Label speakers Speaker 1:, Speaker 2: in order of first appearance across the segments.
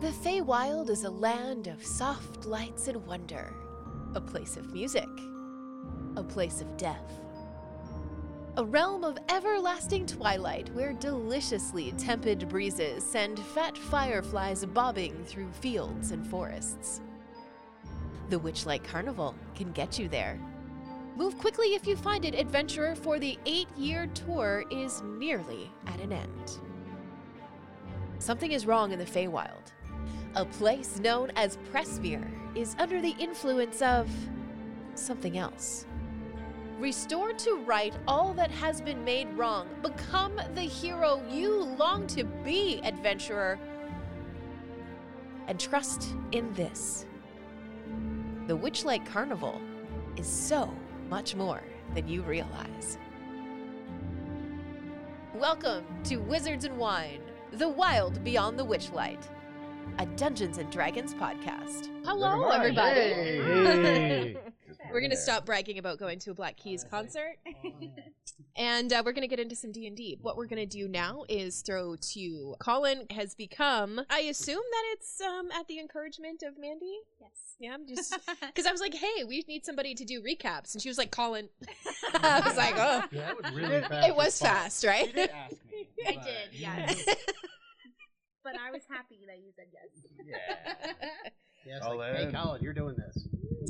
Speaker 1: The Feywild is a land of soft lights and wonder, a place of music, a place of death, a realm of everlasting twilight where deliciously tepid breezes send fat fireflies bobbing through fields and forests. The Witchlight Carnival can get you there. Move quickly if you find it, adventurer, for the eight year tour is nearly at an end. Something is wrong in the Feywild. A place known as Pressmere is under the influence of something else. Restore to right all that has been made wrong. Become the hero you long to be, adventurer. And trust in this. The Witchlight Carnival is so much more than you realize. Welcome to Wizards and Wine, the wild beyond the witchlight, a Dungeons and Dragons podcast. Hello,
Speaker 2: Never mind.
Speaker 1: everybody.
Speaker 2: Hey, hey.
Speaker 1: We're gonna stop bragging about going to a Black Keys concert, and uh, we're gonna get into some D and D. What we're gonna do now is throw to Colin. Has become, I assume that it's um, at the encouragement of Mandy.
Speaker 3: Yes.
Speaker 1: Yeah, I'm just because I was like, hey, we need somebody to do recaps, and she was like, Colin. I was like, oh,
Speaker 2: Yeah, that was really fast.
Speaker 1: it was fast,
Speaker 4: You did
Speaker 1: right?
Speaker 4: ask me.
Speaker 3: I
Speaker 4: but-
Speaker 3: did, yeah. but I was happy that you said yes.
Speaker 4: Yeah.
Speaker 2: Yes,
Speaker 4: All
Speaker 2: like, hey,
Speaker 4: in.
Speaker 2: Colin, you're doing this.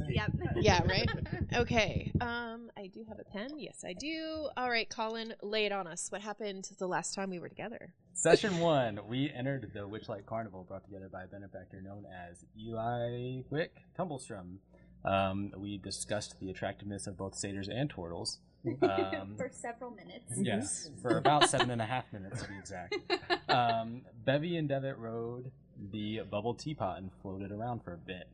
Speaker 3: yep.
Speaker 1: yeah, right. Okay. Um, I do have a pen. Yes, I do. All right, Colin, lay it on us. What happened the last time we were together?
Speaker 4: Session one, we entered the Witchlight Carnival brought together by a benefactor known as Eli Wick Tumblestrom. Um, we discussed the attractiveness of both satyrs and turtles. Um,
Speaker 3: For several minutes.
Speaker 4: Yes, for about seven and a half minutes to be exact. Um, Bevy and Devitt rode the bubble teapot and floated around for a bit.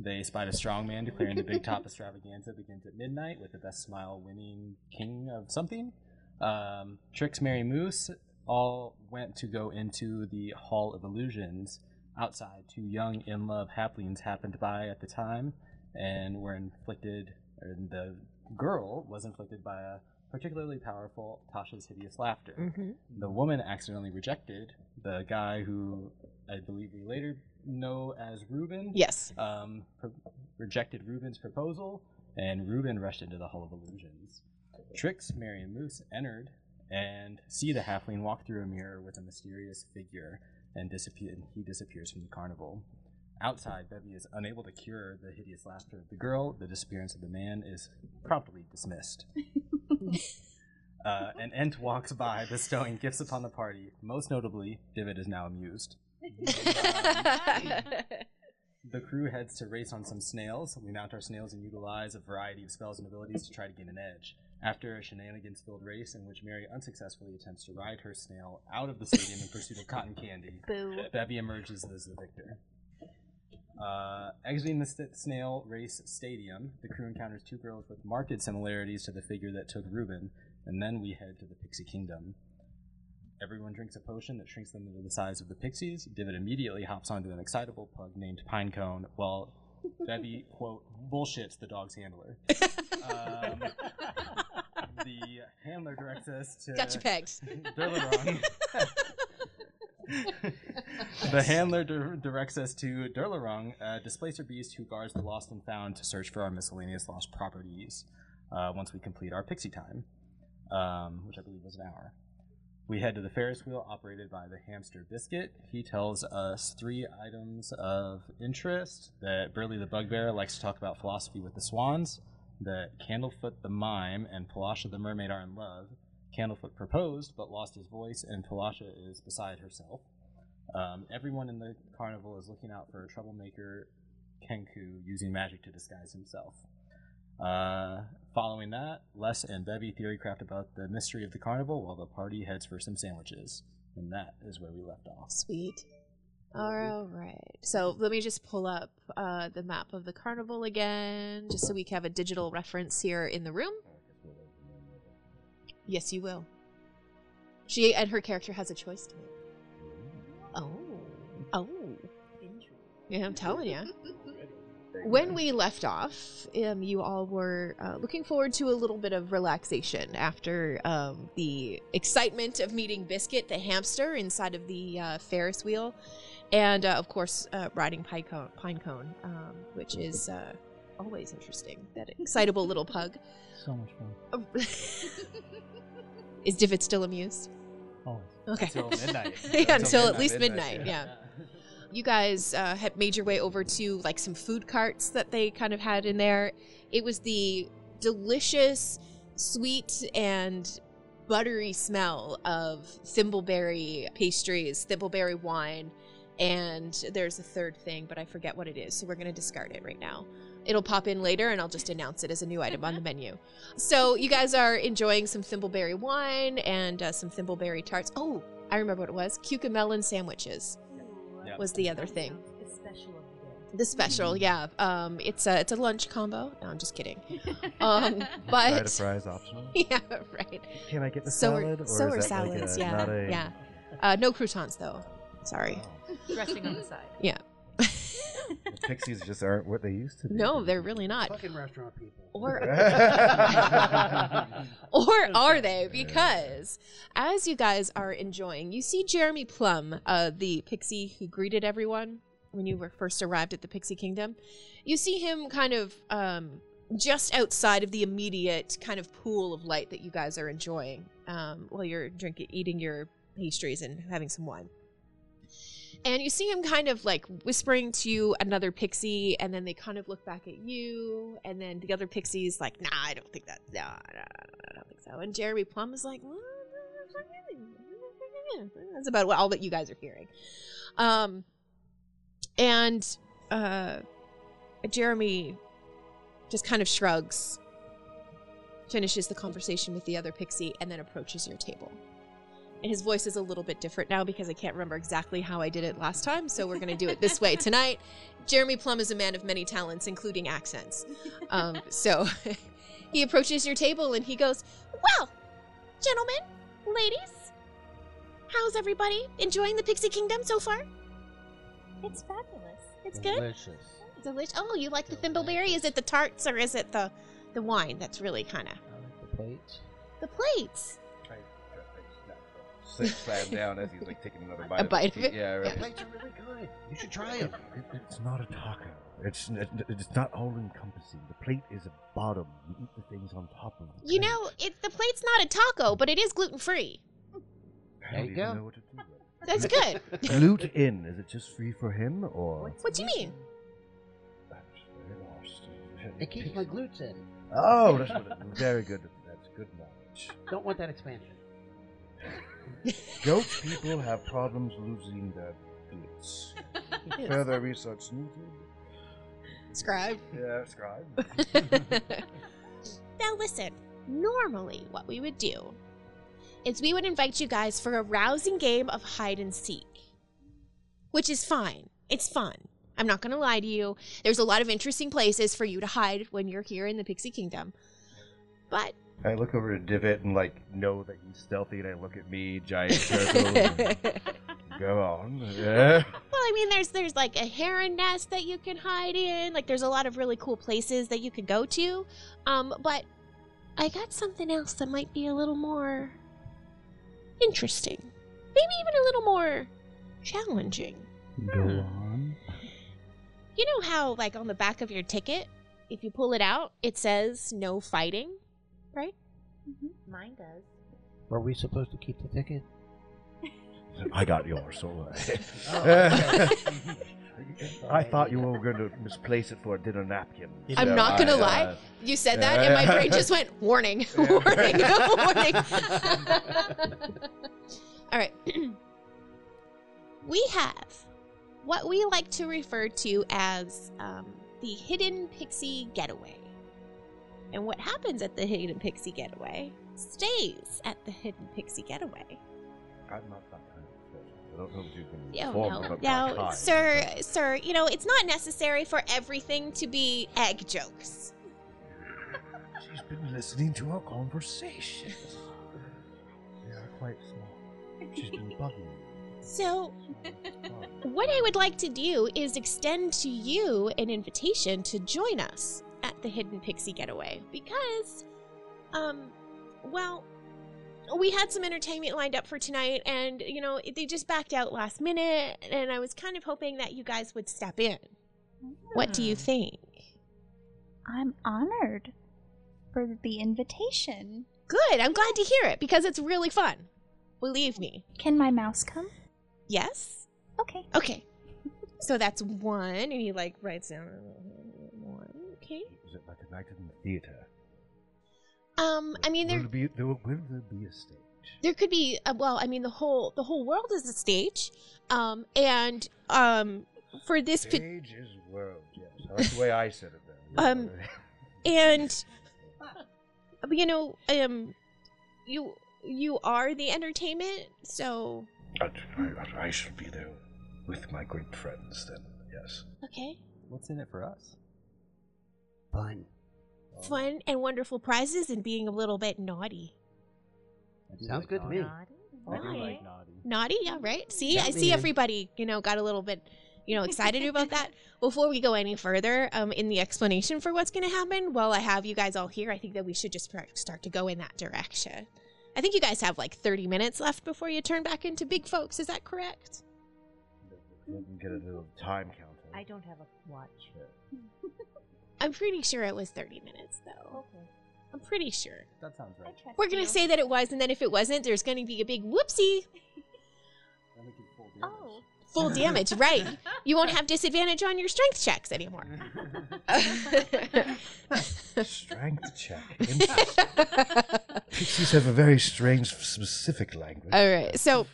Speaker 4: They spied a strong man declaring the big top extravaganza begins at midnight with the best smile winning king of something. Um, Trix, Mary Moose all went to go into the Hall of Illusions. Outside, two young in love halflings happened by at the time and were inflicted, or the girl was inflicted by a particularly powerful Tasha's hideous laughter.
Speaker 1: Mm-hmm.
Speaker 4: The woman accidentally rejected the guy who I believe we later know as Reuben.
Speaker 1: Yes.
Speaker 4: Um, pro- rejected Reuben's proposal, and Reuben rushed into the Hall of Illusions. Trix, Mary, and Moose entered and see the halfling walk through a mirror with a mysterious figure, and disappear. and He disappears from the carnival. Outside, Bevy is unable to cure the hideous laughter of the girl. The disappearance of the man is promptly dismissed. Uh, an Ent walks by, bestowing gifts upon the party. Most notably, Divot is now amused. The crew heads to race on some snails. We mount our snails and utilize a variety of spells and abilities to try to gain an edge. After a shenanigans filled race in which Mary unsuccessfully attempts to ride her snail out of the stadium in pursuit of cotton candy,
Speaker 3: Boo.
Speaker 4: Bevy emerges as the victor. Uh, exiting the st- snail race stadium, the crew encounters two girls with marked similarities to the figure that took Reuben, and then we head to the Pixie Kingdom. Everyone drinks a potion that shrinks them into the size of the pixies. Divot immediately hops onto an excitable pug named Pinecone, while Bevy, quote, bullshits the dog's handler. Um, the handler directs us to.
Speaker 1: Got you pegged.
Speaker 4: They're the wrong. the handler dir- directs us to Durlarong, a displacer beast who guards the lost and found to search for our miscellaneous lost properties uh, once we complete our pixie time, um, which I believe was an hour. We head to the Ferris wheel operated by the hamster Biscuit. He tells us three items of interest that Burley the Bugbear likes to talk about philosophy with the swans, that Candlefoot the Mime and Palasha the Mermaid are in love, Candlefoot proposed but lost his voice, and Palasha is beside herself. Um, everyone in the carnival is looking out for a troublemaker, Kenku, using magic to disguise himself. Uh, following that, Les and Bevy theorycraft about the mystery of the carnival while the party heads for some sandwiches. And that is where we left off.
Speaker 1: Sweet. All right. So let me just pull up uh, the map of the carnival again, just so we can have a digital reference here in the room. Yes, you will. She and her character has a choice to make. Oh. Oh. Yeah, I'm telling you. when we left off, um, you all were uh, looking forward to a little bit of relaxation after um, the excitement of meeting Biscuit the hamster inside of the uh, Ferris wheel, and uh, of course uh, riding Pinecone, Pinecone um, which is uh, always interesting. That excitable little pug
Speaker 5: So much fun.
Speaker 1: is Divot still amused?
Speaker 5: Always.
Speaker 1: Okay.
Speaker 6: Until midnight.
Speaker 1: yeah, until at
Speaker 6: midnight,
Speaker 1: least
Speaker 6: midnight,
Speaker 1: midnight. yeah. you guys uh, had made your way over to like some food carts that they kind of had in there. It was the delicious, sweet, and buttery smell of thimbleberry pastries, thimbleberry wine, and there's a third thing, but I forget what it is, so we're going to discard it right now. It'll pop in later and I'll just announce it as a new item on the menu. So, you guys are enjoying some thimbleberry wine and uh, some thimbleberry tarts. Oh, I remember what it was cucamelon sandwiches
Speaker 6: Yeah.
Speaker 1: was the other thing.
Speaker 7: The special of
Speaker 1: The special,
Speaker 8: Mm-hmm.
Speaker 1: yeah. Um, it's a it's a lunch combo. No, I'm just kidding.
Speaker 7: the day.
Speaker 1: Um,
Speaker 8: Side of
Speaker 1: but
Speaker 8: fries optional.
Speaker 1: yeah, right.
Speaker 8: Can I get the
Speaker 1: So are-
Speaker 8: salad? Or
Speaker 1: so
Speaker 8: is
Speaker 1: are
Speaker 8: that like
Speaker 1: salads,
Speaker 8: a-
Speaker 1: yeah,
Speaker 8: not a- Oh,
Speaker 1: yeah. Uh, no croutons though. Sorry.
Speaker 3: Dressing on the side.
Speaker 8: The Pixies just aren't what they used to be.
Speaker 1: no, they're really not.
Speaker 4: Fucking restaurant people.
Speaker 1: Or or are they? Because as you guys are enjoying, you see Jeremy Plum, uh, the pixie who greeted everyone when you were first arrived at the Pixie Kingdom. You see him kind of um, just outside of the immediate kind of pool of light that you guys are enjoying um, while you're drinking, eating your pastries and having some wine. And you see him kind of like whispering to another pixie, and then they kind of look back at you, and then the other pixie's like, "Nah, I don't think that. Nah, nah, I don't think so. And Jeremy Plum is like, that's about what all that you guys are hearing. Um, and uh, Jeremy just kind of shrugs, finishes the conversation with the other pixie, and then approaches your table. And his voice is a little bit different now because I can't remember exactly how I did it last time, so we're going to do it this way tonight. Jeremy Plum is a man of many talents, including accents. Um, so he approaches your table and he goes, Well, gentlemen, ladies, how's everybody enjoying the Pixie Kingdom so far?
Speaker 3: It's fabulous.
Speaker 1: It's good?
Speaker 4: Delicious.
Speaker 1: Delicious. Oh, you like the
Speaker 4: Delicious.
Speaker 1: thimbleberry? Is it the tarts or is it the, the wine that's really kind of
Speaker 4: I like the plates.
Speaker 1: the plates?
Speaker 8: Slam down as he's like taking another bite.
Speaker 1: A bite of it?
Speaker 8: Yeah,
Speaker 4: The
Speaker 8: right.
Speaker 4: plates are really good. You should try them.
Speaker 8: It's not a taco. It's n- it's not all encompassing. The plate is a bottom. You eat the things on top of it.
Speaker 1: You know, it, the plate's not a taco, but it is gluten free.
Speaker 8: I don't
Speaker 4: There you
Speaker 8: even
Speaker 4: go.
Speaker 8: know what to do with
Speaker 1: That's good.
Speaker 8: it. Gluten is it just free for him or?
Speaker 1: what do you mean?
Speaker 8: I'm just very lost.
Speaker 4: It keeps my glutes in.
Speaker 8: Oh, that's what it, very good. That's good knowledge.
Speaker 4: Don't want that expansion.
Speaker 8: Goat people have problems losing their glutes. Further research needed.
Speaker 1: Scribe.
Speaker 8: Yeah, scribe.
Speaker 1: now listen, normally what we would do is we would invite you guys for a rousing game of hide and seek, which is fine. It's fun. I'm not going to lie to you. There's a lot of interesting places for you to hide when you're here in the Pixie Kingdom. But
Speaker 8: I look over to Divot and like know that he's stealthy, and I look at me, giant turtle. Go on. Yeah.
Speaker 1: Well, I mean, there's there's like a heron nest that you can hide in. Like, there's a lot of really cool places that you could go to. Um, but I got something else that might be a little more interesting, maybe even a little more challenging.
Speaker 5: Go on.
Speaker 1: You know how, like, on the back of your ticket, if you pull it out, it says no fighting, right?
Speaker 3: Mm-hmm. Mine does.
Speaker 4: Were we supposed to keep the ticket?
Speaker 8: I got yours, so
Speaker 4: Oh,
Speaker 8: I thought you were going to misplace it for a dinner napkin.
Speaker 1: I'm
Speaker 8: So
Speaker 1: not
Speaker 8: I,
Speaker 1: gonna
Speaker 8: uh,
Speaker 1: lie. You said that, and my brain just went warning, warning, warning. All right. we have what we like to refer to as um, the hidden pixie getaway. And what happens at the hidden pixie getaway stays at the hidden pixie getaway.
Speaker 8: I'm not that kind of person. I don't know if you can
Speaker 1: Yeah,
Speaker 8: form
Speaker 1: no,
Speaker 8: of a
Speaker 1: no,
Speaker 8: kind.
Speaker 1: sir, sir. You know, it's not necessary for everything to be egg jokes.
Speaker 8: She's been listening to our conversation. they are quite small. She's been bugging me.
Speaker 1: So, What I would like to do is extend to you an invitation to join us at the Hidden Pixie Getaway because, um, well, we had some entertainment lined up for tonight and, you know, they just backed out last minute and I was kind of hoping that you guys would step in. What do you
Speaker 9: Hmm.
Speaker 1: think?
Speaker 3: I'm honored for the invitation.
Speaker 1: Good. I'm glad to hear it because it's really fun. Believe me.
Speaker 3: Can my mouse come?
Speaker 1: Yes?
Speaker 3: Okay.
Speaker 1: Okay. So that's one, and he like writes down one. Okay.
Speaker 8: Is it like a night in the theater?
Speaker 1: Um, I mean, there
Speaker 8: Will be, there will, will there be a stage?
Speaker 1: there could be. Uh, well, I mean, the whole the whole world is a stage. Um, and um, for this, pa-
Speaker 8: Stage is world, yes. That's the way I said it then.
Speaker 1: Um, and uh, you know, um, you you are the entertainment. So
Speaker 8: But I, I shall be there with my great friends then, yes.
Speaker 1: okay,
Speaker 4: What's in it for us?
Speaker 10: Fun.
Speaker 1: fun and wonderful prizes, and being a little bit naughty.
Speaker 4: I do
Speaker 10: Sounds good to me.
Speaker 9: Naughty.
Speaker 4: I do
Speaker 9: Naughty.
Speaker 4: like naughty.
Speaker 1: Naughty, yeah, right? See, I
Speaker 10: Got
Speaker 1: see
Speaker 10: me.
Speaker 1: everybody, you know, got a little bit, you know, excited about that. Before we go any further um, in the explanation for what's going to happen, while I have you guys all here, I think that we should just pra- start to go in that direction. I think you guys have like 30 minutes left before you turn back into big folks. Is that correct?
Speaker 8: We can get a little time counter.
Speaker 9: I don't have a watch.
Speaker 1: I'm pretty sure it was 30 minutes, though.
Speaker 9: Okay.
Speaker 1: I'm pretty sure.
Speaker 4: That sounds right.
Speaker 1: We're going to say that it was, and then if it wasn't, there's going to be a big whoopsie,
Speaker 4: Then we can full
Speaker 9: Oh.
Speaker 1: full damage, right? You won't have disadvantage on your strength checks anymore.
Speaker 4: damage.
Speaker 8: Strength check. Interesting. Pixies have a very strange, specific language.
Speaker 1: All right. So,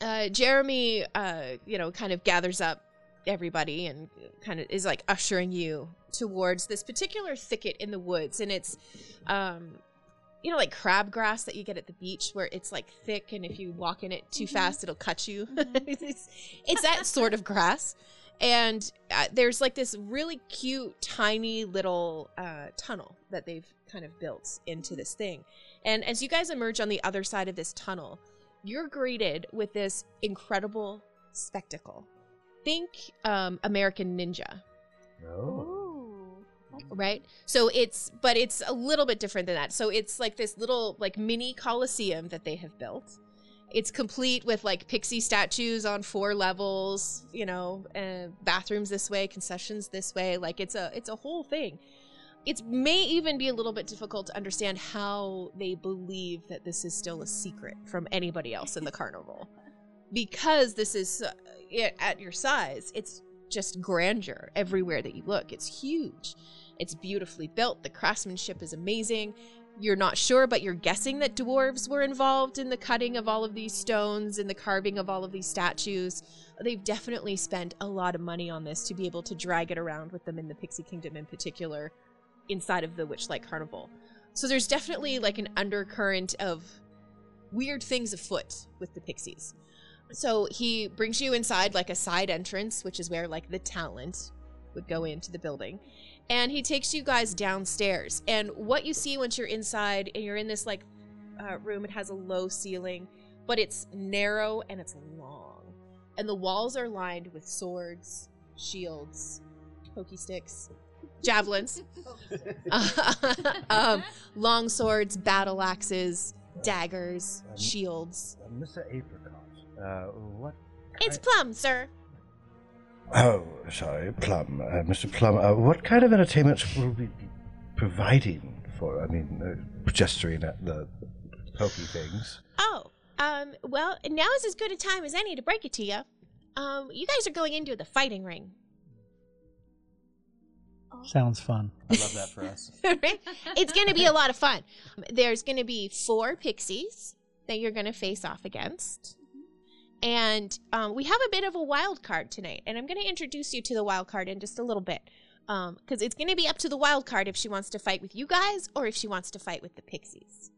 Speaker 1: uh, Jeremy, uh, you know, kind of gathers up everybody and kind of is like ushering you towards this particular thicket in the woods, and it's, um, you know, like crabgrass that you get at the beach, where it's like thick, and if you walk in it too
Speaker 3: Mhm.
Speaker 1: fast, it'll cut you.
Speaker 3: Mhm.
Speaker 1: it's, it's that sort of grass. And uh, there's like this really cute, tiny little uh, tunnel that they've kind of built into this thing. And as you guys emerge on the other side of this tunnel, you're greeted with this incredible spectacle. Think um, American Ninja,
Speaker 8: Oh.
Speaker 9: Ooh.
Speaker 1: right? So it's, but it's a little bit different than that. So it's like this little, like mini coliseum that they have built. It's complete with like pixie statues on four levels, you know, uh, bathrooms this way, concessions this way. Like it's a, it's a whole thing. It may even be a little bit difficult to understand how they believe that this is still a secret from anybody else in the carnival because this is uh, i- at your size, it's just grandeur everywhere that you look. It's huge. It's beautifully built. The craftsmanship is amazing. You're not sure, but you're guessing that dwarves were involved in the cutting of all of these stones and the carving of all of these statues. They've definitely spent a lot of money on this to be able to drag it around with them in the Pixie Kingdom in particular, inside of the Witchlight Carnival. So there's definitely like an undercurrent of weird things afoot with the pixies. So he brings you inside like a side entrance, which is where like the talent would go into the building. And he takes you guys downstairs. And what you see once you're inside and you're in this like uh, room, it has a low ceiling, but it's narrow and it's long. And the walls are lined with swords, shields, pokey sticks, javelins, um, long swords, battle axes, daggers,
Speaker 8: Um,
Speaker 1: shields.
Speaker 8: Uh, Mr. Apricot, uh, what?
Speaker 1: It's
Speaker 8: ki-
Speaker 1: plum, sir.
Speaker 8: Oh, sorry, Plum. Uh, Mr. Plum, uh, what kind of entertainment will we be providing for, I mean, uh, gesturing at the pokey things?
Speaker 1: Oh, um, well, now is as good a time as any to break it to you. Um, you guys are going into the fighting ring,
Speaker 11: Sounds fun.
Speaker 4: I love that for us.
Speaker 1: right? It's going to be a lot of fun. There's going to be four pixies that you're going to face off against. And um, we have a bit of a wild card tonight, and I'm going to introduce you to the wild card in just a little bit. Because it's going to be up to the wild card if she wants to fight with you guys or if she wants to fight with the pixies.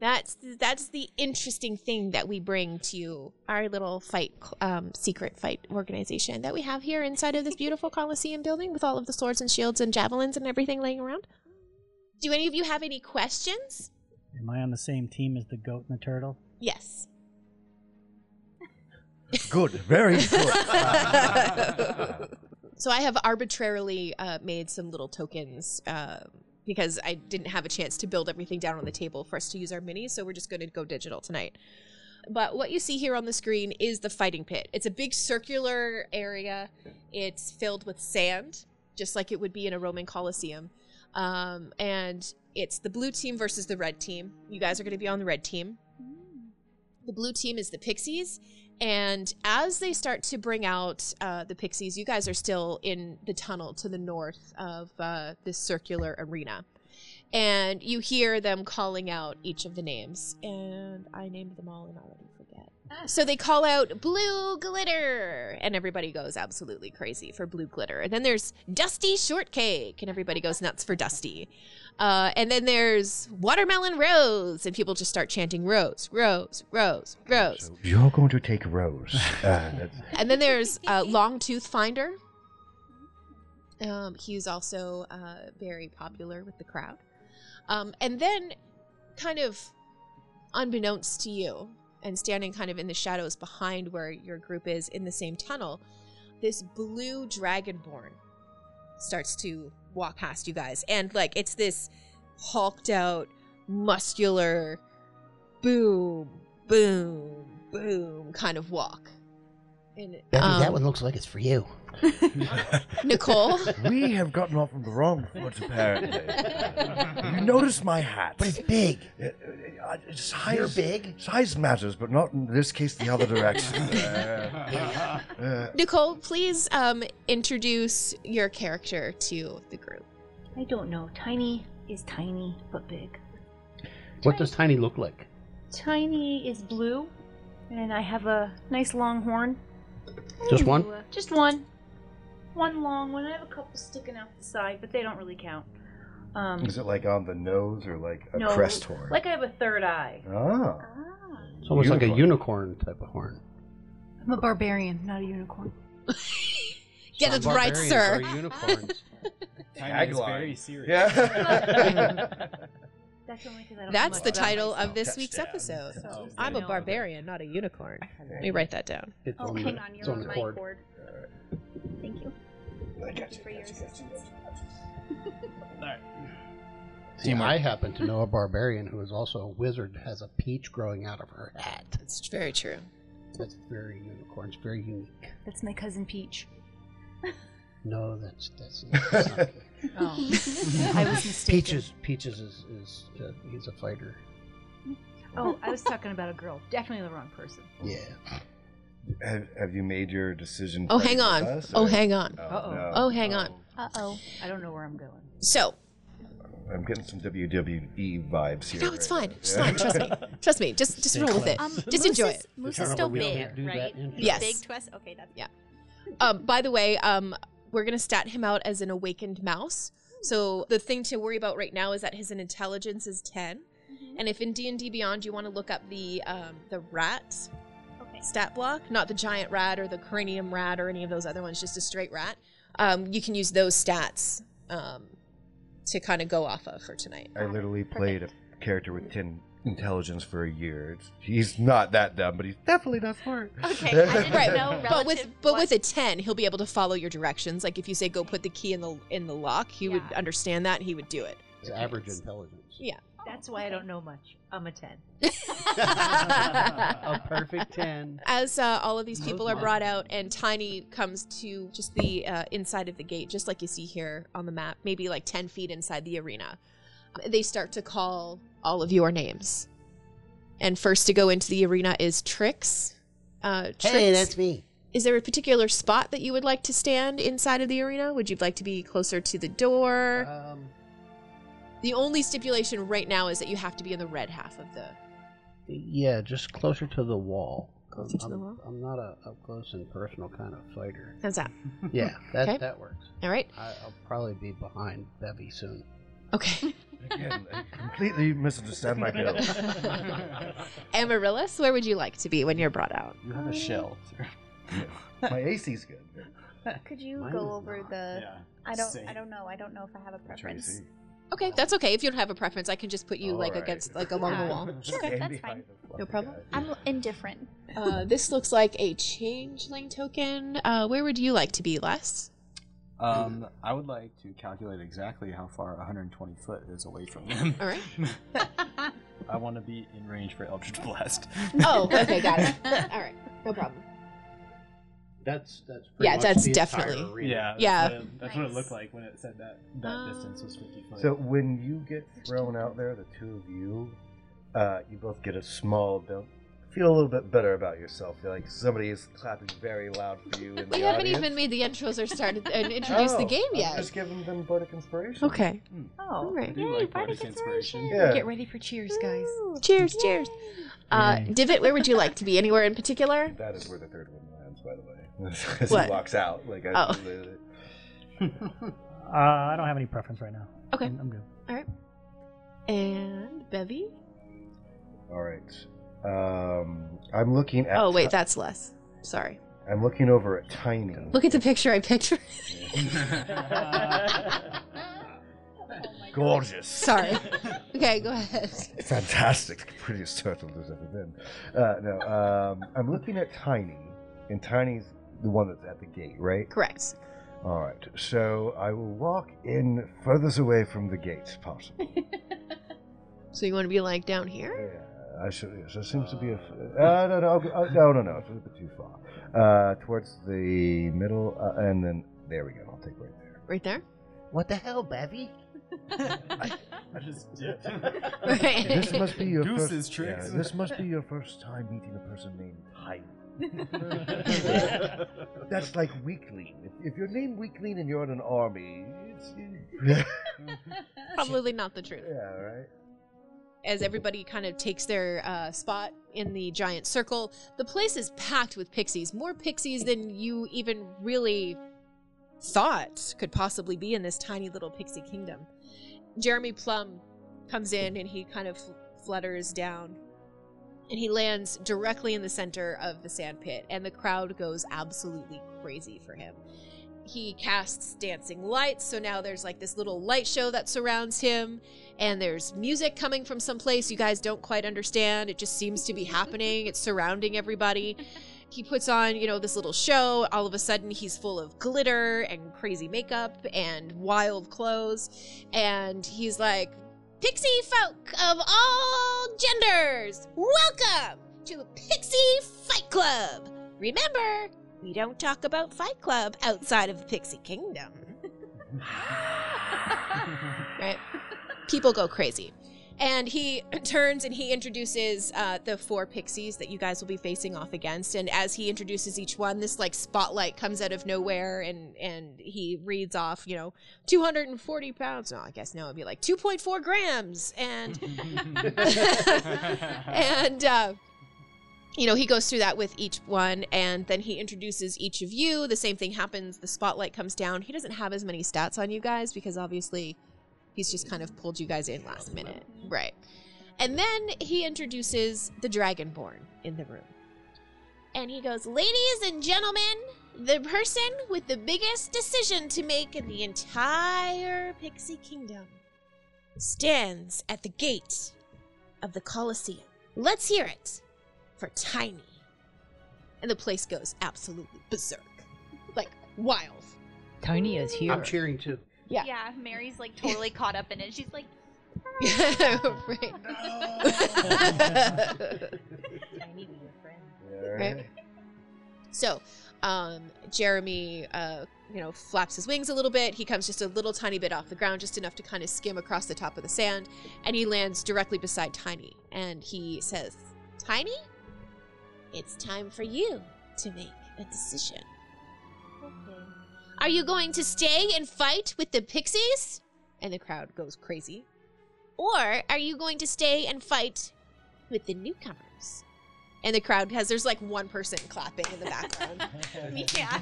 Speaker 1: That's that's the interesting thing that we bring to our little fight, um, secret fight organization that we have here inside of this beautiful Coliseum building with all of the swords and shields and javelins and everything laying around. Do any of you have any questions?
Speaker 11: Am I on the same team as the goat and the turtle?
Speaker 1: Yes.
Speaker 8: Good, very good.
Speaker 1: So I have arbitrarily uh, made some little tokens uh, because I didn't have a chance to build everything down on the table for us to use our minis, so we're just going to go digital tonight. But what you see here on the screen is the fighting pit. It's a big circular area. It's filled with sand, just like it would be in a Roman Colosseum. Um, and it's the blue team versus the red team. You guys are going to be on the red team. The blue team is the Pixies, and as they start to bring out uh, the pixies, you guys are still in the tunnel to the north of uh, this circular arena. And you hear them calling out each of the names. And I named them all and already forget. So they call out Blue Glitter. And everybody goes absolutely crazy for Blue Glitter. And then there's Dusty Shortcake. And everybody goes nuts for Dusty. Uh, and then there's Watermelon Rose. And people just start chanting Rose, Rose, Rose, Rose.
Speaker 8: So you're going to take Rose. Uh, that's-
Speaker 1: And then there's uh, Long Tooth Finder. Um, he's also uh, very popular with the crowd. Um, and then, kind of unbeknownst to you, and standing kind of in the shadows behind where your group is in the same tunnel, this blue dragonborn starts to walk past you guys. And, like, it's this hulked out, muscular, boom, boom, boom kind of walk. And,
Speaker 12: Becky, that
Speaker 1: um,
Speaker 12: one looks like it's for you.
Speaker 1: Nicole.
Speaker 8: we have gotten off on the wrong foot, apparently. you notice my hat.
Speaker 12: But it's big.
Speaker 8: Uh, uh, uh, size,
Speaker 12: You're big.
Speaker 8: Size matters, but not in this case, the other direction. Uh, uh,
Speaker 1: Nicole, please um, introduce your character to the group.
Speaker 3: I don't know. Tiny is tiny, but big.
Speaker 12: What does Tiny look like?
Speaker 3: Tiny is blue, and I have a nice long horn.
Speaker 12: Just one?
Speaker 3: Ooh, uh, Just one. One long one. I have a couple sticking out the side, but they don't really count. Um,
Speaker 8: is it like on the nose or like a
Speaker 3: no,
Speaker 8: crest horn?
Speaker 3: Like I have a third eye.
Speaker 8: oh.
Speaker 13: It's almost like a unicorn type of horn.
Speaker 14: I'm a barbarian, not a unicorn.
Speaker 1: Get it right, sir.
Speaker 13: unicorns.
Speaker 4: Tiny is
Speaker 8: Tagline.
Speaker 4: very serious.
Speaker 8: Yeah.
Speaker 3: That's only because I don't.
Speaker 1: That's
Speaker 3: have
Speaker 1: the
Speaker 3: much on
Speaker 1: title
Speaker 3: myself.
Speaker 1: of this week's
Speaker 8: Touchdown.
Speaker 1: episode.
Speaker 3: So,
Speaker 1: I'm a
Speaker 3: no.
Speaker 1: barbarian, not a unicorn. Let me write that down.
Speaker 13: It's
Speaker 15: Oh,
Speaker 13: on
Speaker 15: hang
Speaker 13: the,
Speaker 15: on,
Speaker 13: it's
Speaker 15: you're
Speaker 13: on
Speaker 15: on
Speaker 13: the
Speaker 15: my
Speaker 13: cord.
Speaker 15: cord.
Speaker 3: Thank you.
Speaker 8: I got you,
Speaker 3: For your
Speaker 8: got you, got you, got you.
Speaker 13: See, I happen to know a barbarian who is also a wizard that has a peach growing out of her hat.
Speaker 1: It's very true.
Speaker 13: That's very unicorn. It's very unique.
Speaker 14: That's my cousin Peach.
Speaker 13: No, that's that's. that's not unique.
Speaker 14: Oh. I was mistaken.
Speaker 13: Peaches. Peaches is, is uh, he's a fighter.
Speaker 14: Oh, I was talking about a girl. Definitely the wrong person.
Speaker 13: Yeah.
Speaker 8: Have, have you made your decision?
Speaker 1: Oh,
Speaker 8: prior
Speaker 1: hang
Speaker 8: to
Speaker 1: on.
Speaker 8: us,
Speaker 1: Oh,
Speaker 8: or-
Speaker 1: hang on.
Speaker 8: Oh,
Speaker 14: Uh-oh.
Speaker 8: no.
Speaker 1: Oh, hang on.
Speaker 16: Uh oh.
Speaker 14: I don't know where I'm going.
Speaker 1: So,
Speaker 8: I'm getting some WWE vibes here.
Speaker 1: no, it's
Speaker 8: right
Speaker 1: fine.
Speaker 8: now.
Speaker 1: It's fine. Trust me. Trust me. Just just roll with it.
Speaker 3: Um,
Speaker 1: Just
Speaker 3: Moose
Speaker 1: enjoy
Speaker 3: is-
Speaker 1: it.
Speaker 3: Moose
Speaker 13: Apparently
Speaker 3: is still
Speaker 13: we don't
Speaker 3: big,
Speaker 13: do that
Speaker 3: right?
Speaker 13: in-
Speaker 1: Yes.
Speaker 3: Big to us. Okay, that's
Speaker 1: Yeah. Um, by the way, um, we're gonna stat him out as an awakened mouse. So the thing to worry about right now is that his intelligence is 10
Speaker 3: Mm-hmm.
Speaker 1: and if in D and D Beyond you want to look up the um, the rat
Speaker 3: Okay.
Speaker 1: stat block, not the giant rat or the cranium rat or any of those other ones, just a straight rat, um, you can use those stats um, to kind of go off of for tonight.
Speaker 8: I literally played a character with 10 intelligence for a year. It's- he's not that dumb, but he's definitely not smart.
Speaker 3: Okay, I didn't
Speaker 1: Right,
Speaker 3: know.
Speaker 1: But with
Speaker 3: relative
Speaker 1: but
Speaker 3: what-
Speaker 1: with a ten, he'll be able to follow your directions. Like if you say go put the key in the in the lock, he would
Speaker 3: Yeah.
Speaker 1: understand that. He would do it.
Speaker 13: It's average intelligence.
Speaker 1: Yeah.
Speaker 14: That's why I don't know much. I'm a 10.
Speaker 13: A perfect ten.
Speaker 1: As uh, all of these people are
Speaker 13: Movement.
Speaker 1: brought out, and Tiny comes to just the uh, inside of the gate, just like you see here on the map, maybe like 10 feet inside the arena, they start to call all of your names. And first to go into the arena is Trix. Uh, Trix,
Speaker 12: Hey, that's me.
Speaker 1: is there a particular spot that you would like to stand inside of the arena? Would you like to be closer to the door?
Speaker 13: Um,
Speaker 1: the only stipulation right now is that you have to be in the red half of the.
Speaker 13: yeah, just closer to the wall.
Speaker 1: Closer to the
Speaker 13: I'm-
Speaker 1: wall?
Speaker 13: I'm not a up close and personal kind of fighter.
Speaker 1: How's that?
Speaker 13: Yeah, that
Speaker 1: Okay.
Speaker 13: that works.
Speaker 1: All right.
Speaker 13: I, I'll probably be behind Bevy soon.
Speaker 1: Okay.
Speaker 8: Again, I completely misunderstand my bill.
Speaker 1: Amaryllis, where would you like to be when you're brought out?
Speaker 4: You have a shell.
Speaker 8: My AC's good.
Speaker 16: Could you
Speaker 13: Mine is
Speaker 16: go over
Speaker 13: not.
Speaker 16: the?
Speaker 4: yeah.
Speaker 16: I don't.
Speaker 4: Same.
Speaker 16: I don't know. I don't know if I have a
Speaker 8: I'm trying to
Speaker 16: preference.
Speaker 8: see.
Speaker 1: Okay, that's okay. If you don't have a preference, I can just put you
Speaker 8: All
Speaker 1: like
Speaker 8: right.
Speaker 1: against like along the wall.
Speaker 16: Oh, Sure, that's fine.
Speaker 1: No problem.
Speaker 16: I'm indifferent.
Speaker 1: Uh, this looks like a changeling token. Uh, where would you like to be, Les?
Speaker 4: Um, I would like to calculate exactly how far 120 foot is away from him.
Speaker 1: All right.
Speaker 4: I want to be in range for Eldritch Blast.
Speaker 1: Oh, okay, got it. All right, no problem.
Speaker 13: That's that's
Speaker 1: Yeah, much that's the entire definitely-
Speaker 4: yeah, that's,
Speaker 1: Yeah.
Speaker 4: What it, that's what it looked
Speaker 3: Nice.
Speaker 4: like when it said that that
Speaker 1: Um,
Speaker 4: distance was 50 foot.
Speaker 8: So when you get thrown out there, the two of you, uh, you both get a small bump. Feel a little bit better about yourself. Feel like somebody is clapping very loud for you. In the
Speaker 1: We haven't
Speaker 8: audience.
Speaker 1: even made the intros or started and introduced the
Speaker 8: Oh,
Speaker 1: game
Speaker 8: I'm
Speaker 1: yet.
Speaker 8: Just giving them bardic inspiration.
Speaker 1: Okay. All
Speaker 3: Oh.
Speaker 1: right.
Speaker 4: do like bardic inspiration.
Speaker 8: Yeah.
Speaker 17: Get ready for cheers, guys.
Speaker 1: Cheers, cheers. Uh, Divot, where would you like to be? Anywhere in particular?
Speaker 8: That is where the third one lands, by the way. As
Speaker 1: What? Oh.
Speaker 8: he walks out, like I,
Speaker 18: Uh, I don't have any preference right now.
Speaker 1: Okay.
Speaker 18: I'm, I'm good.
Speaker 1: And Bevy?
Speaker 8: All right. Um, I'm looking at.
Speaker 1: Oh, wait,
Speaker 8: Ti-
Speaker 1: that's Les. Sorry.
Speaker 8: I'm looking over at Tiny.
Speaker 1: Look at the picture I picked.
Speaker 8: Gorgeous.
Speaker 1: Sorry. Okay, go ahead.
Speaker 8: Fantastic. The prettiest turtle there's ever been. Uh, no, um, I'm looking at Tiny, and Tiny's the one that's at the gate, right?
Speaker 1: Correct.
Speaker 8: All right. So I will walk in furthest away from the gate as possible.
Speaker 1: So you want to be like down here?
Speaker 8: Yeah, I should. Yes, there seems to be a. f- Uh, no, no, I'll go- uh, no, no, no. It's a little bit too far. Uh, towards the middle, uh, and then there we go. I'll take right there.
Speaker 1: Right there?
Speaker 19: What the hell, Bevy?
Speaker 4: I just did.
Speaker 1: Right.
Speaker 8: This must be your
Speaker 4: Deuces
Speaker 8: first.
Speaker 4: tricks.
Speaker 8: yeah, this must be your first time meeting a person named Hyde. That's like Weakling. If, if you're named Weakling and you're in an army, it's. yeah,
Speaker 1: Probably not the truth.
Speaker 8: right?
Speaker 1: As everybody kind of takes their uh, spot in the giant circle, the place is packed with pixies. More pixies than you even really thought could possibly be in this tiny little pixie kingdom. Jeremy Plum comes in and he kind of fl- flutters down and he lands directly in the center of the sand pit and the crowd goes absolutely crazy for him he casts dancing lights so now there's like this little light show that surrounds him and there's music coming from someplace you guys don't quite understand it just seems to be happening it's surrounding everybody he puts on you know this little show all of a sudden he's full of glitter and crazy makeup and wild clothes and he's like pixie folk of all genders welcome to pixie fight club remember we don't talk about Fight Club outside of the Pixie Kingdom. right? People go crazy. And he turns and he introduces uh, the four pixies that you guys will be facing off against. And as he introduces each one, this like spotlight comes out of nowhere, and and he reads off, you know, 240 pounds. No, I guess now it'd be like 2.4 grams, and and uh, you know he goes through that with each one and then he introduces each of you the same thing happens the spotlight comes down he doesn't have as many stats on you guys because obviously he's just kind of pulled you guys in last minute right and then he introduces the dragonborn in the room and he goes ladies and gentlemen the person with the biggest decision to make in the entire pixie kingdom stands at the gate of the Colosseum. Let's hear it for Tiny. And the place goes absolutely berserk. Like wild.
Speaker 17: Tiny is here.
Speaker 13: I'm cheering too.
Speaker 1: Yeah.
Speaker 16: Mary's like totally caught up in it. She's like,
Speaker 1: right.
Speaker 17: Tiny, be your friend.
Speaker 8: Yeah, right.
Speaker 1: Right. so, um, Jeremy, uh, you know, flaps his wings a little bit. He comes just a little tiny bit off the ground, just enough to kind of skim across the top of the sand, and he lands directly beside Tiny. And he says, "Tiny, it's time for you to make a decision.
Speaker 16: okay.
Speaker 1: Are you going to stay and fight with the pixies?" And the crowd goes crazy. Or are you going to stay and fight with the newcomers? And the crowd has there's like one person clapping in the background.
Speaker 16: Yeah.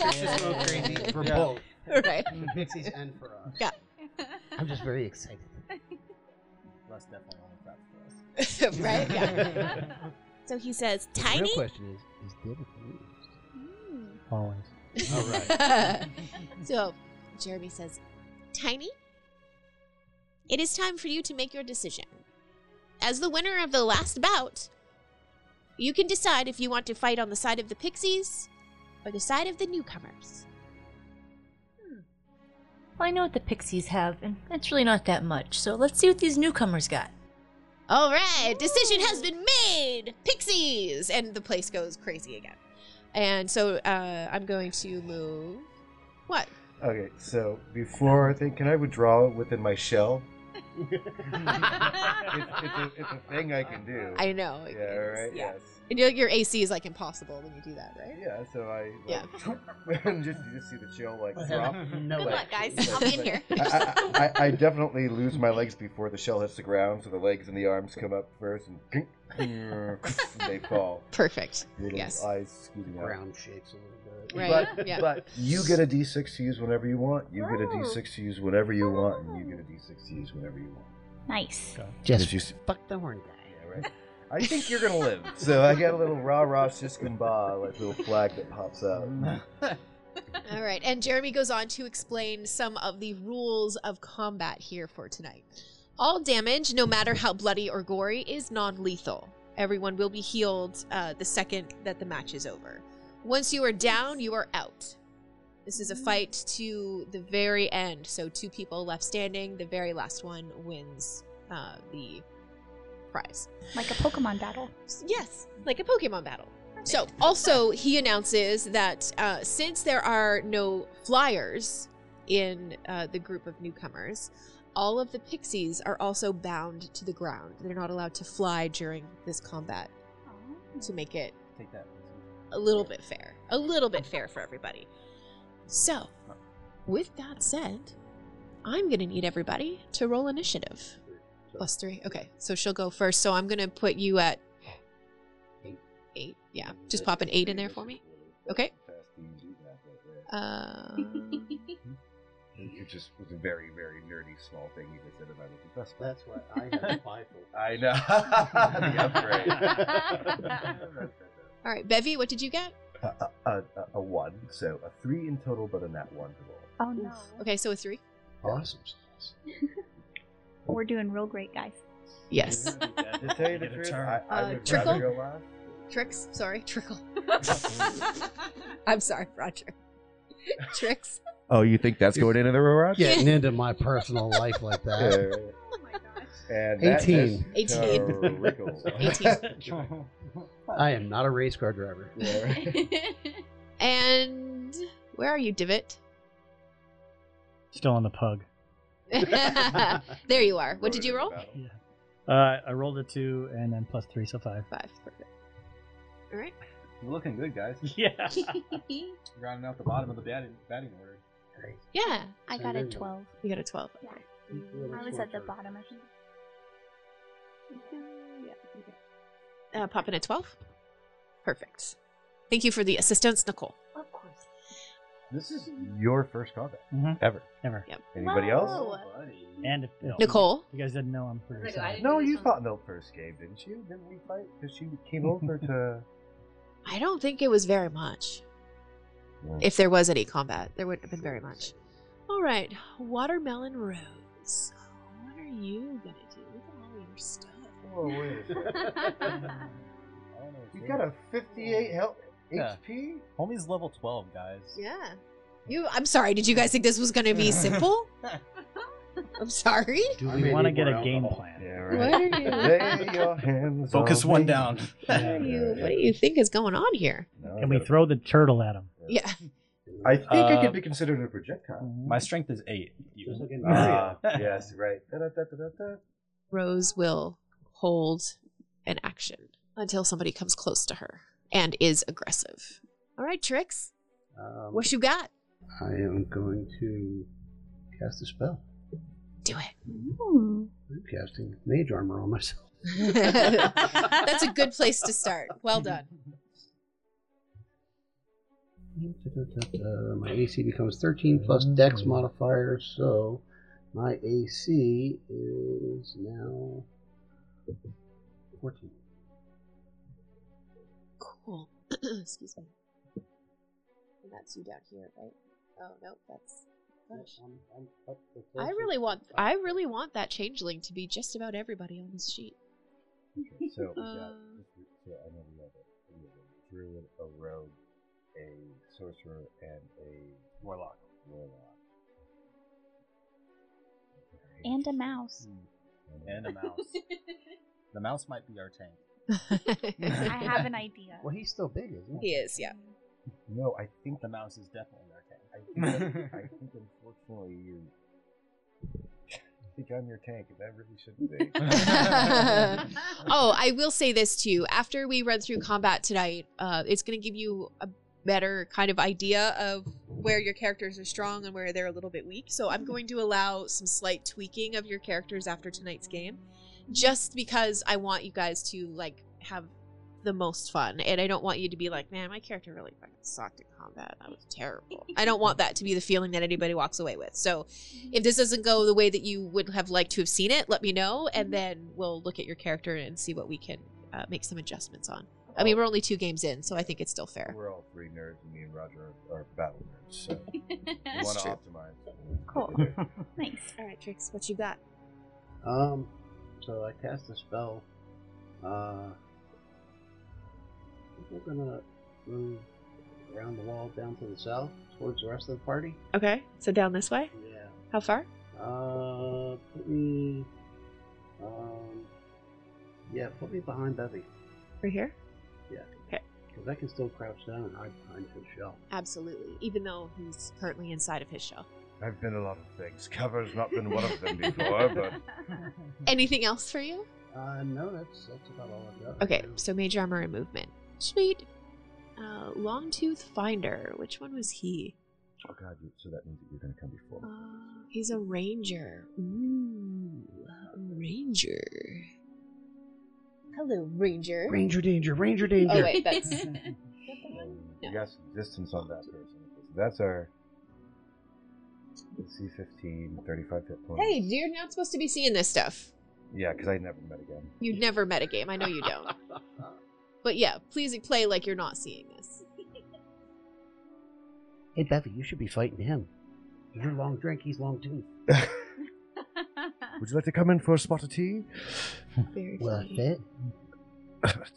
Speaker 13: For
Speaker 4: Yeah.
Speaker 13: both
Speaker 1: right.
Speaker 13: Pixies and for us.
Speaker 19: I'm just very excited.
Speaker 4: Less definitely only claps for us.
Speaker 1: right? Yeah. So he says,
Speaker 19: The
Speaker 1: Tiny?
Speaker 19: real question is, is David amused?
Speaker 16: Mm.
Speaker 18: Always.
Speaker 1: All right. so Jeremy says, Tiny, It is time for you to make your decision. As the winner of the last bout, you can decide if you want to fight on the side of the pixies or the side of the newcomers.
Speaker 20: Well, I know what the pixies have, and it's really not that much, so let's see what these newcomers got.
Speaker 1: All right, decision has been made. Pixies, and the place goes crazy again. And so uh, I'm going to move. What?
Speaker 8: Okay, so before I think, can I withdraw it within my shell? it's, it's, a, it's a thing I can do.
Speaker 1: I know.
Speaker 8: Yeah, right?
Speaker 1: yeah.
Speaker 8: Yes.
Speaker 1: And your, your AC is like impossible when you do that, right?
Speaker 8: Yeah, so I.
Speaker 1: Yeah.
Speaker 8: Like, just, you just see the chill like drop.
Speaker 1: No Good way. luck, guys. I'll be in here.
Speaker 8: I, I, I- I definitely lose my legs before the shell hits the ground, so the legs and the arms come up first, and, and they fall.
Speaker 1: Perfect.
Speaker 8: Little
Speaker 1: Yes.
Speaker 8: eyes scooting out.
Speaker 21: Ground shakes a little bit.
Speaker 1: Right.
Speaker 8: But,
Speaker 1: yeah.
Speaker 8: but you get a d6 to use whenever you want. You get a d6 to use whenever you want, and you get a d6 to use whenever you want.
Speaker 20: Nice.
Speaker 8: Just you,
Speaker 21: Fuck the horn guy.
Speaker 8: I think you're gonna live. So I got a little rah rah shiskumba, like little flag that pops out.
Speaker 1: All right, and Jeremy goes on to explain some of the rules of combat here for tonight. All damage, no matter how bloody or gory, is non lethal. Everyone will be healed uh, the second that the match is over. Once you are down, you are out. This is a fight to the very end, so two people left standing. The very last one wins uh, the prize.
Speaker 16: Like a Pokemon battle.
Speaker 1: Yes, like a Pokemon battle. So, also, he announces that uh, since there are no flyers in uh, the group of newcomers, all of the pixies are also bound to the ground. They're not allowed to fly during this combat to make it
Speaker 4: Take that.
Speaker 1: a little bit fair. A little bit fair for everybody. So, with that said, I'm going to need everybody to roll initiative. Plus three. Okay, so she'll go first. So I'm going to put you at eight. Yeah, just pop an eight in there for me. Okay. Uh,
Speaker 8: You just was a very, very nerdy small thing you just said about it. That's,
Speaker 21: That's what I had applied for.
Speaker 8: I know. the upgrade.
Speaker 1: all right, Bevy, what did you get?
Speaker 8: a, a, a, a one, so a three in total, but a nat one to roll.
Speaker 16: Oh no.
Speaker 1: Okay, so a three.
Speaker 21: Awesome.
Speaker 16: We're doing real great, guys.
Speaker 1: Yes.
Speaker 8: Yeah, to tell you the
Speaker 4: Get a
Speaker 8: truth,
Speaker 4: turn.
Speaker 8: I, I
Speaker 1: Uh,
Speaker 8: would
Speaker 1: trickle?
Speaker 8: rather go last.
Speaker 1: Tricks? Sorry, trickle. I'm sorry, Roger. Tricks?
Speaker 8: Oh, you think that's going into the garage?
Speaker 21: Getting into my personal life like that.
Speaker 8: Oh And
Speaker 21: 18.
Speaker 1: 18.
Speaker 8: Terrible.
Speaker 1: 18.
Speaker 21: I am not a race car driver.
Speaker 1: and where are you, Divot?
Speaker 22: Still on the pug.
Speaker 4: Uh,
Speaker 1: there you are. What did you roll?
Speaker 22: Uh, I rolled a two and then plus three, so five.
Speaker 1: Five. Perfect. All right.
Speaker 4: You're looking good, guys.
Speaker 22: Yeah.
Speaker 4: Rounding out the bottom of the batting, batting order.
Speaker 1: Yeah.
Speaker 16: I got a twelve.
Speaker 1: You got a 12.
Speaker 16: Yeah.
Speaker 21: Mm,
Speaker 16: I was at the bottom, I think.
Speaker 1: Uh, pop in a 12. Perfect. Thank you for the assistance, Nicole.
Speaker 3: Of course.
Speaker 8: This is your first combat
Speaker 22: Mhm.
Speaker 8: ever.
Speaker 22: Ever.
Speaker 1: Yep.
Speaker 8: Anybody
Speaker 20: Oh,
Speaker 8: else?
Speaker 22: And if, if-
Speaker 1: Nicole?
Speaker 22: You guys didn't know I'm pretty
Speaker 3: Like, I
Speaker 22: excited.
Speaker 3: didn't
Speaker 8: No, you fought in the first game, didn't you? Didn't we fight? Because you came over to.
Speaker 1: I don't think it was very much. If there was any combat, there wouldn't have been very much. All right. Watermelon Rose. What are you going to do? Look at all your stuff.
Speaker 8: Oh, wait a second. you got a 58 health
Speaker 4: Yeah.
Speaker 8: HP?
Speaker 4: Homie's level 12, guys.
Speaker 1: Yeah. You, I'm sorry. Did you guys think this was going to be simple? I'm sorry.
Speaker 21: Do
Speaker 22: we
Speaker 21: need
Speaker 22: wanna get
Speaker 21: more
Speaker 22: a game
Speaker 21: alcohol?
Speaker 22: plan?
Speaker 8: Oh. Yeah,
Speaker 1: What
Speaker 8: right.
Speaker 1: are you?
Speaker 8: Lay your hands
Speaker 4: Focus
Speaker 8: on
Speaker 4: one
Speaker 8: me.
Speaker 4: down.
Speaker 1: What are you? What do you think is going on here?
Speaker 8: No, I
Speaker 22: Can we
Speaker 8: gotta-
Speaker 22: throw the turtle at him?
Speaker 1: Yeah.
Speaker 8: I think I
Speaker 4: Uh, mm-hmm.
Speaker 8: could be considered a projectile.
Speaker 4: My strength is Uh, 8.
Speaker 21: Just like in
Speaker 8: Ah,
Speaker 21: Mario.
Speaker 8: yes, right. Da-da-da-da-da-da.
Speaker 1: Rose will hold an action until somebody comes close to her and is aggressive. All right, Trix,
Speaker 21: Um,
Speaker 1: what you got?
Speaker 21: I am going to cast a spell.
Speaker 1: Do Hmm.
Speaker 21: I'm casting mage armor on myself.
Speaker 1: it. That's a good place to start. Well done.
Speaker 21: Da-da-da-da. My AC becomes 13 plus Dex modifier, so my AC is now 14.
Speaker 1: Cool. Excuse me. And that's you down here, right? Oh no, that's
Speaker 21: I'm, I'm up the
Speaker 1: I
Speaker 21: closest.
Speaker 1: really want I really want that changeling to be just about everybody on this sheet.
Speaker 8: So we got,
Speaker 1: Uh.
Speaker 8: so I know we have a, we have a druid, a rogue, a sorcerer, and a warlock. Warlock.
Speaker 16: And a mouse.
Speaker 4: And a mouse. the mouse might be our tank.
Speaker 16: I have an idea.
Speaker 13: Well, he's still big, isn't
Speaker 1: He is, yeah.
Speaker 8: No, I think
Speaker 4: The mouse is definitely our tank.
Speaker 8: I think, that- I think unfortunately you I think I'm your tank, and that really shouldn't be.
Speaker 1: oh, I will say this too. After we run through combat tonight, uh, it's going to give you a better kind of idea of where your characters are strong and where they're a little bit weak. So I'm going to allow some slight tweaking of your characters after tonight's game, just because I want you guys to like have the most fun, and I don't want you to be like, man, my character really fucking sucked at combat. That was terrible. I don't want that to be the feeling that anybody walks away with. So if this doesn't go the way that you would have liked to have seen it, let me know, and then we'll look at your character and see what we can uh, make some adjustments on. I mean, we're only two games in, so I think it's still fair.
Speaker 8: We're all three nerds, and me and Roger are, are battle nerds, so we
Speaker 1: That's
Speaker 8: want to
Speaker 1: true.
Speaker 8: optimize.
Speaker 16: Cool. Nice.
Speaker 1: All right, Trix, what you got?
Speaker 21: Um, so I cast a spell. Uh, I think we're gonna move around the wall down to the south towards the rest of the party.
Speaker 1: Okay, so down this way.
Speaker 21: Yeah.
Speaker 1: How far?
Speaker 21: Uh, put me. Um, yeah, put me behind Bevy
Speaker 1: Right here.
Speaker 21: because I can still crouch down and hide behind his shell.
Speaker 1: Absolutely. Even though he's currently inside of his shell.
Speaker 8: I've been a lot of things. Cover's not been one of them before, but
Speaker 1: Anything else for you?
Speaker 21: Uh, no, that's that's about all I've got. right
Speaker 1: Okay,
Speaker 21: now.
Speaker 1: so mage armor and movement. Sweet. Uh, Longtooth Finder. Which one was he?
Speaker 8: oh god, you, so that means that you're going to come before.
Speaker 1: Uh,
Speaker 8: me.
Speaker 1: he's a ranger. Ooh, a ranger. Hello, ranger.
Speaker 13: Ranger danger, ranger danger.
Speaker 1: Oh wait, that's
Speaker 8: Um, We got some distance on that person. So that's our. Let's see, 15, 35 hit points.
Speaker 1: hey, you're not supposed to be seeing this stuff.
Speaker 8: Yeah, because I never met again.
Speaker 1: You never met a game. I know you don't. But yeah, please play like you're not seeing this.
Speaker 13: Hey, Bevy, you should be fighting him. You're long drink, he's long tooth.
Speaker 8: Would you like to come in for a spot of tea?
Speaker 1: Very
Speaker 13: Well,
Speaker 1: funny.
Speaker 13: fit.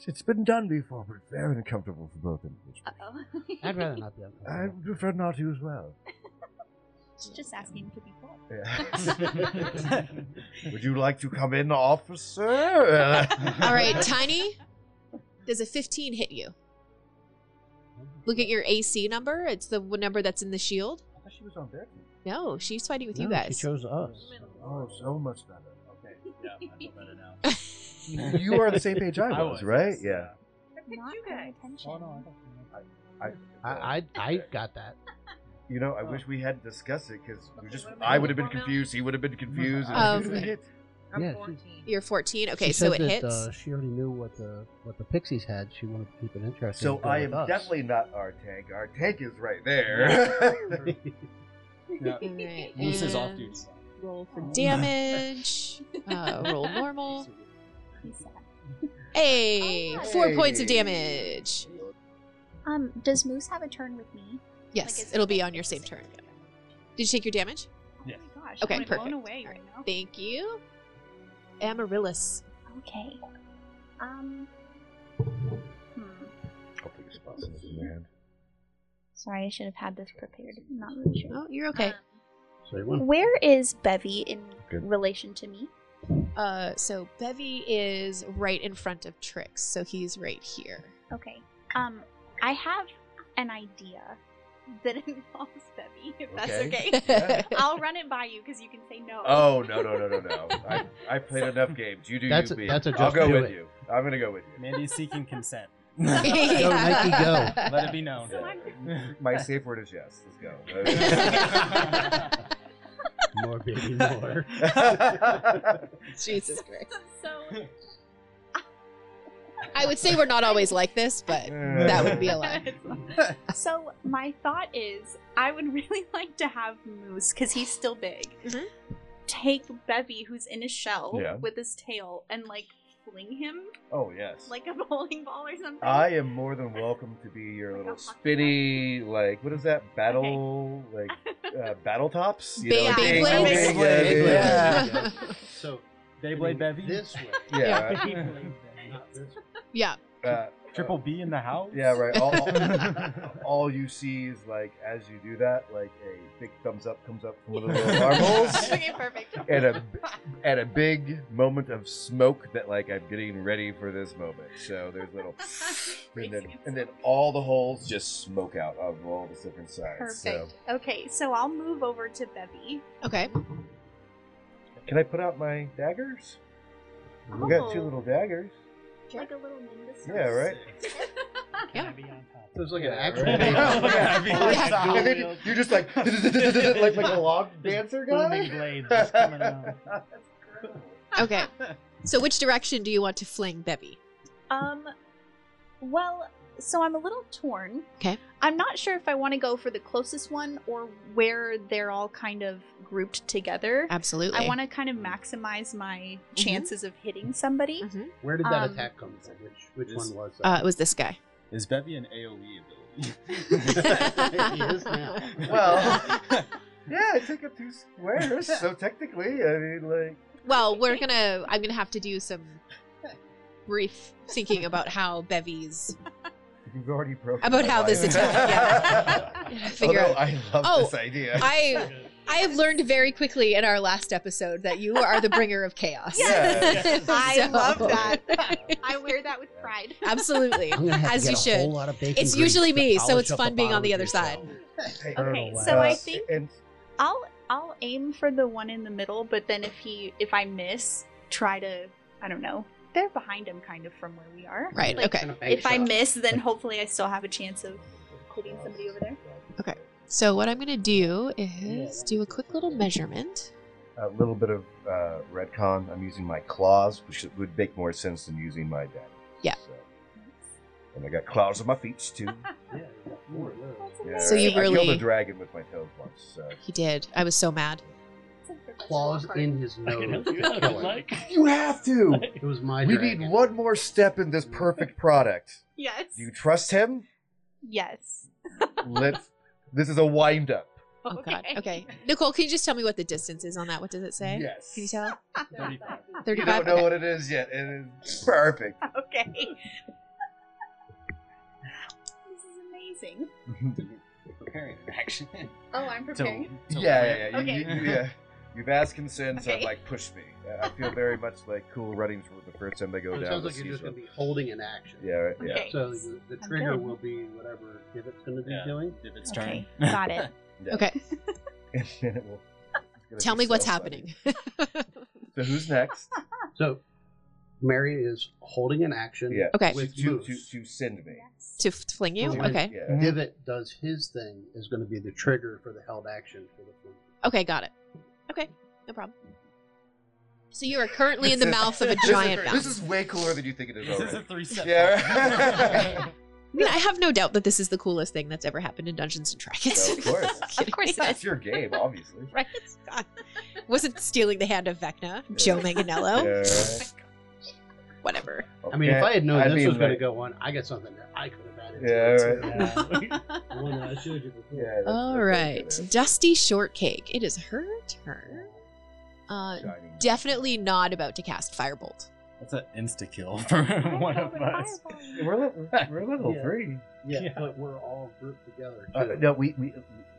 Speaker 8: it's been done before, but it's very uncomfortable for both individuals.
Speaker 13: I'd rather not be
Speaker 8: I
Speaker 13: uncomfortable.
Speaker 8: would prefer not to as well.
Speaker 16: Just asking to be cool.
Speaker 8: Yeah. would you like to come in, officer?
Speaker 1: All right, Tiny. Does a 15 hit you? Look at your AC number. It's the w- number that's in the shield.
Speaker 8: I thought she was on their team.
Speaker 1: No, she's fighting with you
Speaker 13: No,
Speaker 1: guys.
Speaker 13: She chose us.
Speaker 8: Oh, so much better.
Speaker 4: Okay, yeah, I feel better now.
Speaker 8: You are on the same page I was, right? Yeah.
Speaker 16: Not
Speaker 3: you
Speaker 16: paying
Speaker 3: guys.
Speaker 16: attention.
Speaker 8: I,
Speaker 13: I, Oh. I, I got that.
Speaker 8: you know, I wish we had discussed it because we just, I would have been confused. He would have been confused.
Speaker 1: Um,
Speaker 23: I'm
Speaker 13: Yeah, she-
Speaker 23: 14.
Speaker 1: You're 14. Okay,
Speaker 13: she
Speaker 1: so
Speaker 13: said
Speaker 1: it
Speaker 13: that,
Speaker 1: hits.
Speaker 13: Uh, she already knew what the what the pixies had. She wanted to keep it interesting.
Speaker 8: So
Speaker 13: and go
Speaker 8: I am
Speaker 13: with us.
Speaker 8: definitely not our tank. Our tank is right there.
Speaker 4: Yeah.
Speaker 1: All right,
Speaker 4: Moose is off
Speaker 1: and
Speaker 4: duty.
Speaker 1: Roll for
Speaker 4: Oh,
Speaker 1: damage. uh, roll normal. Hey, four points of
Speaker 8: Hey.
Speaker 1: damage.
Speaker 16: Um, does Moose have a turn with me?
Speaker 1: Yes,
Speaker 16: is it
Speaker 1: it'll
Speaker 16: like-
Speaker 1: be on your same turn. Did you take your damage?
Speaker 4: Yes.
Speaker 16: Oh my gosh.
Speaker 1: Okay,
Speaker 16: I'm blown
Speaker 1: perfect.
Speaker 16: away right now.
Speaker 1: Thank you. Amaryllis.
Speaker 16: Okay. Um. Hmm.
Speaker 8: I'll put your spots in your hand.
Speaker 16: Sorry, I should have had this prepared. I'm not really sure.
Speaker 1: Oh, you're okay.
Speaker 21: So you want
Speaker 16: Where is Bevy in
Speaker 8: Good.
Speaker 16: relation to me?
Speaker 1: Uh, so Bevy is right in front of Trix, so he's right here.
Speaker 16: Okay. Um, I have an idea that involves Bevy, if that's
Speaker 8: Okay.
Speaker 16: okay.
Speaker 8: Yeah.
Speaker 16: I'll run it by you because you can say no.
Speaker 8: Oh no no no no no! I I played enough games. You do
Speaker 13: That's
Speaker 8: you.
Speaker 13: a-
Speaker 8: me.
Speaker 13: that's a
Speaker 8: I'll
Speaker 13: just
Speaker 8: go
Speaker 13: do
Speaker 8: with
Speaker 13: it.
Speaker 8: you. I'm gonna go with you.
Speaker 4: Mandy's seeking consent.
Speaker 13: Go, Nike, go.
Speaker 4: Let it be known.
Speaker 16: So I'm
Speaker 8: My safe word is yes. Let's go.
Speaker 13: more baby, more.
Speaker 1: Jesus Christ.
Speaker 16: so
Speaker 1: I would say we're not always like this, but that would be a lie.
Speaker 16: So my thought is, I would really like to have Moose because he's still big.
Speaker 1: Mhm.
Speaker 16: Take Bevy, who's in a shell
Speaker 8: Yeah.
Speaker 16: with his tail, and like fling him
Speaker 8: oh yes.
Speaker 16: like a bowling ball or something.
Speaker 8: I am more than welcome to be your
Speaker 16: Like a
Speaker 8: little
Speaker 16: hockey
Speaker 8: spinny, like what is that battle, like uh, battle tops. You
Speaker 1: Beyblade.
Speaker 8: know, like, bing,
Speaker 1: Beyblade.
Speaker 8: bing,
Speaker 1: Beyblade.
Speaker 8: bing,
Speaker 1: Yeah.
Speaker 8: yeah.
Speaker 13: So
Speaker 4: Beyblade Bevy.
Speaker 13: This way.
Speaker 8: Yeah.
Speaker 1: Yeah.
Speaker 8: Uh,
Speaker 4: Triple B in the house.
Speaker 8: Yeah, right. All, all you see is like as you do that, like a big thumbs up comes up from one of the little armholes.
Speaker 1: Okay, perfect.
Speaker 8: And a and a big moment of smoke that like I'm getting ready for this moment. So there's little and then and then all the holes just smoke out of all the different sides. So
Speaker 16: Perfect. Okay, so I'll move over to Bevy.
Speaker 1: Okay.
Speaker 8: can I put out my daggers? We got two
Speaker 16: Oh.
Speaker 8: little daggers.
Speaker 16: Like a little Nimbus.
Speaker 8: Yeah, right.
Speaker 1: Yeah.
Speaker 13: There's like an
Speaker 8: Yeah,
Speaker 13: actual.
Speaker 8: right.
Speaker 13: baby.
Speaker 8: Oh, yeah.
Speaker 13: Yeah.
Speaker 8: And then you're just like like like a log dancer guy.
Speaker 22: Booming blades just coming out.
Speaker 1: Okay. So which direction do you want to fling Bevy?
Speaker 16: Um, well, so I'm a little torn.
Speaker 1: Okay.
Speaker 16: I'm not sure if I want to go for the closest one or where they're all kind of grouped together.
Speaker 1: Absolutely. Mm-hmm.
Speaker 16: I want to kind of maximize my chances of hitting somebody.
Speaker 13: Where did that
Speaker 16: Um,
Speaker 13: attack come from? Which which
Speaker 4: This-
Speaker 13: one was that?
Speaker 1: Uh, it was this guy.
Speaker 4: Is Bevy an E AOE ability?
Speaker 13: he is now.
Speaker 8: Well, yeah, I took up two squares, so technically, I mean, like,
Speaker 1: Well, we're gonna. I'm gonna have to do some brief thinking about how Bevy's
Speaker 8: you've already broken.
Speaker 1: about
Speaker 8: my
Speaker 1: how this
Speaker 8: mind.
Speaker 1: attack. Yeah. Gotta figure
Speaker 8: Although
Speaker 1: out.
Speaker 8: I love
Speaker 1: Oh,
Speaker 8: this idea.
Speaker 1: I I have learned very quickly in our last episode that you are the bringer of chaos.
Speaker 8: Yes.
Speaker 16: I
Speaker 1: So-
Speaker 16: love that. I wear that with pride.
Speaker 1: Absolutely.
Speaker 13: I'm gonna have
Speaker 1: As
Speaker 13: to
Speaker 1: you
Speaker 13: get a
Speaker 1: should.
Speaker 13: whole lot of bacon
Speaker 1: It's
Speaker 13: grease
Speaker 1: usually
Speaker 13: to
Speaker 1: me, so
Speaker 13: polish
Speaker 1: it's
Speaker 13: up
Speaker 1: fun being
Speaker 13: bottom
Speaker 1: on the
Speaker 13: of
Speaker 1: other
Speaker 13: yourself.
Speaker 1: side.
Speaker 16: Okay,
Speaker 13: Turtle
Speaker 16: so I
Speaker 13: wax.
Speaker 16: think
Speaker 8: and
Speaker 16: I'll I'll aim for the one in the middle, but then if he if I miss, try to I don't know. They're behind him kind of from where we are.
Speaker 1: Right,
Speaker 16: Like,
Speaker 1: okay.
Speaker 16: If I miss, then hopefully I still have a chance of hitting somebody over there.
Speaker 1: So what I'm gonna do is do a quick little measurement.
Speaker 8: a little bit of uh, retcon. I'm using my claws, which would make more sense than using my dagger.
Speaker 1: Yeah.
Speaker 8: So. And I got claws on my feet too.
Speaker 13: Yeah, you got four of those.
Speaker 8: Yeah,
Speaker 1: So you
Speaker 8: I killed
Speaker 1: really-
Speaker 8: a dragon with my toes once. So.
Speaker 1: He did. I was so mad.
Speaker 13: Claws in his nose. to
Speaker 22: you out if
Speaker 13: kill
Speaker 22: you'd
Speaker 13: him.
Speaker 22: like.
Speaker 8: You have to.
Speaker 13: It was my
Speaker 8: we
Speaker 13: dragon.
Speaker 8: need one more step in this perfect product.
Speaker 16: Yes.
Speaker 8: Do you trust him?
Speaker 16: Yes.
Speaker 8: Let's. This is a wind up.
Speaker 1: Oh god. Okay. Nicole, can you just tell me what the distance is on that? What does it say?
Speaker 8: Yes.
Speaker 1: Can you tell?
Speaker 8: You
Speaker 1: 35.
Speaker 8: don't know
Speaker 1: Okay.
Speaker 8: what it is yet. It is perfect.
Speaker 16: Okay. this is amazing.
Speaker 4: Preparing an action.
Speaker 16: Oh, I'm
Speaker 4: Till-
Speaker 16: preparing.
Speaker 8: Yeah,
Speaker 4: till
Speaker 8: yeah, yeah. You,
Speaker 16: Okay.
Speaker 8: you- you- yeah. You've asked consent, so
Speaker 16: Okay.
Speaker 8: I've like pushed me. I I feel very much like cool runnings were the first time they go
Speaker 13: So it
Speaker 8: down.
Speaker 13: sounds
Speaker 8: the
Speaker 13: like you're just
Speaker 8: seashore.
Speaker 13: gonna be holding an action.
Speaker 8: Yeah, right, yeah.
Speaker 16: Okay.
Speaker 13: So the, the
Speaker 16: I'm
Speaker 13: trigger
Speaker 16: good.
Speaker 13: will be whatever Divot's gonna be
Speaker 4: Yeah.
Speaker 13: doing.
Speaker 4: Divot's
Speaker 16: Okay,
Speaker 4: turn.
Speaker 16: got it.
Speaker 8: yeah.
Speaker 1: Okay.
Speaker 8: And then it will- it's gonna
Speaker 1: Tell
Speaker 8: be
Speaker 1: me what's
Speaker 8: so funny.
Speaker 1: happening.
Speaker 8: So who's next?
Speaker 13: So Mary is holding an action.
Speaker 8: Yeah.
Speaker 1: Okay.
Speaker 13: With
Speaker 8: to, to,
Speaker 13: moves.
Speaker 8: to send me.
Speaker 1: to f- fling you?
Speaker 13: So when
Speaker 1: Oh, Okay.
Speaker 8: Yeah.
Speaker 13: Divot does his thing is going to be the trigger for the held action for the flank.
Speaker 1: Okay, got it. Okay. No problem. So you are currently in the
Speaker 8: This is-
Speaker 1: mouth of a
Speaker 8: this is-
Speaker 1: giant mouse.
Speaker 8: This is way cooler than you think it is
Speaker 4: This is
Speaker 8: already.
Speaker 4: a three step.
Speaker 8: Yeah.
Speaker 1: I mean, I have no doubt that this is the coolest thing that's ever happened in Dungeons and Dragons.
Speaker 8: Of course.
Speaker 1: Kidding.
Speaker 16: Of course it
Speaker 8: It's your game, obviously.
Speaker 1: Right? God. Wasn't stealing the hand of Vecna, Joe Manganello,
Speaker 8: Yeah, right.
Speaker 1: whatever.
Speaker 13: I mean, if I had known
Speaker 8: I
Speaker 13: this
Speaker 8: mean,
Speaker 13: was going
Speaker 8: like-
Speaker 13: to go on, I got something that I could have added.
Speaker 8: Yeah,
Speaker 13: to it,
Speaker 8: right.
Speaker 13: too. The one that I showed you before.
Speaker 8: Yeah, that's-
Speaker 1: All
Speaker 8: that's what
Speaker 1: right,
Speaker 8: it is.
Speaker 1: Dusty Shortcake. It is her turn. Uh,
Speaker 8: Shining.
Speaker 1: definitely not about to cast Firebolt.
Speaker 4: That's an insta kill for one of us.
Speaker 8: We're, le- we're level
Speaker 13: Yeah.
Speaker 8: three.
Speaker 13: Yeah,
Speaker 22: Yeah.
Speaker 13: but we're all grouped together.
Speaker 8: Uh,
Speaker 13: too.
Speaker 8: no, we, we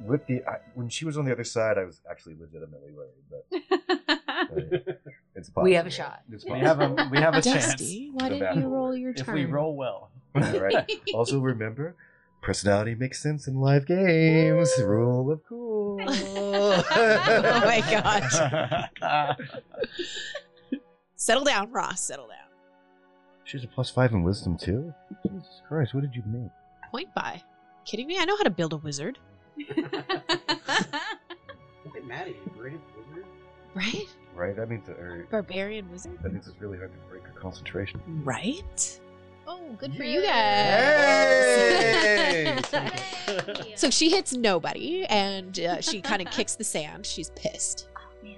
Speaker 8: with the I, when she was on the other side, I was actually legitimately worried, but uh, it's possible.
Speaker 20: We have a shot.
Speaker 8: It's
Speaker 4: We
Speaker 8: possible.
Speaker 4: have a we have a chance.
Speaker 1: Dusty, why
Speaker 8: The
Speaker 1: didn't you
Speaker 8: battle.
Speaker 1: roll your
Speaker 4: If
Speaker 1: turn?
Speaker 4: we roll well.
Speaker 8: All right. Also, remember, personality makes sense in live games. Rule of cool.
Speaker 1: oh my gosh. Settle down, Ross. Settle down.
Speaker 8: She's a plus five in wisdom too. Jesus Christ, what did you make?
Speaker 1: Point by. Kidding me? I know how to build a wizard,
Speaker 13: Look at Maddie, you great wizard.
Speaker 1: right?
Speaker 8: Right, that means that, or,
Speaker 1: Barbarian wizard,
Speaker 8: that means it's really hard to break her concentration.
Speaker 1: right? Oh, good for you
Speaker 8: Yay!
Speaker 1: guys. so she hits nobody, and uh, she kind of kicks the sand. She's pissed.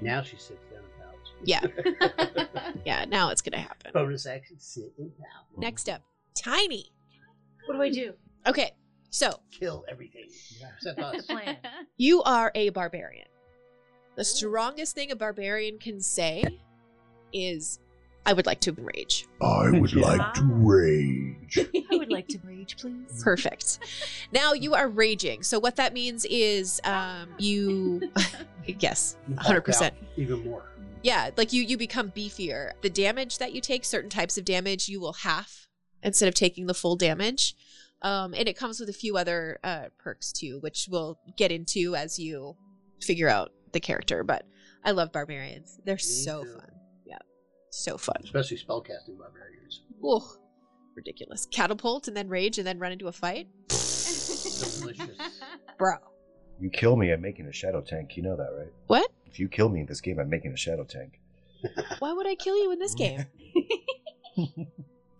Speaker 13: Now she sits down and
Speaker 1: Yeah,
Speaker 13: pouts.
Speaker 1: yeah. Now it's gonna happen.
Speaker 13: Oh. Bonus action, sit and pout.
Speaker 1: Next up, Tiny.
Speaker 3: What do I do?
Speaker 1: Okay, So
Speaker 13: Kill everything. Except us.
Speaker 1: you are a barbarian. The strongest thing a barbarian can say is, I would like to rage.
Speaker 24: I would like to rage.
Speaker 20: I would like to rage, please.
Speaker 1: Perfect. Now you are raging. So what that means is um, you, yes,
Speaker 13: You back
Speaker 1: hundred percent.
Speaker 13: out Even more.
Speaker 1: Yeah, like you you become beefier. The damage that you take, certain types of damage, you will half instead of taking the full damage. Um, and it comes with a few other uh, perks too, which we'll get into as you figure out the character. But I love barbarians; they're so fun. Yeah, so fun.
Speaker 13: Especially spellcasting barbarians.
Speaker 1: Whoa, ridiculous! Catapult and then rage and then run into a fight,
Speaker 13: Delicious.
Speaker 1: bro.
Speaker 8: You kill me, I'm making a shadow tank. You know that, right?
Speaker 1: What?
Speaker 8: If you kill me in this game, I'm making a shadow tank.
Speaker 1: Why would I kill you in this game?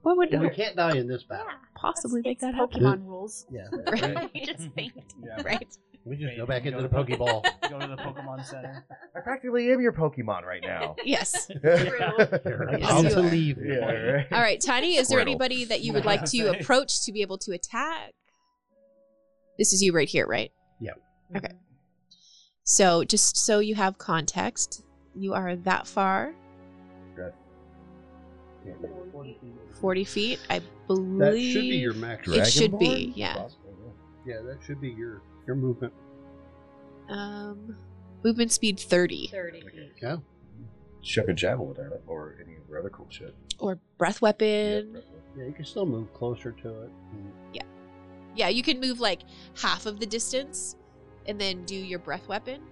Speaker 1: Why would
Speaker 13: Well, we can't die in this battle.
Speaker 1: possibly make that happen?
Speaker 13: Pokemon
Speaker 20: rules.
Speaker 13: Yeah.
Speaker 20: Right.
Speaker 8: Mm-hmm.
Speaker 20: Just faint.
Speaker 4: Yeah.
Speaker 20: Right.
Speaker 13: We just go back into the Pokeball.
Speaker 4: Go to the Pokemon Center.
Speaker 8: I practically am your Pokemon right now.
Speaker 1: Yes.
Speaker 13: I'm about to leave.
Speaker 8: Yeah, right.
Speaker 1: All right, Tiny, is there
Speaker 8: Squirtle.
Speaker 1: anybody that you would like to
Speaker 8: Say.
Speaker 1: approach to be able to attack? This is you right here, right?
Speaker 13: Yep.
Speaker 1: Okay. So, just so you have context, you are that far,
Speaker 8: Right.
Speaker 1: 40 feet, I believe.
Speaker 13: That should be your max.
Speaker 1: It should be, yeah.
Speaker 13: Yeah, that should be your your movement.
Speaker 1: Um, movement speed 30.
Speaker 3: 30
Speaker 13: Yeah.
Speaker 8: Chuck a javelin at it, or any of your other cool shit.
Speaker 1: Or breath weapon.
Speaker 13: Yeah, you can still move closer to it.
Speaker 1: Yeah, you can move like half of the distance and then do your breath weapon.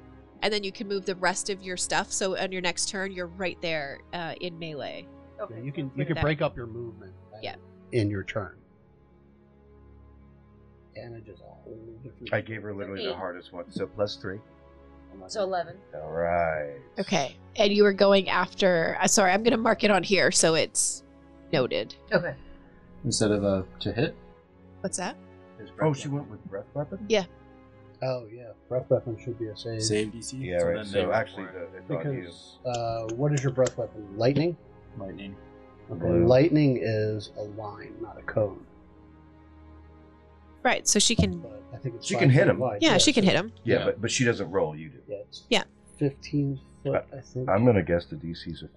Speaker 1: And then you can move the rest of your stuff. So on your next turn, you're right there uh, in melee.
Speaker 13: Yeah, you can you
Speaker 1: Look
Speaker 13: can
Speaker 1: at
Speaker 13: break up your movement.
Speaker 1: Yeah.
Speaker 13: In your turn. Damage is a whole different.
Speaker 8: I gave her literally the
Speaker 3: Eight.
Speaker 8: hardest one, so plus three.
Speaker 3: So 11.
Speaker 8: All right.
Speaker 1: Okay. And you were going after. Uh, sorry, I'm going to mark it on here so it's noted.
Speaker 3: Okay.
Speaker 13: Instead of
Speaker 4: uh,
Speaker 13: a to hit.
Speaker 1: What's that?
Speaker 8: Oh, she went with breath weapon.
Speaker 1: Yeah.
Speaker 13: Oh yeah, breath weapon should be a save.
Speaker 4: Save DC.
Speaker 8: Yeah,
Speaker 4: So
Speaker 8: right.
Speaker 4: then they
Speaker 8: So
Speaker 4: roll
Speaker 8: actually,
Speaker 4: for
Speaker 8: the,
Speaker 4: it.
Speaker 8: it's on you.
Speaker 13: Because uh, what is your breath weapon? Lightning.
Speaker 4: Lightning.
Speaker 13: Okay,
Speaker 8: Blue.
Speaker 13: lightning is a line, not a cone.
Speaker 1: Right. So she can.
Speaker 13: But I think it's
Speaker 8: She
Speaker 13: five
Speaker 8: can hit
Speaker 13: feet
Speaker 8: him.
Speaker 13: wide,
Speaker 1: Yeah, she can
Speaker 13: so-
Speaker 1: hit him.
Speaker 8: Yeah,
Speaker 4: Yeah.
Speaker 8: But, but she doesn't roll. You do.
Speaker 13: Yeah, it's
Speaker 1: Yeah.
Speaker 13: fifteen foot. I think.
Speaker 8: I'm gonna guess the DC's are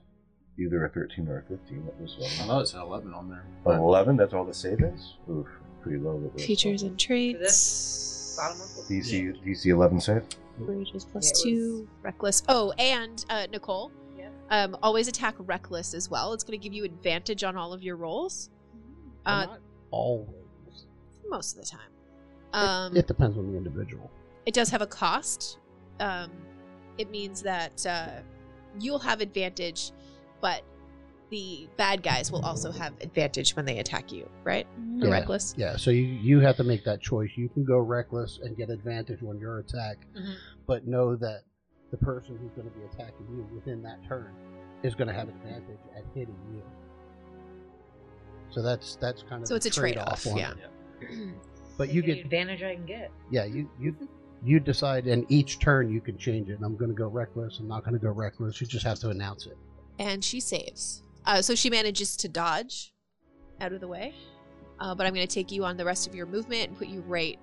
Speaker 8: either a 13 or a 15. That was
Speaker 4: I
Speaker 8: one.
Speaker 4: know it's an 11 on there. but-
Speaker 8: 11. That's all the save is. Oof, pretty low. That was.
Speaker 1: Features and traits.
Speaker 3: Bottom of the
Speaker 8: DC DC 11 save.
Speaker 1: Rage is plus
Speaker 3: Yeah, it
Speaker 1: two. Reckless. Oh, and uh, Nicole,
Speaker 3: Yeah.
Speaker 1: um, always attack reckless as well. It's going to give you advantage on all of your rolls.
Speaker 3: Mm-hmm.
Speaker 1: Uh,
Speaker 13: Not always.
Speaker 1: most of the time. Um,
Speaker 13: it depends on the individual.
Speaker 1: It does have a cost. Um, it means that uh, you'll have advantage, but the bad guys will also have advantage when they attack you, right? For
Speaker 13: Yeah.
Speaker 1: reckless.
Speaker 13: Yeah, so you, you have to make that choice. You can go reckless and get advantage on your attack,
Speaker 1: Mhm.
Speaker 13: but know that the person who's going to be attacking you within that turn is going to have advantage at hitting you. So that's that's kind of
Speaker 1: So
Speaker 13: the
Speaker 1: it's a
Speaker 13: trade-off
Speaker 1: trade-off,
Speaker 13: on
Speaker 1: yeah.
Speaker 13: it. But you
Speaker 3: Any
Speaker 13: get
Speaker 3: advantage I can get.
Speaker 13: yeah you you you decide, and each turn you can change it. I'm going to go reckless. I'm not going to go reckless. You just have to announce it.
Speaker 1: and she saves. Uh, so she manages to dodge out of the way. Uh, but I'm going to take you on the rest of your movement and put you right,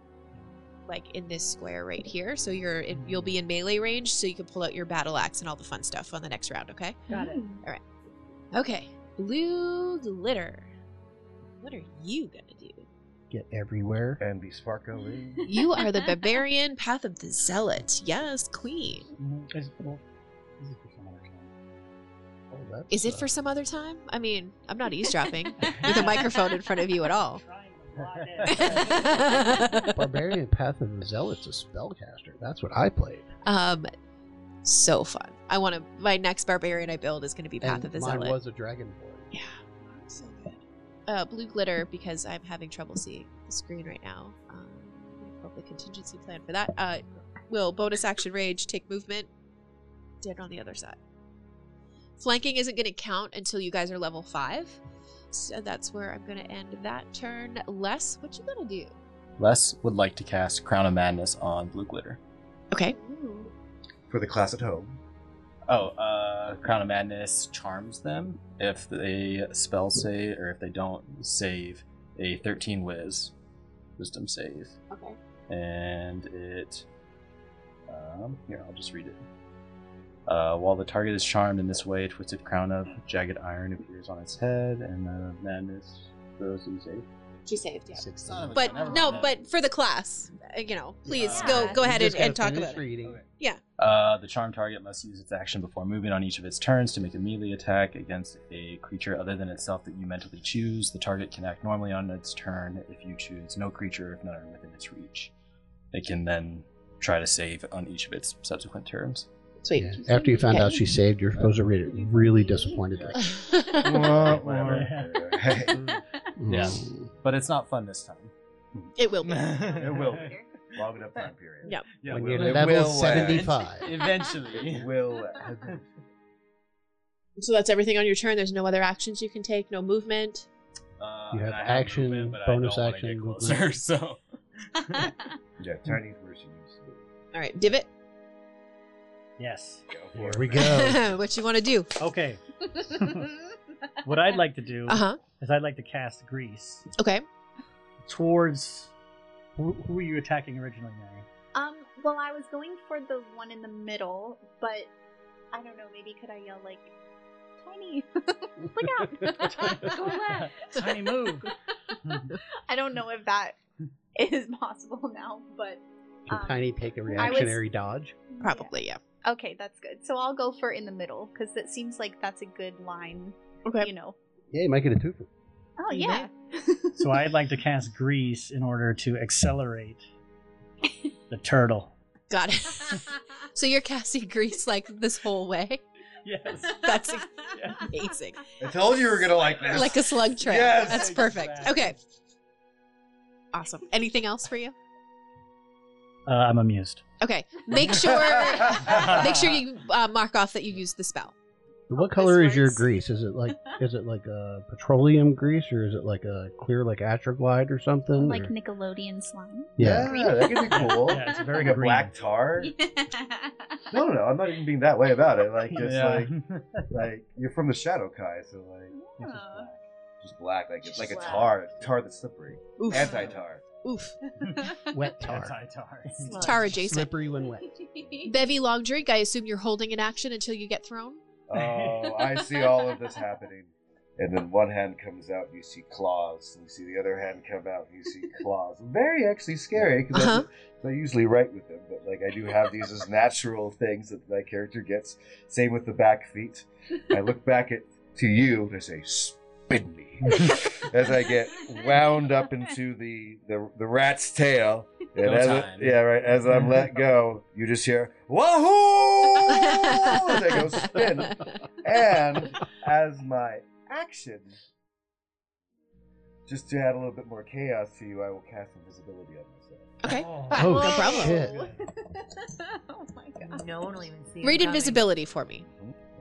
Speaker 1: like in this square right here. So you're in, you'll be in melee range, so you can pull out your battle axe and all the fun stuff on the next round. Okay.
Speaker 3: Got it.
Speaker 1: Okay. Blue glitter. What are you gonna do?
Speaker 13: Get everywhere.
Speaker 8: And be sparkly.
Speaker 1: You are the barbarian path of the zealot. Yes, queen.
Speaker 22: Is, well, this is for some other time.
Speaker 13: Oh, that's,
Speaker 1: Is it
Speaker 13: uh,
Speaker 1: for some other time? I mean, I'm not eavesdropping with a microphone in front of you at all.
Speaker 13: Barbarian Path of the Zealot's a spellcaster. That's what I played.
Speaker 1: um, so fun. I want to. My next barbarian I build is going to be Path
Speaker 13: and
Speaker 1: of the
Speaker 13: mine
Speaker 1: Zealot.
Speaker 13: was a dragonborn.
Speaker 1: yeah, so good. Uh, blue glitter because I'm having trouble seeing the screen right now. Um, I'm gonna pull up the contingency plan for that. Uh, will bonus action rage take movement? Dead on the other side. Flanking isn't going to count until you guys are level five, so that's where I'm going to end that turn. Les, what you gonna do?
Speaker 4: Les would like to cast Crown of Madness on Blue Glitter.
Speaker 1: Okay.
Speaker 8: For the class at home.
Speaker 4: Oh, uh, Crown of Madness charms them if they spell save or if they don't save a 13 whiz. Wisdom save.
Speaker 23: Okay.
Speaker 4: And it. Um, here, I'll just read it. Uh, while the target is charmed in this way, a twisted crown of jagged iron appears on its head, and the madness throws these eight.
Speaker 25: She saved, yeah.
Speaker 4: Son of a gun, never
Speaker 1: But no,
Speaker 4: mind.
Speaker 1: but for the class, uh, you know, please
Speaker 4: Yeah.
Speaker 1: go go
Speaker 4: You
Speaker 1: ahead and,
Speaker 4: just
Speaker 1: and
Speaker 4: gotta
Speaker 1: talk
Speaker 4: finish
Speaker 1: about
Speaker 13: reading.
Speaker 1: it. Yeah.
Speaker 4: Uh, the charmed target must use its action before moving on each of its turns to make a melee attack against a creature other than itself that you mentally choose. The target can act normally on its turn if you choose no creature if none are within its reach. It can then try to save on each of its subsequent turns.
Speaker 1: Sweet.
Speaker 13: After you found out she saved, you're supposed to read it really disappointedly.
Speaker 4: Whatever. yeah,
Speaker 13: Mm.
Speaker 4: but it's not fun this time.
Speaker 1: It will be.
Speaker 4: it will be. Long enough time period.
Speaker 1: Yep.
Speaker 4: Yeah,
Speaker 13: When
Speaker 4: will-
Speaker 13: you're
Speaker 4: it
Speaker 13: level
Speaker 8: uh,
Speaker 4: will uh, end.
Speaker 13: 75.
Speaker 1: Um,
Speaker 4: Eventually. will.
Speaker 1: So that's everything on your turn. There's no other actions you can take, no movement.
Speaker 4: Uh,
Speaker 13: You
Speaker 4: and
Speaker 13: have
Speaker 4: I
Speaker 13: action,
Speaker 4: movement, but I
Speaker 13: bonus
Speaker 4: don't wanna
Speaker 13: action,
Speaker 4: get
Speaker 13: movement.
Speaker 4: closer, so.
Speaker 8: Yeah, Tiny's worse than you.
Speaker 1: All right, divot.
Speaker 22: Yes.
Speaker 8: Here
Speaker 22: we
Speaker 1: what you want to do?
Speaker 22: Okay. What I'd like to do
Speaker 1: Uh-huh.
Speaker 22: is I'd like to cast Grease
Speaker 1: Okay.
Speaker 22: towards. Who, who were you attacking originally, Mary?
Speaker 16: Um, well, I was going for the one in the middle, but I don't know. Maybe could I yell like, "Tiny, look out, go left"?
Speaker 22: Tiny move.
Speaker 16: I don't know if that is possible now, but
Speaker 13: Can
Speaker 16: um,
Speaker 13: Tiny take a
Speaker 16: was-
Speaker 13: reactionary dodge?
Speaker 1: Probably, yeah.
Speaker 16: okay, that's good. So I'll go for in the middle because that seems like that's a good line.
Speaker 1: Okay,
Speaker 16: you know.
Speaker 13: Yeah, you might get a twofer.
Speaker 16: Oh yeah.
Speaker 22: So I'd like to cast Grease in order to accelerate the turtle.
Speaker 1: Got it. so you're casting grease like this whole way.
Speaker 22: Yes.
Speaker 1: That's amazing.
Speaker 8: I told you you were gonna like this.
Speaker 1: Like a slug trail.
Speaker 8: Yes,
Speaker 1: That's perfect.
Speaker 22: exactly.
Speaker 1: Okay. Awesome. Anything else for you?
Speaker 22: Uh, I'm amused.
Speaker 1: Okay. Make sure make sure you uh, mark off that you used the spell.
Speaker 13: What color is your grease? Is it like is it like a petroleum grease or is it like a clear like Atroglide or something?
Speaker 16: Like
Speaker 13: or-
Speaker 16: Nickelodeon slime.
Speaker 13: yeah.
Speaker 8: Yeah, that could be cool.
Speaker 22: Yeah, it's very
Speaker 8: like a
Speaker 22: green.
Speaker 8: black tar. No, no, no, I'm not even being that way about it. Like, just
Speaker 22: Yeah.
Speaker 8: like, like you're from the Shadow Kai, so like, just black. Like it's
Speaker 16: Just
Speaker 8: like a
Speaker 16: black.
Speaker 8: tar, tar that's slippery,
Speaker 1: Oof.
Speaker 8: anti-tar.
Speaker 1: Oof.
Speaker 13: Wet tar.
Speaker 22: Anti-tar.
Speaker 1: Tar adjacent.
Speaker 13: Slippery when wet.
Speaker 1: Bevy long drink. I assume you're holding an action until you get thrown.
Speaker 8: Oh, I see all of this happening. And then one hand comes out, and you see claws. And you see the other hand come out, and you see claws. Very actually scary because
Speaker 1: Uh-huh.
Speaker 8: I usually write with them, but like I do have these as natural things that my character gets. Same with the back feet. I look back at to you and I say, "Spin me," as I get wound up into the the, the rat's tail. And
Speaker 4: Go
Speaker 8: as
Speaker 4: time.
Speaker 8: yeah, right. As I'm let go, you just hear "Wahoo!" as I go Oh, spin. And as my action, just to add a little bit more chaos to you, I will cast invisibility on myself.
Speaker 1: Okay.
Speaker 13: Oh,
Speaker 1: no problem.
Speaker 13: shit.
Speaker 16: oh my god.
Speaker 26: No one will even see it
Speaker 1: Read
Speaker 26: coming.
Speaker 1: invisibility for me.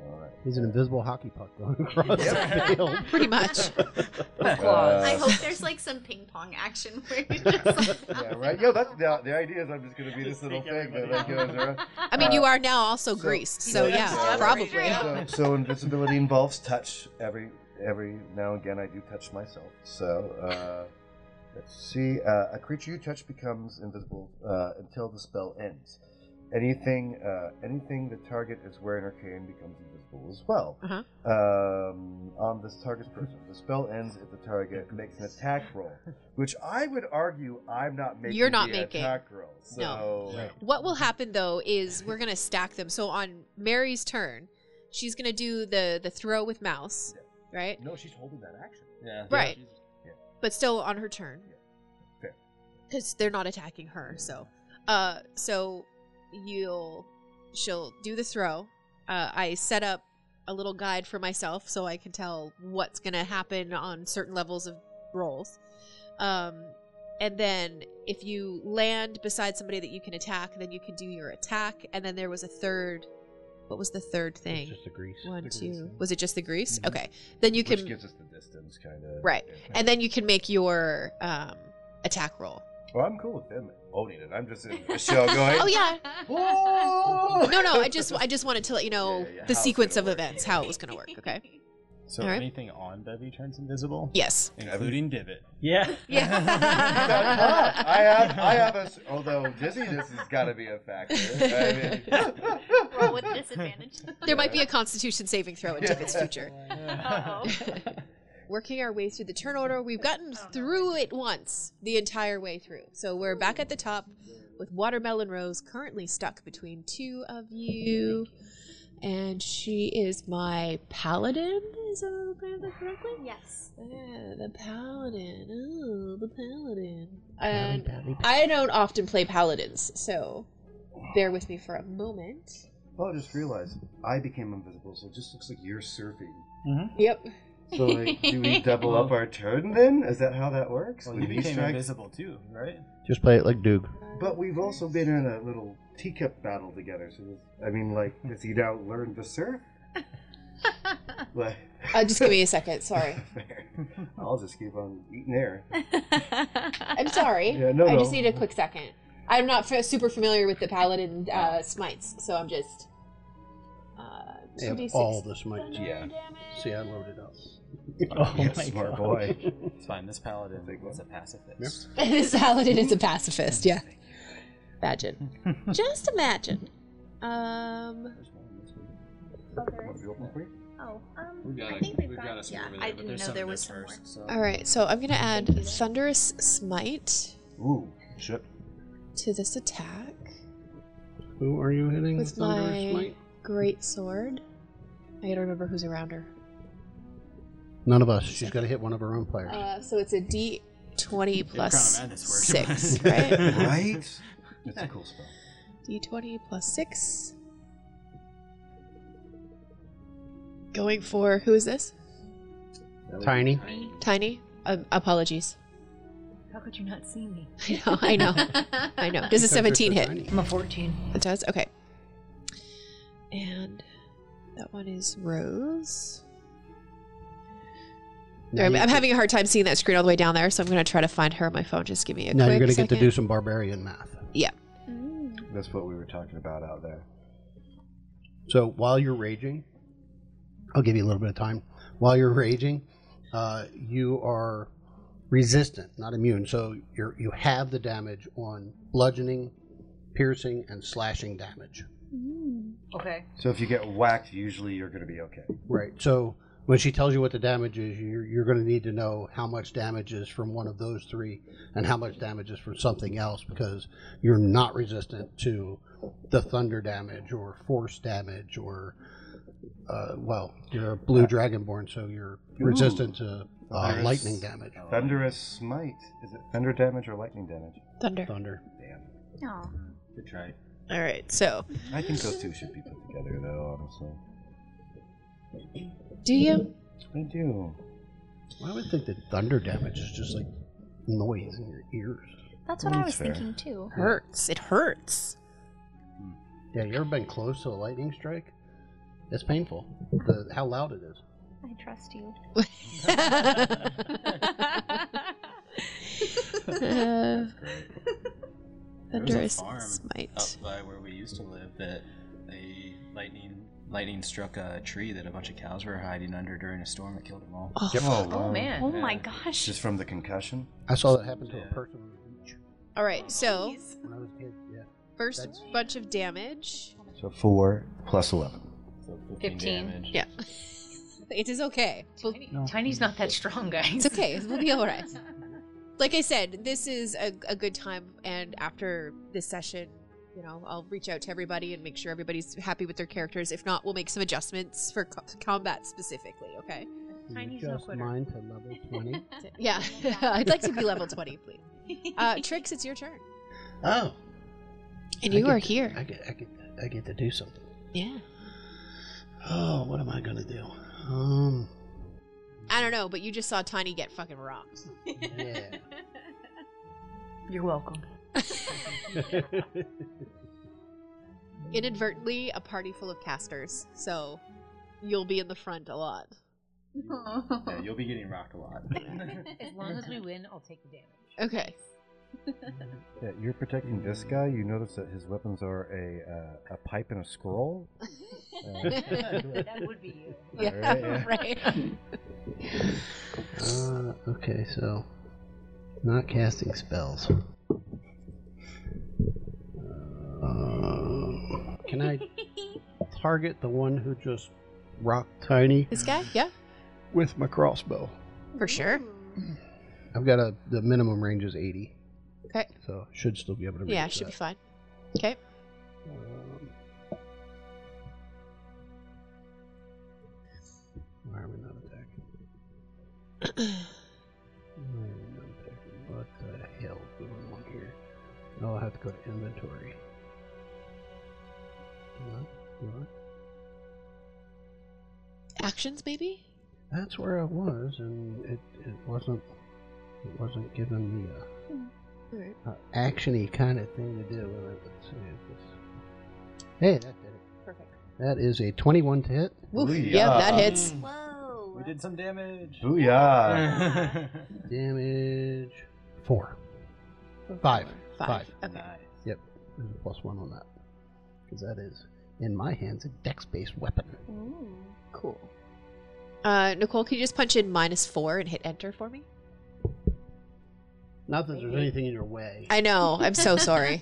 Speaker 8: All right.
Speaker 13: He's an invisible hockey puck going across the field.
Speaker 1: Pretty much.
Speaker 8: Uh, claws.
Speaker 16: I hope there's like some ping pong action where you just like,
Speaker 8: Yeah, right. Yo, that's the, the idea is I'm just gonna be this
Speaker 22: Just
Speaker 8: little
Speaker 22: take
Speaker 8: thing that like,
Speaker 22: everybody
Speaker 8: goes around.
Speaker 1: I mean,
Speaker 8: Uh,
Speaker 1: you are now also greased, so yeah, probably.
Speaker 8: So, so invisibility involves touch. Every every now and again, I do touch myself. So uh, let's see. Uh, a creature you touch becomes invisible uh, until the spell ends. Anything uh, anything the target is wearing or carrying becomes invisible as well.
Speaker 1: Uh-huh.
Speaker 8: Um, on this target's person, the spell ends if the target makes an attack roll, which I would argue I'm not making.
Speaker 1: You're not
Speaker 8: the
Speaker 1: making.
Speaker 8: attack roll. So
Speaker 1: No. What will happen though is we're gonna stack them. So on Mary's turn, she's gonna do the the throw with mouse, right?
Speaker 8: No, she's holding that action.
Speaker 4: Yeah.
Speaker 1: Right.
Speaker 8: Yeah.
Speaker 1: But still on her turn,
Speaker 8: Fair.
Speaker 1: because they're not attacking her. So, uh, so you'll she'll do the throw. Uh, I set up a little guide for myself so I can tell what's gonna happen on certain levels of rolls. Um, and then if you land beside somebody that you can attack, then you can do your attack. And then there was a third. What was the third
Speaker 13: It's
Speaker 1: thing?
Speaker 13: just a grease.
Speaker 1: One,
Speaker 8: the grease,
Speaker 1: two.
Speaker 8: yeah.
Speaker 1: Was it just the grease?
Speaker 8: Mhm.
Speaker 1: Okay. Then you
Speaker 8: Which
Speaker 1: can,
Speaker 8: gives us the distance, kind of.
Speaker 1: Right. and then you can make your um, attack roll.
Speaker 8: Well, I'm cool with them owning it. I'm just in the show going.
Speaker 1: Oh yeah.
Speaker 8: "Whoa!"
Speaker 1: No, no. I just, I just wanted to let you know
Speaker 8: Yeah, yeah, yeah.
Speaker 1: the
Speaker 8: How it's
Speaker 1: sequence
Speaker 8: gonna
Speaker 1: of
Speaker 8: work.
Speaker 1: events, how it was going to work. Okay.
Speaker 4: So
Speaker 1: All right.
Speaker 4: anything on Bevy turns invisible?
Speaker 1: Yes.
Speaker 4: Including Divot.
Speaker 22: Yeah.
Speaker 1: Yeah.
Speaker 8: I have, I have a. s- Although dizziness has got to be a factor. I mean,
Speaker 16: Roll with disadvantage.
Speaker 1: There might be a constitution saving throw into its
Speaker 8: Yeah.
Speaker 1: future. Working our way through the turn order, we've gotten through it once, the entire way through. So we're back at the top with Watermelon Rose currently stuck between two of you. And she is my paladin. Is I remember correctly?
Speaker 16: Yes.
Speaker 1: Yeah, the paladin. Oh, the paladin. And I don't often play paladins, so bear with me for a moment.
Speaker 8: well, I just realized I became invisible, so it just looks like you're surfing.
Speaker 1: Yep.
Speaker 8: So like, do we double up our turn then? Is that how that works?
Speaker 4: Well,
Speaker 8: When
Speaker 4: you
Speaker 8: he
Speaker 4: became
Speaker 8: strikes-
Speaker 4: invisible too, right?
Speaker 13: Just play it like Doog.
Speaker 8: But we've also been in a little teacup battle together. So I mean, like, does he now learn to surf? like,
Speaker 1: Uh, just give me a second. Sorry.
Speaker 8: I'll just keep on eating air.
Speaker 1: I'm sorry.
Speaker 8: Yeah, no,
Speaker 1: I
Speaker 8: no.
Speaker 1: just need a quick second. I'm not f- super familiar with the paladin uh, smites, so I'm just. Uh,
Speaker 13: They have
Speaker 1: 2d6.
Speaker 13: all this might. Yeah. See, I loaded up.
Speaker 22: Oh
Speaker 8: Yes,
Speaker 22: my
Speaker 8: smart
Speaker 22: God.
Speaker 8: boy.
Speaker 4: It's fine. This paladin is a pacifist.
Speaker 1: this paladin is a pacifist. Yeah. Imagine. just imagine. Um.
Speaker 23: Oh, um,
Speaker 4: We've got
Speaker 23: I
Speaker 4: a-
Speaker 23: think we've
Speaker 4: we've
Speaker 23: got,
Speaker 4: got a
Speaker 23: yeah.
Speaker 4: swarm of
Speaker 16: I
Speaker 4: But
Speaker 16: didn't
Speaker 4: there's
Speaker 16: know
Speaker 4: some
Speaker 16: there
Speaker 4: of
Speaker 16: was
Speaker 4: this
Speaker 16: some more.
Speaker 4: first,
Speaker 1: All right, so I'm gonna add thunderous smite
Speaker 8: Ooh, shit.
Speaker 1: to this attack
Speaker 13: Who are you hitting?
Speaker 1: with
Speaker 13: Thunderous
Speaker 1: my
Speaker 13: Smite?
Speaker 1: great sword. I gotta remember who's around her.
Speaker 13: None of us. She's got to hit one of her own players.
Speaker 1: Uh, so it's a D20 plus
Speaker 4: Crown of Madness worked.
Speaker 1: six, right?
Speaker 8: Right? It's a cool spell.
Speaker 1: D20 plus six. Going for who is this?
Speaker 13: Tiny.
Speaker 1: Tiny. Um, apologies.
Speaker 20: How could you not see me?
Speaker 1: I know. I know. I know. Does a 17 hit?
Speaker 20: I'm a 14.
Speaker 1: It does. Okay. And that one is Rose.
Speaker 13: Now
Speaker 1: I'm,
Speaker 13: you
Speaker 1: I'm
Speaker 13: get-
Speaker 1: having a hard time seeing that screen all the way down there, so I'm going to try to find her on my phone. Just give me a
Speaker 13: Now
Speaker 1: quick
Speaker 13: you're going to get
Speaker 1: second.
Speaker 13: to do some barbarian math.
Speaker 1: Yeah.
Speaker 16: Mm,
Speaker 8: That's what we were talking about out there.
Speaker 13: So while you're raging, I'll give you a little bit of time. While you're raging, uh, you are resistant, not immune. So you're, you have the damage on bludgeoning, piercing, and slashing damage.
Speaker 16: mm.
Speaker 3: Okay.
Speaker 8: So if you get whacked, usually you're going to be okay.
Speaker 13: Right. So when she tells you what the damage is, you're, you're going to need to know how much damage is from one of those three and how much damage is from something else because you're not resistant to the thunder damage or force damage or, uh, well, you're a blue dragonborn, so you're resistant to uh,
Speaker 8: Thunderous-
Speaker 13: lightning damage.
Speaker 8: Thunderous smite. Is it thunder damage or lightning damage?
Speaker 1: Thunder.
Speaker 13: Thunder.
Speaker 16: Aw.
Speaker 4: Good try.
Speaker 1: All right. So,
Speaker 8: I think those two should be put together, though. Honestly,
Speaker 1: do you?
Speaker 8: I do.
Speaker 13: I would think that thunder damage is just like noise in your ears.
Speaker 16: That's what I
Speaker 8: That's
Speaker 16: was
Speaker 8: Mm, fair.
Speaker 16: thinking too.
Speaker 1: Hurts. It hurts.
Speaker 13: Yeah, you ever been close to a lightning strike? It's painful. The, how loud it is.
Speaker 16: I trust you.
Speaker 1: Uh,
Speaker 4: There was
Speaker 1: Thunderous
Speaker 4: a farm
Speaker 1: smite.
Speaker 4: up by where we used to live that a lightning lightning struck a tree that a bunch of cows were hiding under during a storm that killed them all.
Speaker 1: Oh.
Speaker 8: Oh, wow.
Speaker 3: man.
Speaker 16: Oh my
Speaker 4: Yeah.
Speaker 16: gosh.
Speaker 8: Just from the concussion.
Speaker 13: I saw that happen to
Speaker 4: Yeah.
Speaker 13: a person on the beach
Speaker 1: All right. So,
Speaker 13: when I was a kid. Yeah.
Speaker 1: first
Speaker 13: That's-
Speaker 1: bunch of damage.
Speaker 8: So four plus eleven.
Speaker 4: So 15,
Speaker 3: 15.
Speaker 4: damage.
Speaker 1: Yeah. it is okay. We'll-
Speaker 3: Tiny's not that strong, guys.
Speaker 1: It's okay. We'll be all right. Like I said, this is a, a good time, and after this session, you know, I'll reach out to everybody and make sure everybody's happy with their characters. If not, we'll make some adjustments for co- combat specifically. Okay?
Speaker 13: You
Speaker 3: Tiny's no
Speaker 13: adjust
Speaker 3: quitter.
Speaker 13: mine to level 20.
Speaker 1: Yeah, I'd like to be level twenty, please. Uh, Trix, it's your turn,
Speaker 13: oh.
Speaker 1: and
Speaker 13: I
Speaker 1: you
Speaker 13: get
Speaker 1: are
Speaker 13: to-
Speaker 1: here.
Speaker 13: I get, I, get, I get to do something.
Speaker 1: yeah.
Speaker 13: Oh, what am I going to do? Um,
Speaker 1: I don't know, but you just saw Tiny get fucking rocked.
Speaker 13: yeah.
Speaker 20: You're welcome.
Speaker 1: Inadvertently, a party full of casters, so you'll be in the front a lot.
Speaker 4: Yeah, you'll be getting rocked a lot.
Speaker 3: As long as we win, I'll take the damage.
Speaker 1: Okay.
Speaker 8: Yeah, you're protecting this guy. You notice that his weapons are a uh, a pipe and a scroll. Uh,
Speaker 3: That would be you.
Speaker 1: Yeah, right.
Speaker 13: Uh, okay, so not casting spells. Uh, can I target the one who just rocked Tiny
Speaker 1: This guy? Yeah,
Speaker 13: with my crossbow?
Speaker 1: for sure.
Speaker 13: I've got a the minimum range is eighty,
Speaker 1: Okay.
Speaker 13: so should still be able to.
Speaker 1: Yeah,
Speaker 13: reach
Speaker 1: should
Speaker 13: that. Um,
Speaker 1: be fine. Okay.
Speaker 13: Why are we not attacking? Why are we not attacking? What the hell is going on here? Oh, I have to go to inventory. What? What?
Speaker 1: Actions, maybe?
Speaker 13: That's where I was, and it, it wasn't it wasn't giving me
Speaker 1: All right.
Speaker 13: a, a actiony kind of thing to do. Well, Let's see if this. Hey, that did it.
Speaker 1: Perfect.
Speaker 13: That is a twenty-one to hit.
Speaker 1: Woof. Yeah, that hits.
Speaker 4: We did some damage.
Speaker 8: Booyah.
Speaker 13: Damage four. Mm. Five.
Speaker 1: Five.
Speaker 13: Five.
Speaker 1: Okay.
Speaker 13: Yep. There's a plus one on that. Because that is, in my hands, a dex based weapon.
Speaker 1: Cool. Uh, Nicole, can you just punch in minus four and hit enter for me?
Speaker 13: Not that there's anything in your way.
Speaker 1: I know. I'm so sorry.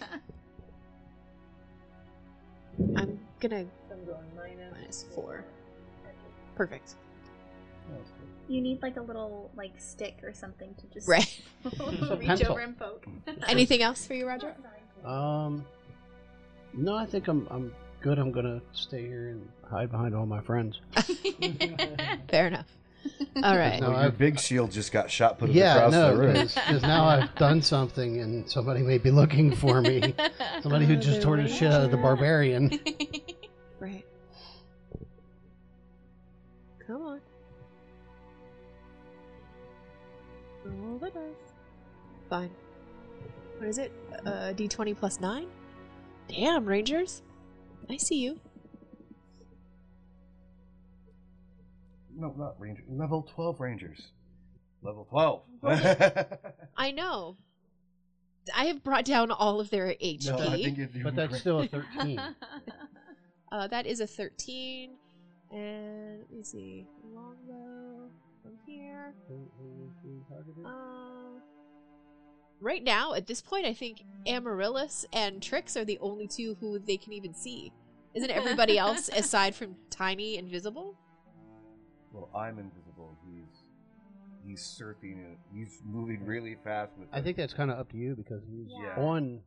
Speaker 1: I'm gonna
Speaker 3: I'm going minus.
Speaker 1: minus four. Perfect.
Speaker 16: You need like a little like stick or something to just
Speaker 1: Right.
Speaker 16: reach
Speaker 13: pencil.
Speaker 16: over and poke.
Speaker 1: Anything else for you, Roger?
Speaker 13: Um, no, I think I'm, I'm good. I'm going to stay here and hide behind all my friends.
Speaker 1: Fair enough. All right.
Speaker 13: No,
Speaker 8: Well, your
Speaker 13: I've-
Speaker 8: big shield just got shot put
Speaker 13: yeah,
Speaker 8: across
Speaker 13: no,
Speaker 8: the room.
Speaker 13: because now I've done something and somebody may be looking for me. Somebody who just tore the shit out of the barbarian.
Speaker 1: Right. Come on. Roll the dice. Fine. What is it? Uh, D20 plus 9? Damn, Rangers. I see you.
Speaker 8: No, not ranger. Level twelve rangers. Level twelve.
Speaker 1: I know. I have brought down all of their HP.
Speaker 8: No, I think you're doing
Speaker 13: But that's
Speaker 8: great.
Speaker 13: still a 13.
Speaker 1: Uh, that is a 13. And let me see. Longbow from here. Um, right now, at this point, I think Amaryllis and Trix are the only two who they can even see. Isn't everybody else, aside from Tiny, invisible?
Speaker 8: Well, I'm invisible. He's he's surfing it. He's moving really fast with.
Speaker 13: I
Speaker 8: it.
Speaker 13: think that's kind of up to you because he's
Speaker 8: Yeah.
Speaker 13: on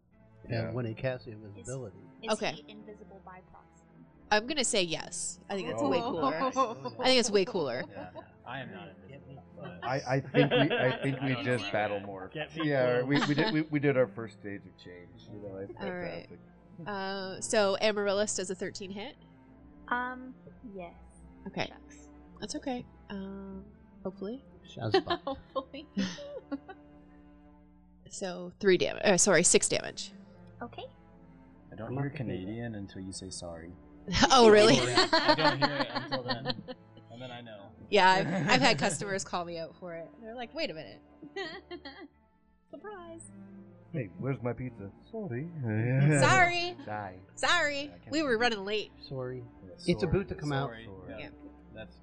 Speaker 8: Yeah.
Speaker 13: and when he casts the invisibility.
Speaker 16: Is
Speaker 1: Okay.
Speaker 16: he invisible by proxy?
Speaker 1: I'm gonna say yes. I think that's way
Speaker 16: Oh.
Speaker 1: cooler. I think it's way cooler.
Speaker 4: Yeah, I am not invisible. but-
Speaker 8: I, I think we I think we
Speaker 4: don't
Speaker 8: just
Speaker 4: see
Speaker 8: battle
Speaker 4: that.
Speaker 8: more.
Speaker 22: Get me
Speaker 8: Yeah,
Speaker 22: close.
Speaker 8: we, we did we, we did our first stage of change. You know, it's
Speaker 1: All right.
Speaker 8: fantastic.
Speaker 1: Uh, so Amaryllis does a 13 hit.
Speaker 16: Um, yes.
Speaker 1: Okay,
Speaker 16: Shucks.
Speaker 1: that's okay. Um, hopefully.
Speaker 13: Shazbot.
Speaker 16: Hopefully.
Speaker 1: So three damage. Uh, sorry, six damage.
Speaker 16: okay.
Speaker 4: I don't hear Canadian until you say sorry.
Speaker 1: oh, really?
Speaker 4: I don't hear it until then, and then I know.
Speaker 1: Yeah, I've, I've had customers call me out for it. They're like, "Wait a minute, surprise!
Speaker 8: Hey, where's my pizza? Sorry.
Speaker 1: Sorry,
Speaker 8: Die.
Speaker 1: sorry, we were running late."
Speaker 13: Sorry.
Speaker 8: Yeah,
Speaker 13: It's
Speaker 8: sorry.
Speaker 13: about to come out.
Speaker 4: Sorry.
Speaker 8: Sorry.
Speaker 4: Yeah. That's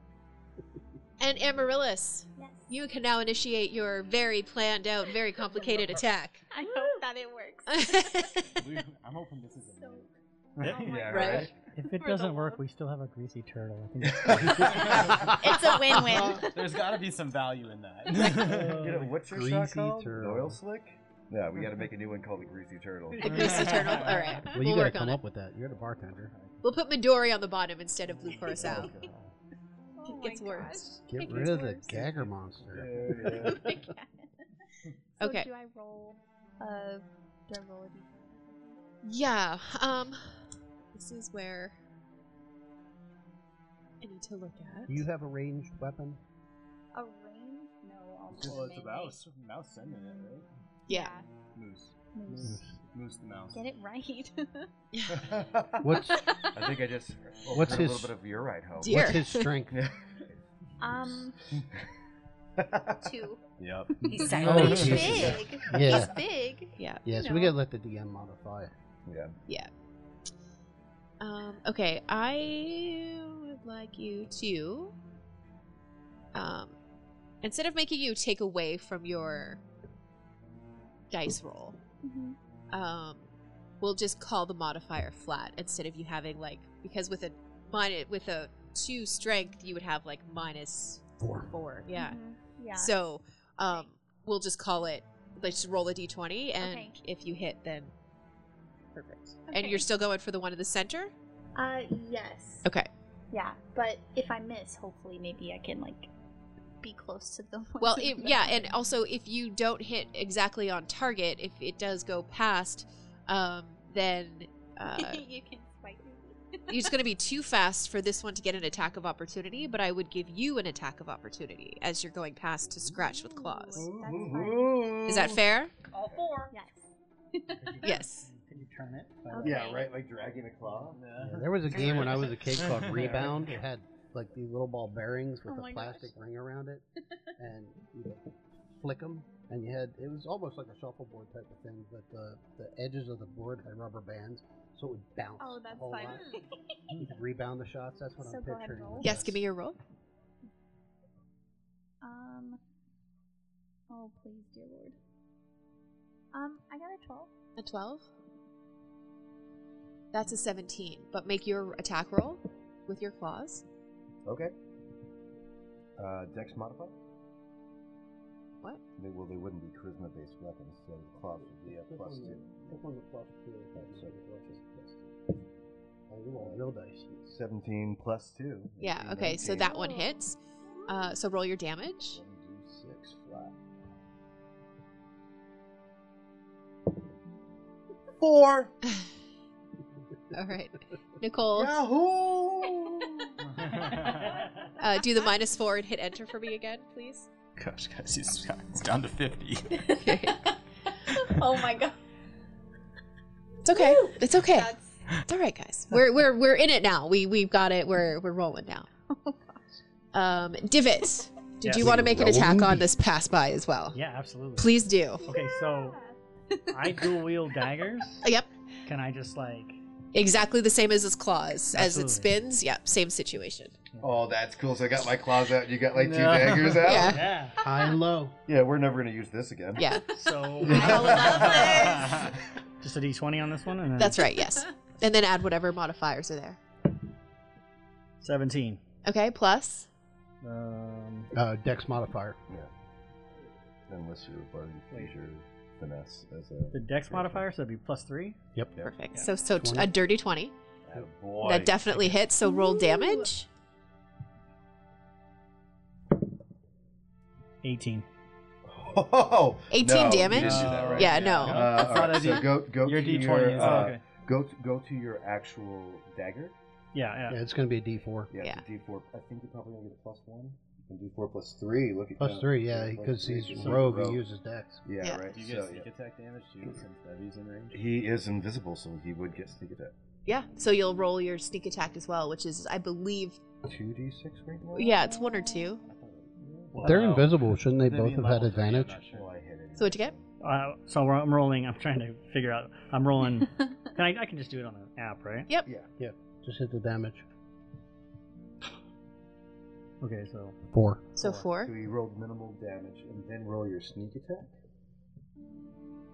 Speaker 1: And Amaryllis,
Speaker 16: Yes.
Speaker 1: you can now initiate your very planned out, very complicated attack.
Speaker 16: I hope that it works.
Speaker 4: blue. I'm hoping this is a
Speaker 16: So- oh
Speaker 4: nuke. yeah,
Speaker 1: Right.
Speaker 4: right.
Speaker 22: If it
Speaker 16: For the
Speaker 22: doesn't work,
Speaker 16: love.
Speaker 22: we still have a greasy turtle. I think that's
Speaker 16: It's a win-win.
Speaker 4: There's got to be some value in that.
Speaker 22: Uh,
Speaker 8: You know, what's your shot
Speaker 13: Greasy
Speaker 8: called? An
Speaker 13: turtle.
Speaker 8: Oil slick? Yeah, we got to make a new one called the Greasy Turtle.
Speaker 1: A greasy turtle. All right,
Speaker 13: Well, you
Speaker 1: we'll
Speaker 13: gotta
Speaker 1: work
Speaker 13: come
Speaker 1: on it.
Speaker 13: up with that. You're the bartender.
Speaker 1: We'll put Midori on the bottom instead of Blue Curacao.
Speaker 16: Oh
Speaker 1: it gets
Speaker 16: my
Speaker 1: worse.
Speaker 13: Get
Speaker 1: It
Speaker 13: rid
Speaker 1: gets
Speaker 13: of the
Speaker 1: worse.
Speaker 13: gagger monster.
Speaker 8: Yeah, yeah.
Speaker 16: gosh. so
Speaker 1: Okay.
Speaker 16: Do I roll? Uh, do I roll a d-
Speaker 1: Yeah. Um, this is where I need to look at.
Speaker 13: Do you have a ranged weapon?
Speaker 16: a range? No, I'll
Speaker 4: Just-
Speaker 16: roll
Speaker 4: Well, it's a mouse. Mouse sending it, right?
Speaker 1: yeah.
Speaker 4: Moose.
Speaker 16: Moose.
Speaker 4: Moose the mouse.
Speaker 16: Get it right.
Speaker 13: What's
Speaker 1: Oh,
Speaker 8: I think I just oh,
Speaker 13: What's
Speaker 8: heard a
Speaker 13: his-
Speaker 8: little bit of your right home.
Speaker 1: Deer.
Speaker 13: what's his strength?
Speaker 8: Yeah.
Speaker 16: um, two.
Speaker 4: Yep.
Speaker 8: Oh,
Speaker 16: He's silent. He's
Speaker 13: Jesus.
Speaker 16: big.
Speaker 13: Yeah.
Speaker 16: He's big.
Speaker 1: Yeah. Mm-hmm.
Speaker 13: Yeah,
Speaker 1: you
Speaker 13: so we
Speaker 1: know.
Speaker 13: gotta let the DM modify.
Speaker 8: Yeah.
Speaker 1: Yeah. Um, okay, I would like you to, um, instead of making you take away from your dice roll,
Speaker 16: Mhm.
Speaker 1: um, we'll just call the modifier flat instead of you having like because with a minus with a two strength you would have like minus
Speaker 13: four.
Speaker 1: Four, yeah.
Speaker 16: Mhm. Yeah.
Speaker 1: So, um, we'll just call it. Let's roll a d20, and
Speaker 16: Okay.
Speaker 1: if you hit, then perfect. And
Speaker 16: Okay.
Speaker 1: you're still going for the one in the center.
Speaker 16: Uh, yes.
Speaker 1: Okay.
Speaker 16: Yeah, but if I miss, hopefully maybe I can like be close to the. one
Speaker 1: Well,
Speaker 16: in
Speaker 1: it,
Speaker 16: the
Speaker 1: yeah,
Speaker 16: middle.
Speaker 1: and also if you don't hit exactly on target, if it does go past, um, then uh,
Speaker 16: you can spike me.
Speaker 1: it's going to be too fast for this one to get an attack of opportunity. But I would give you an attack of opportunity as you're going past to scratch with claws. Is that fair?
Speaker 3: All four.
Speaker 16: Yes.
Speaker 1: Yes.
Speaker 22: Can you turn it?
Speaker 8: Yeah, right. Like dragging a claw.
Speaker 13: Yeah, there was a game when I was a kid called Rebound. It had like these little ball bearings with
Speaker 16: Oh my
Speaker 13: a
Speaker 16: gosh.
Speaker 13: plastic ring around it, and you would flick them. And you had it was almost like a shuffleboard type of thing, but the the edges of the board had rubber bands, so it would bounce.
Speaker 16: Oh, that's
Speaker 13: a whole
Speaker 16: fun.
Speaker 13: lot. You could rebound the shots. That's what
Speaker 16: So
Speaker 13: I'm
Speaker 16: go ahead and
Speaker 13: picturing.
Speaker 16: roll.
Speaker 13: with
Speaker 1: Yes.
Speaker 13: this.
Speaker 1: Give me your roll.
Speaker 16: um. Oh please, dear lord. Um, I got a twelve.
Speaker 1: A 12? That's a 17, but make your attack roll with your claws.
Speaker 8: Okay. Uh, Dex modifier.
Speaker 1: What?
Speaker 8: They, well, they wouldn't be charisma-based weapons, so the claws would be a
Speaker 13: Click
Speaker 8: plus
Speaker 13: on
Speaker 8: two.
Speaker 13: the- click on the plus two.
Speaker 8: so it
Speaker 13: Oh, you roll real dice.
Speaker 8: Seventeen plus two.
Speaker 1: Yeah,
Speaker 8: eighteen,
Speaker 1: okay, so
Speaker 8: 19.
Speaker 1: that one hits. Uh, so roll your damage.
Speaker 8: 1d6 flat.
Speaker 21: Four.
Speaker 1: All right. Nicole,
Speaker 21: Yahoo!
Speaker 1: uh, do the minus four and hit enter for me again, please.
Speaker 4: Gosh, guys, he's, he's down to 50.
Speaker 16: oh my god.
Speaker 1: It's okay. It's okay.
Speaker 16: That's
Speaker 1: It's all right, guys. We're we're we're in it now. We we've got it. We're we're rolling now. Um, Divot, did
Speaker 22: Yes.
Speaker 1: you want to make an
Speaker 22: Rolling
Speaker 1: attack on
Speaker 22: deep.
Speaker 1: this pass by as well?
Speaker 22: Yeah, absolutely.
Speaker 1: Please do.
Speaker 22: Okay, so I dual wield daggers.
Speaker 1: Yep.
Speaker 22: Can I just like?
Speaker 1: Exactly the same as its claws. As
Speaker 22: Absolutely.
Speaker 1: it spins, yep, same situation.
Speaker 8: Oh, that's cool. So I got my claws out. You got like two
Speaker 22: No.
Speaker 8: daggers out.
Speaker 1: Yeah.
Speaker 22: Yeah.
Speaker 13: High and low.
Speaker 8: Yeah, we're never gonna use this again.
Speaker 1: Yeah.
Speaker 22: So.
Speaker 1: love
Speaker 22: Just a d20 on this one, and then
Speaker 1: That's right, yes. And then add whatever modifiers are there.
Speaker 22: 17.
Speaker 1: Okay, plus.
Speaker 22: Um,
Speaker 13: Uh, Dex modifier.
Speaker 8: Unless you're bargaining your finesse as
Speaker 22: the
Speaker 8: a
Speaker 22: Dex modifier, so that'd be plus three.
Speaker 13: Yep.
Speaker 1: Perfect.
Speaker 22: Yeah.
Speaker 1: So so t- a
Speaker 13: 20.
Speaker 1: dirty 20.
Speaker 8: boy.
Speaker 1: That definitely hits, so roll damage.
Speaker 22: 18.
Speaker 8: Oh,
Speaker 1: 18
Speaker 8: no, you
Speaker 1: damage?
Speaker 8: didn't do that right.
Speaker 1: Yeah, no.
Speaker 8: Uh,
Speaker 4: That's
Speaker 8: all
Speaker 4: not
Speaker 8: right,
Speaker 4: a
Speaker 8: so
Speaker 4: D-
Speaker 8: go go
Speaker 4: your
Speaker 8: to
Speaker 4: D20
Speaker 8: your,
Speaker 4: is-
Speaker 8: uh,
Speaker 22: Oh, okay.
Speaker 8: go to, go to your actual dagger.
Speaker 22: Yeah,
Speaker 13: Yeah,
Speaker 22: yeah.
Speaker 13: it's gonna be a D4.
Speaker 8: Yeah,
Speaker 1: Yeah.
Speaker 8: it's a D4. I think you're probably gonna get a plus one. You can D4 plus three. Look at
Speaker 13: Plus
Speaker 8: that.
Speaker 13: three, yeah,
Speaker 8: plus
Speaker 13: because
Speaker 8: three,
Speaker 13: he's
Speaker 8: so you're
Speaker 13: rogue. He uses Dex.
Speaker 8: Yeah,
Speaker 1: Yeah.
Speaker 8: right.
Speaker 4: Do you
Speaker 8: so,
Speaker 4: get
Speaker 8: yeah.
Speaker 4: sneak attack damage too since Debbie's in range?
Speaker 8: He is invisible, so he would get sneak attack.
Speaker 1: Yeah, so you'll roll your sneak attack as well, which is I believe
Speaker 8: Two D six right now.
Speaker 1: yeah, it's one or two.
Speaker 13: They're
Speaker 4: Wow.
Speaker 13: invisible. Shouldn't they
Speaker 4: They'd
Speaker 13: both
Speaker 4: be
Speaker 13: have
Speaker 4: level
Speaker 13: had
Speaker 4: three, I'm
Speaker 13: advantage?
Speaker 4: not
Speaker 8: Well,
Speaker 4: sure.
Speaker 8: I hit it.
Speaker 1: So what'd you get?
Speaker 22: Uh, so we're- I'm rolling. I'm trying to figure out. I'm rolling. Can I? I can just do it on the app, right?
Speaker 1: Yep.
Speaker 8: Yeah.
Speaker 13: Just hit the damage.
Speaker 22: Okay, so
Speaker 13: Four.
Speaker 1: So
Speaker 8: So
Speaker 1: four.
Speaker 8: you rolled minimal damage and then roll your sneak attack.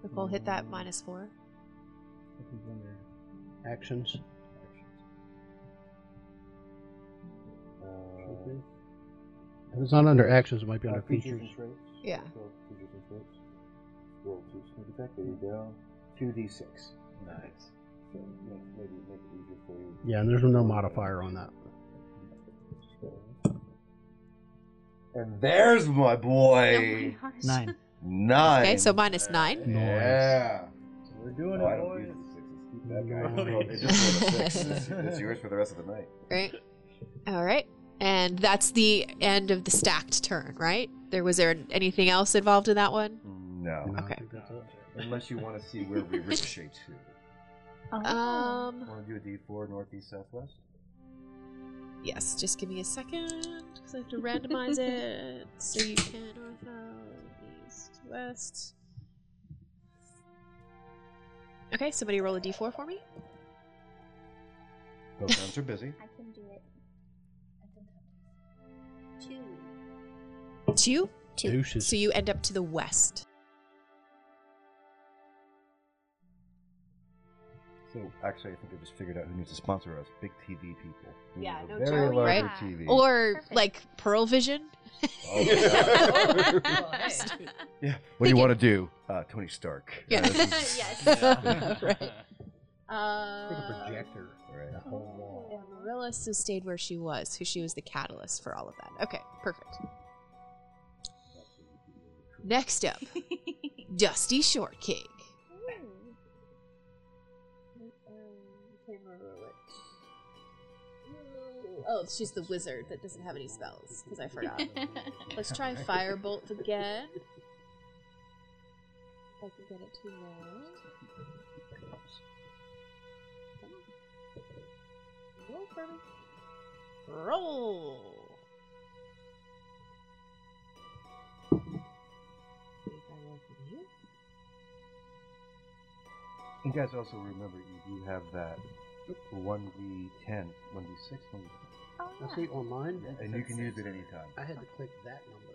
Speaker 1: Nicole hit that minus four.
Speaker 22: I think under
Speaker 13: Actions.
Speaker 8: Uh,
Speaker 13: If it's not under actions, it might be
Speaker 8: uh,
Speaker 13: under features.
Speaker 8: and traits.
Speaker 1: Yeah.
Speaker 8: Roll Features and traits. Roll two sneak attack. There you go. Two D six. Nice. So yeah, maybe make it easier for you.
Speaker 13: Yeah, and there's no modifier on that.
Speaker 8: And there's my boy.
Speaker 16: Oh my gosh.
Speaker 22: nine.
Speaker 8: Nine.
Speaker 1: Okay, so minus nine.
Speaker 8: Yeah.
Speaker 22: We're doing
Speaker 8: Oh, I don't use the sixes. Keep that guy.
Speaker 13: Really?
Speaker 8: Well, it just rolled a six. It's, it's yours for the rest of the night.
Speaker 1: Right. All right. And that's the end of the stacked turn, right? There was there anything else involved in that one?
Speaker 13: No,
Speaker 8: No.
Speaker 13: I
Speaker 1: Okay.
Speaker 13: think that's it.
Speaker 8: Unless you want to see where we ricochet to.
Speaker 16: Oh.
Speaker 1: Um
Speaker 8: Want to do a D4 northeast southwest?
Speaker 1: yes, just give me a second cuz I have to randomize it so you can ortho West. Okay, somebody roll a d4 for me.
Speaker 8: Both hands are busy.
Speaker 16: I can do it. I don't have Two.
Speaker 1: Two?
Speaker 13: Two. Deuces.
Speaker 1: So you end up to the west.
Speaker 8: So actually, I think I just figured out who needs to sponsor us. Big TV people. We
Speaker 16: Yeah,
Speaker 8: need
Speaker 16: no
Speaker 8: a
Speaker 16: doubt.
Speaker 8: very large
Speaker 1: right?
Speaker 8: TV.
Speaker 1: Or like Pearl Vision.
Speaker 8: Hmm. Oh, yeah. yeah. What do you
Speaker 1: Thinking-
Speaker 8: want to do? Uh, Tony Stark.
Speaker 1: Yeah.
Speaker 8: Uh, this is-
Speaker 1: yes.
Speaker 8: Yeah.
Speaker 1: right.
Speaker 13: Take a
Speaker 1: Uh,
Speaker 13: projector.
Speaker 8: Right.
Speaker 13: The whole wall.
Speaker 1: Marilla so stayed where she was, who she was the catalyst for all of that. Okay, perfect. Next up, Dusty Short King. Oh, she's the wizard that doesn't have any spells because I forgot. Let's try Firebolt again. If I can get it to roll. Roll for me. Roll.
Speaker 8: You guys also remember you do have that one v ten, one v six, one v.
Speaker 16: Oh,
Speaker 13: Now see on mine,
Speaker 8: And you can use it anytime.
Speaker 13: I had to click that number.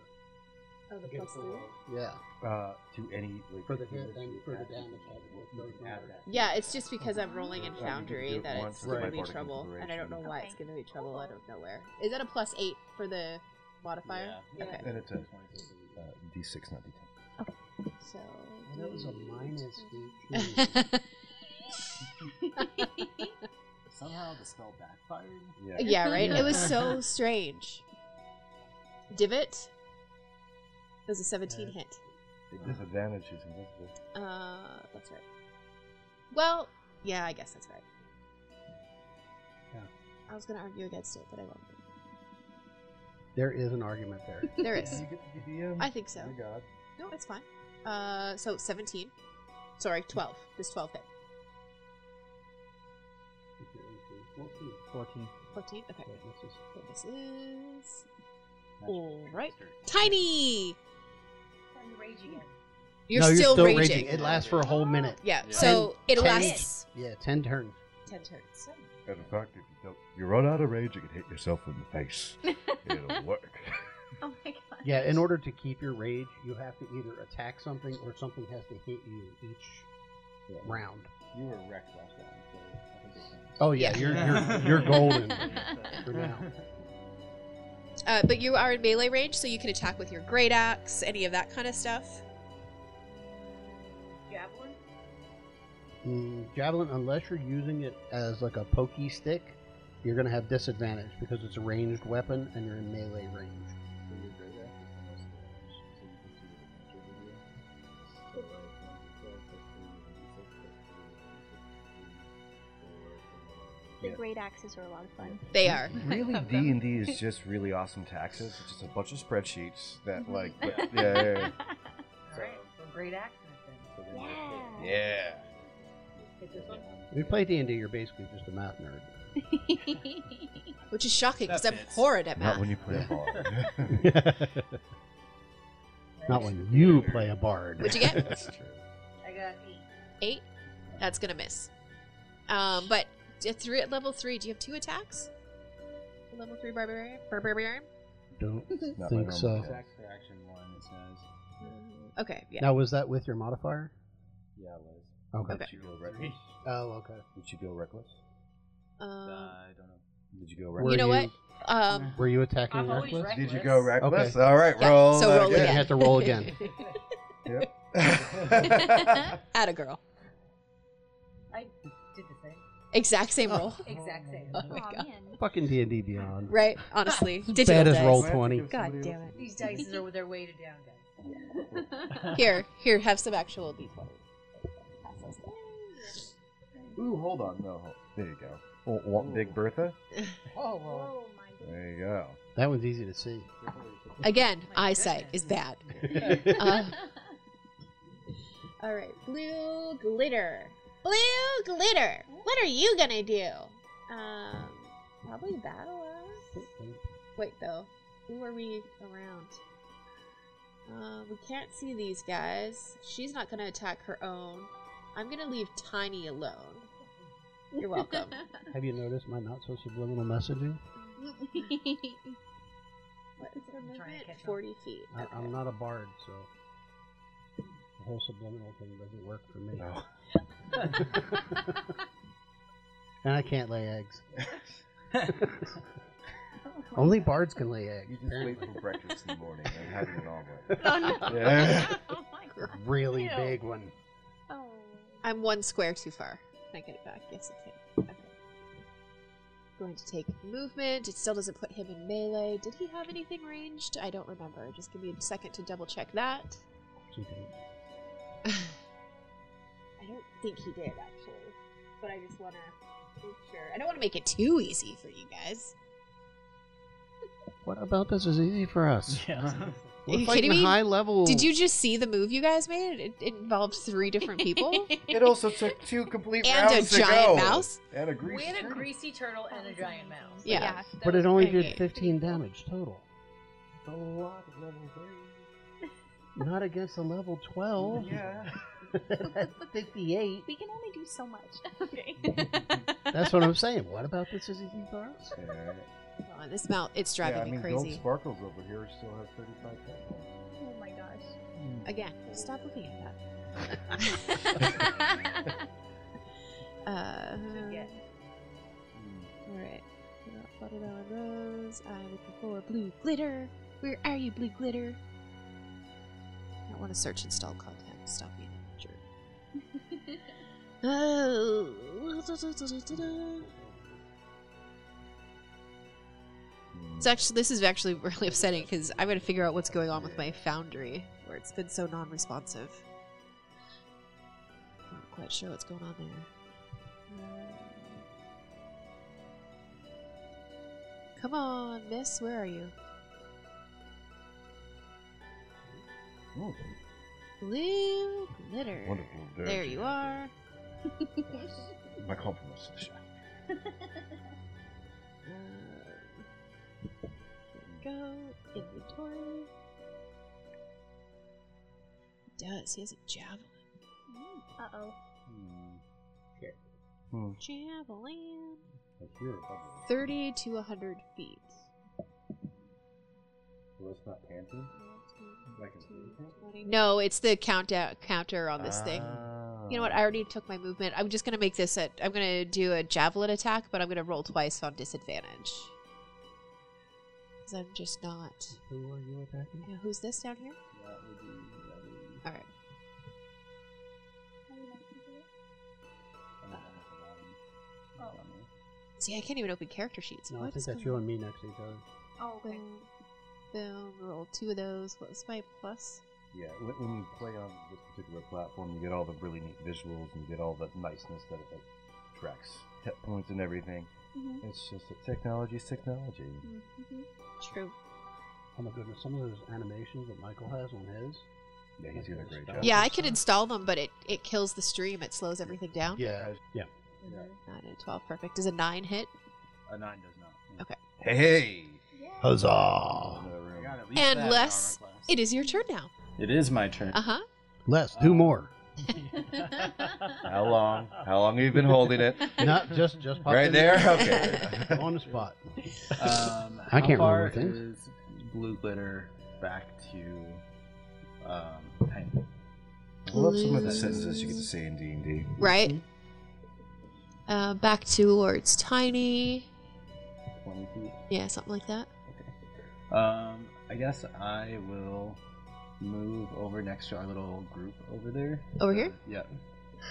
Speaker 1: Oh, the
Speaker 13: Against
Speaker 1: plus three?
Speaker 13: Yeah,
Speaker 8: Uh, to any like,
Speaker 13: for the hit
Speaker 8: damage you
Speaker 13: and for the
Speaker 8: add.
Speaker 13: damage. I had to work those numbers.
Speaker 1: Yeah, it's just because I'm rolling in
Speaker 8: Yeah, you can do
Speaker 1: Foundry
Speaker 8: it
Speaker 1: that
Speaker 8: once,
Speaker 1: it's
Speaker 8: it's
Speaker 1: going
Speaker 8: my
Speaker 1: to be
Speaker 8: bardic
Speaker 1: trouble, and I don't know
Speaker 8: inspiration.
Speaker 1: why it's going to be trouble out of nowhere. Is that a plus eight for the modifier?
Speaker 8: Yeah.
Speaker 1: Okay.
Speaker 8: And it's a uh, d six, not d ten.
Speaker 1: So.
Speaker 13: And that was a minus eighteen.
Speaker 4: Somehow the spell backfired.
Speaker 8: Yeah.
Speaker 1: yeah, right? It was so strange. Divot. It was a 17 hit.
Speaker 8: The disadvantage is invisible.
Speaker 1: Uh, that's right. Well, yeah, I guess that's right.
Speaker 13: Yeah.
Speaker 1: I was going to argue against it, but I won't.
Speaker 13: There is an argument there.
Speaker 1: There is.
Speaker 8: You get to be DM.
Speaker 1: I think so.
Speaker 8: Dear God.
Speaker 1: No, it's fine. Uh, so 17. Sorry, 12. This 12 hit.
Speaker 22: 14.
Speaker 1: 14? Okay. This is.
Speaker 4: Magic
Speaker 1: Alright. Tiny! You're,
Speaker 13: No,
Speaker 1: still, raging.
Speaker 13: It lasts for a whole minute.
Speaker 1: Yeah,
Speaker 4: Yeah.
Speaker 1: so
Speaker 13: Ten-
Speaker 1: it
Speaker 13: ten-
Speaker 1: lasts
Speaker 13: Yeah, ten turns.
Speaker 1: 10 turns.
Speaker 8: And in fact, if you don't, you run out of rage, you can hit yourself in the face. It'll work.
Speaker 16: Oh my god.
Speaker 13: Yeah, in order to keep your rage, you have to either attack something or something has to hit you each round.
Speaker 4: You were wrecked last round, so I think it's fine.
Speaker 13: Oh yeah, you're you're you're golden for now.
Speaker 1: Uh, but you are in melee range, so you can attack with your great axe, any of that kind of stuff.
Speaker 3: Javelin?
Speaker 13: Mm, javelin, unless you're using it as like a pokey stick, you're gonna have disadvantage because it's a ranged weapon and you're in melee range.
Speaker 16: The
Speaker 8: Yeah.
Speaker 16: great axes are a lot of fun.
Speaker 1: They are.
Speaker 8: Really, D and D is just really awesome taxes. It's just a bunch of spreadsheets that,
Speaker 1: Mm-hmm.
Speaker 8: like, but- yeah, yeah,
Speaker 3: Alright, so great accident then.
Speaker 8: yeah. yeah.
Speaker 3: Hit this one.
Speaker 13: If you play D and D, you're basically just a math nerd.
Speaker 1: Which is shocking because
Speaker 4: That
Speaker 1: I'm
Speaker 4: fits.
Speaker 1: horrid at
Speaker 8: Not
Speaker 1: math.
Speaker 8: when you play a ball.
Speaker 13: Not when you play a bard.
Speaker 1: What'd you get?
Speaker 8: That's true.
Speaker 3: I got eight.
Speaker 1: Eight? That's going to miss. Um, but at, three, at level three, do you have two attacks? A Level three barbarian? Barbarian?
Speaker 13: Don't
Speaker 8: Not my
Speaker 13: think
Speaker 8: normal
Speaker 13: so.
Speaker 8: attack.
Speaker 4: Attack for action one. It says.
Speaker 1: Okay, yeah.
Speaker 13: Now was that with your modifier?
Speaker 4: Yeah, it was.
Speaker 13: Okay.
Speaker 1: Okay.
Speaker 8: Did you go reckless?
Speaker 13: Oh, okay.
Speaker 8: Did you go reckless?
Speaker 1: Um,
Speaker 4: Uh, I don't know.
Speaker 8: Did you go
Speaker 13: Were
Speaker 1: you
Speaker 8: reckless?
Speaker 1: know
Speaker 13: you-
Speaker 1: what? Um,
Speaker 13: Were you attacking
Speaker 3: I'm always
Speaker 13: reckless?
Speaker 3: reckless.
Speaker 8: Did you go reckless? All right,
Speaker 1: yeah,
Speaker 8: roll.
Speaker 1: so roll
Speaker 13: You
Speaker 1: again.
Speaker 13: have to roll again.
Speaker 8: Yep.
Speaker 1: Atta girl.
Speaker 3: I did the same.
Speaker 1: Exact same roll.
Speaker 3: Exact same.
Speaker 1: Oh my
Speaker 16: Aw,
Speaker 1: god.
Speaker 16: man.
Speaker 13: Fucking D and D Beyond.
Speaker 1: Right, honestly. Digital
Speaker 13: Bad as
Speaker 1: dice.
Speaker 13: roll twenty.
Speaker 1: God damn it.
Speaker 3: These dice are they're weighted down, guys.
Speaker 1: Here, here, have some actual d20.
Speaker 8: Ooh, hold on. No, hold. there you go. Oh, want Big Bertha?
Speaker 13: Oh, well.
Speaker 16: Oh my god.
Speaker 8: There you go.
Speaker 13: That one's easy to see.
Speaker 1: Again,
Speaker 3: My
Speaker 1: eyesight
Speaker 3: goodness.
Speaker 1: is bad. Uh, all right, blue glitter. Blue glitter. What are you gonna do? Um, probably battle us. Wait though, who are we around? Uh, we can't see these guys. She's not going to attack her own. I'm going to leave Tiny alone. You're welcome.
Speaker 13: Have you noticed my not so subliminal messaging?
Speaker 1: what is her movement?
Speaker 26: catch up.
Speaker 1: 40 feet.
Speaker 13: I, I'm not a bard, so the whole subliminal thing doesn't work for me. and I can't lay eggs.
Speaker 1: Oh.
Speaker 13: Only bards can lay eggs.
Speaker 8: You just wait for breakfast in the morning and having an omelet.
Speaker 1: Oh, no.
Speaker 8: Yeah.
Speaker 13: really
Speaker 1: Ew.
Speaker 13: big one.
Speaker 16: Oh.
Speaker 1: I'm one square too far. Can I get it back? Yes, I can. Okay. Going to take movement. It still doesn't put him in melee. Did he have anything ranged? I don't remember. Just give me a second to double check that. I don't think he did, actually. But I just want to make sure. I don't want to make it too easy for you guys.
Speaker 13: What about this is easy for us?
Speaker 22: Yeah.
Speaker 1: Are
Speaker 13: We're
Speaker 1: you
Speaker 13: fighting
Speaker 1: kidding me?
Speaker 13: high level.
Speaker 1: Did you just see the move you guys made? It, it involved three different people.
Speaker 8: It also took two complete
Speaker 1: And a
Speaker 8: rounds to
Speaker 1: giant
Speaker 8: go.
Speaker 1: mouse?
Speaker 8: And a
Speaker 26: We
Speaker 8: greasy
Speaker 26: had a greasy turtle Oh, and a giant mouse.
Speaker 1: Yeah.
Speaker 13: But it only did 15 damage total.
Speaker 8: A lot of level
Speaker 13: Not against a level
Speaker 1: Oh.
Speaker 13: 12.
Speaker 8: Yeah.
Speaker 13: 58.
Speaker 16: We can only do so much. okay.
Speaker 13: That's what I'm saying. What about this is easy for us?
Speaker 1: Oh, this mount, it's driving
Speaker 8: yeah, I mean,
Speaker 1: me
Speaker 8: Gold
Speaker 1: crazy.
Speaker 8: Sparkles over here still have 35 points.
Speaker 16: Oh my gosh.
Speaker 1: Again, stop looking at that. uh, Alright. We're not flooded on rose. I'm looking for blue glitter. Where are you, blue glitter? I don't want to search install content. Stop being a jerk. Oh. It's actually this is actually really upsetting because I'm gonna figure out what's going on with my foundry where it's been so non-responsive. Not quite sure what's going on there. Hmm. Uh, Come on, Miss, where are you?
Speaker 8: Ooh,
Speaker 1: Blue glitter.
Speaker 8: Hmm. Wonderful.
Speaker 1: There you are.
Speaker 8: My compliments to the chef.
Speaker 1: Um, Go inventory. He does. He has a javelin.
Speaker 16: Uh oh.
Speaker 8: Hmm.
Speaker 1: Javelin.
Speaker 8: I hear it. but-
Speaker 1: Thirty to hundred feet.
Speaker 8: Well, it's not panting. I can see it.
Speaker 1: No, it's the countdown counter on this thing. You know what? I
Speaker 8: Ah.
Speaker 1: already took my movement. I'm just gonna make this a. I'm gonna do a javelin attack, but I'm gonna roll twice on disadvantage. Cause I'm just not.
Speaker 13: Who are you attacking?
Speaker 1: Now, who's this down here?
Speaker 13: That would be level-
Speaker 1: All right. See, I can't even open character sheets.
Speaker 13: No, I
Speaker 1: What
Speaker 13: think
Speaker 1: is
Speaker 13: that's
Speaker 1: going-
Speaker 13: you and me next to each other.
Speaker 16: Oh, okay.
Speaker 1: Boom, roll two of those. What was my plus?
Speaker 8: Yeah, when, when you play on this particular platform, you get all the really neat visuals and you get all the niceness that it like, tracks hit points and everything.
Speaker 16: Mhm.
Speaker 8: It's just that technology is technology.
Speaker 16: Mhm.
Speaker 1: True.
Speaker 13: Oh my goodness, some of those animations that Michael has on his.
Speaker 8: Yeah, he's doing a great
Speaker 13: Yeah.
Speaker 8: job.
Speaker 1: Yeah, I could install them, but it, it kills the stream. It slows everything down.
Speaker 13: Yeah. Yeah.
Speaker 1: Nine and a twelve, perfect. Does a nine hit?
Speaker 4: A Uh, nine does not.
Speaker 1: Okay.
Speaker 8: Hey, hey!
Speaker 13: Huzzah!
Speaker 8: Another room.
Speaker 4: Got at least that in
Speaker 1: And
Speaker 4: armor
Speaker 1: less,
Speaker 4: class.
Speaker 1: it is your turn now.
Speaker 4: It is my turn.
Speaker 1: Uh huh.
Speaker 13: Less,
Speaker 1: Um,
Speaker 13: do more.
Speaker 8: How long? How long have you been holding it?
Speaker 13: Not just just popped
Speaker 8: right
Speaker 13: in
Speaker 8: there? Okay. Uh,
Speaker 13: on the spot.
Speaker 4: Um,
Speaker 13: I can't
Speaker 4: how far
Speaker 13: remember things.
Speaker 4: is blue glitter back to um, tiny?
Speaker 8: I love some of the sentences you get to say in D&D.
Speaker 1: Right. Uh, back towards tiny.
Speaker 4: Twenty feet.
Speaker 1: Yeah, something like that.
Speaker 4: Um, I guess I will move over next to our little group over there.
Speaker 1: Over here?
Speaker 4: Yeah.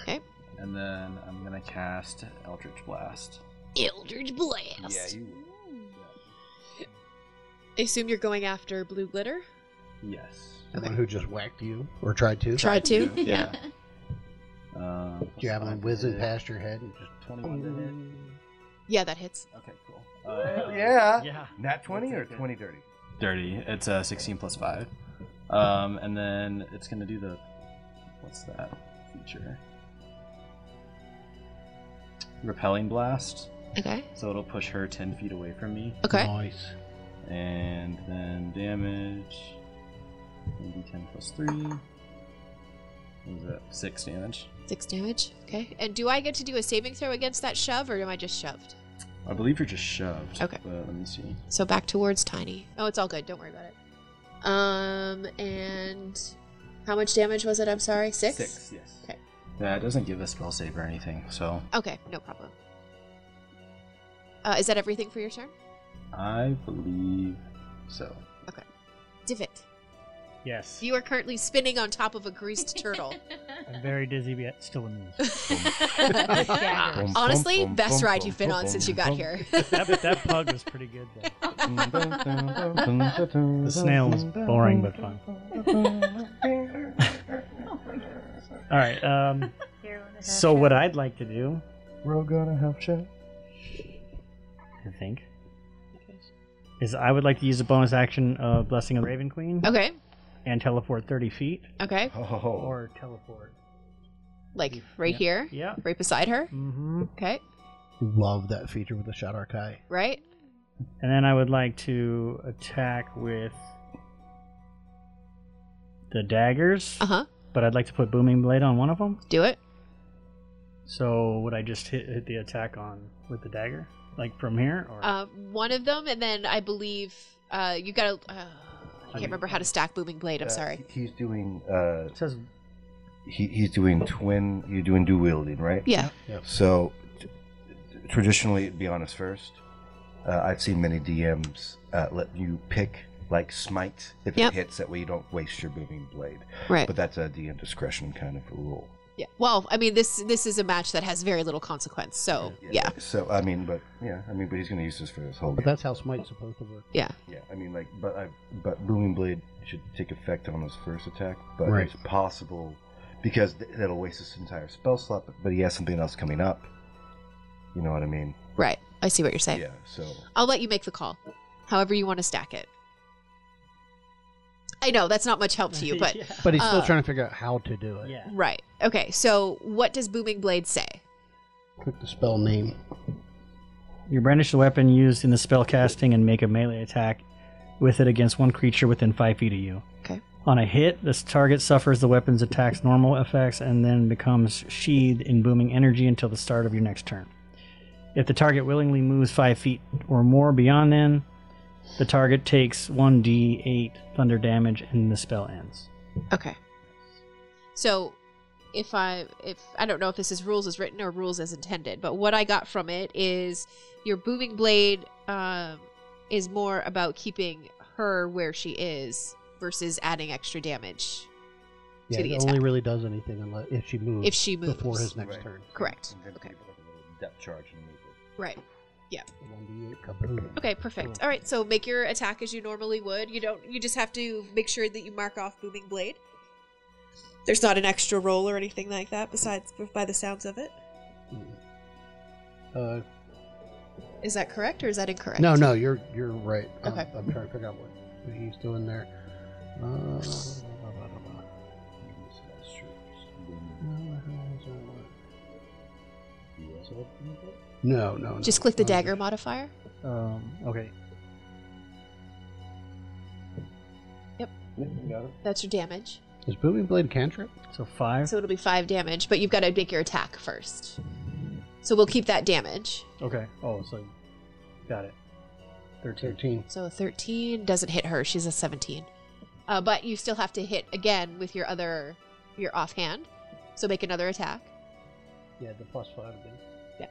Speaker 1: Okay.
Speaker 4: And then I'm gonna cast Eldritch Blast.
Speaker 1: Eldritch blast.
Speaker 4: Yeah, you.
Speaker 16: Mm.
Speaker 1: I assume you're going after blue glitter.
Speaker 4: Yes.
Speaker 13: The one who just whacked you or tried to.
Speaker 1: Tried to.
Speaker 4: Yeah. Uh, plus
Speaker 13: Javelin
Speaker 4: five
Speaker 13: whizzing
Speaker 4: to hit.
Speaker 13: past your head and just
Speaker 4: Twenty-one to hit.
Speaker 1: Oh, Yeah, that hits.
Speaker 4: Okay, cool.
Speaker 8: Hell
Speaker 4: Uh,
Speaker 8: yeah.
Speaker 22: Yeah.
Speaker 8: Nat 20 or
Speaker 4: Okay.
Speaker 8: 20 dirty?
Speaker 4: Dirty. It's uh, 16 plus 5. Um, and then it's going to do the. What's that feature? Repelling blast.
Speaker 1: Okay.
Speaker 4: So it'll push her 10
Speaker 13: Uh-huh.
Speaker 4: feet away from me.
Speaker 1: Okay.
Speaker 13: Nice.
Speaker 4: And then damage. 1d10 plus 3. What is that? 6 damage.
Speaker 1: Six damage. Okay. And do I get to do a saving throw against that shove, or am I just shoved?
Speaker 4: I believe you're just shoved.
Speaker 1: Okay.
Speaker 4: But let me see.
Speaker 1: So back towards Tiny. Oh, it's all good. Don't worry about it. Um, and how much damage was it? I'm sorry. Six.
Speaker 4: Six, yes.
Speaker 1: Okay.
Speaker 4: Yeah, it doesn't give a spell save or anything, so
Speaker 1: Okay. No problem. Uh, is that everything for your turn?
Speaker 4: I believe so.
Speaker 1: Okay. Divot,
Speaker 22: Yes.
Speaker 1: you are currently spinning on top of a greased turtle.
Speaker 22: I'm very dizzy, but still amused.
Speaker 1: Honestly, best ride you've been on since you got here.
Speaker 22: that, that pug was pretty good, though. The snail was boring, but fun. All right. Um, so what I'd like to do,
Speaker 8: We're gonna have chat.
Speaker 22: I think, is I would like to use a bonus action of Blessing of the Raven Queen.
Speaker 1: Okay.
Speaker 22: And teleport 30 feet.
Speaker 1: Okay.
Speaker 22: Or teleport.
Speaker 1: Like right
Speaker 22: Yeah.
Speaker 1: here?
Speaker 22: Yeah.
Speaker 1: Right beside her?
Speaker 22: Mm-hmm.
Speaker 1: Okay.
Speaker 13: Love that feature with the Shot Archive.
Speaker 1: Right?
Speaker 22: And then I would like to attack with the daggers. Uh
Speaker 1: huh.
Speaker 22: But I'd like to put Booming Blade on one of them.
Speaker 1: Do it.
Speaker 22: So would I just hit, hit the attack on with the dagger, like from here, or
Speaker 1: Uh, one of them, and then I believe uh, you got to. Uh, I can't remember how to stack Booming Blade. I'm sorry.
Speaker 8: He's doing. Uh,
Speaker 22: it says.
Speaker 8: He, he's doing twin. You're doing dual wielding, right?
Speaker 1: Yeah.
Speaker 22: Yeah.
Speaker 8: So, t- traditionally, it'd be honest first. Uh, I've seen many DMs uh, let you pick like smite if
Speaker 1: Yep.
Speaker 8: it hits. That way, you don't waste your booming blade.
Speaker 1: Right.
Speaker 8: But that's a DM discretion kind of rule.
Speaker 1: Yeah. Well, I mean, this this is a match that has very little consequence. So Oh, yeah.
Speaker 8: So I mean, but yeah, I mean, but he's going to use this for this whole.
Speaker 13: But
Speaker 8: game.
Speaker 13: that's how Smite's supposed to work.
Speaker 1: Yeah.
Speaker 8: Yeah, I mean, like, but I, but booming blade should take effect on his first attack, but
Speaker 13: Right.
Speaker 8: it's possible because th- that'll waste his entire spell slot. But, but he has something else coming up. You know what I mean?
Speaker 1: Right. I see what you're saying.
Speaker 8: Yeah. So
Speaker 1: I'll let you make the call, however you want to stack it. I know that's not much help to you, but
Speaker 13: But he's still
Speaker 1: uh,
Speaker 13: trying to figure out how to do it.
Speaker 22: Yeah.
Speaker 1: Right. Okay. So what does Booming Blade say?
Speaker 13: Click the spell name.
Speaker 22: you brandish the weapon used in the spell casting and make a melee attack with it against one creature within five feet of you.
Speaker 1: Okay.
Speaker 22: On a hit, this target suffers the weapon's attack's normal effects and then becomes sheathed in booming energy until the start of your next turn. If the target willingly moves five feet or more beyond then, the target takes 1d8 thunder damage and the spell ends.
Speaker 1: Okay. So if I if I don't know if this is rules as written or rules as intended, but what I got from it is your booming blade um, is more about keeping her where she is versus adding extra damage.
Speaker 13: Yeah,
Speaker 1: To the
Speaker 13: it only really does anything unless if she moves.
Speaker 1: If she moves.
Speaker 13: before his next
Speaker 1: Right.
Speaker 13: turn.
Speaker 1: Correct.
Speaker 8: Okay. Depth charge and move
Speaker 1: Right. Yeah.
Speaker 13: One d8 kaboom.
Speaker 1: Okay, perfect. All right, so make your attack as you normally would. You don't you just have to make sure that you mark off booming blade. There's not an extra roll or anything like that besides by the sounds of it.
Speaker 13: Mm. Uh,
Speaker 1: Is that correct or is that incorrect?
Speaker 13: no, no, you're you're right. I'm-
Speaker 1: Okay.
Speaker 13: I'm, trying to figure out what he's doing there. Uh, blah, blah, blah, blah, blah. No, no, no.
Speaker 1: Just click the
Speaker 13: Uh,
Speaker 1: dagger modifier.
Speaker 22: Um, okay.
Speaker 1: Yep.
Speaker 8: it. Got it.
Speaker 1: That's your damage.
Speaker 13: Is booming blade cantrip?
Speaker 22: So five.
Speaker 1: So it'll be five damage, but you've got to make your attack first. So we'll keep that damage.
Speaker 22: Okay. Oh, so got it. 13.
Speaker 1: So a 13 doesn't hit her. She's a 17. Uh, but you still have to hit again with your other, your offhand. So make another attack.
Speaker 13: Yeah, the plus five again.
Speaker 1: Yeah.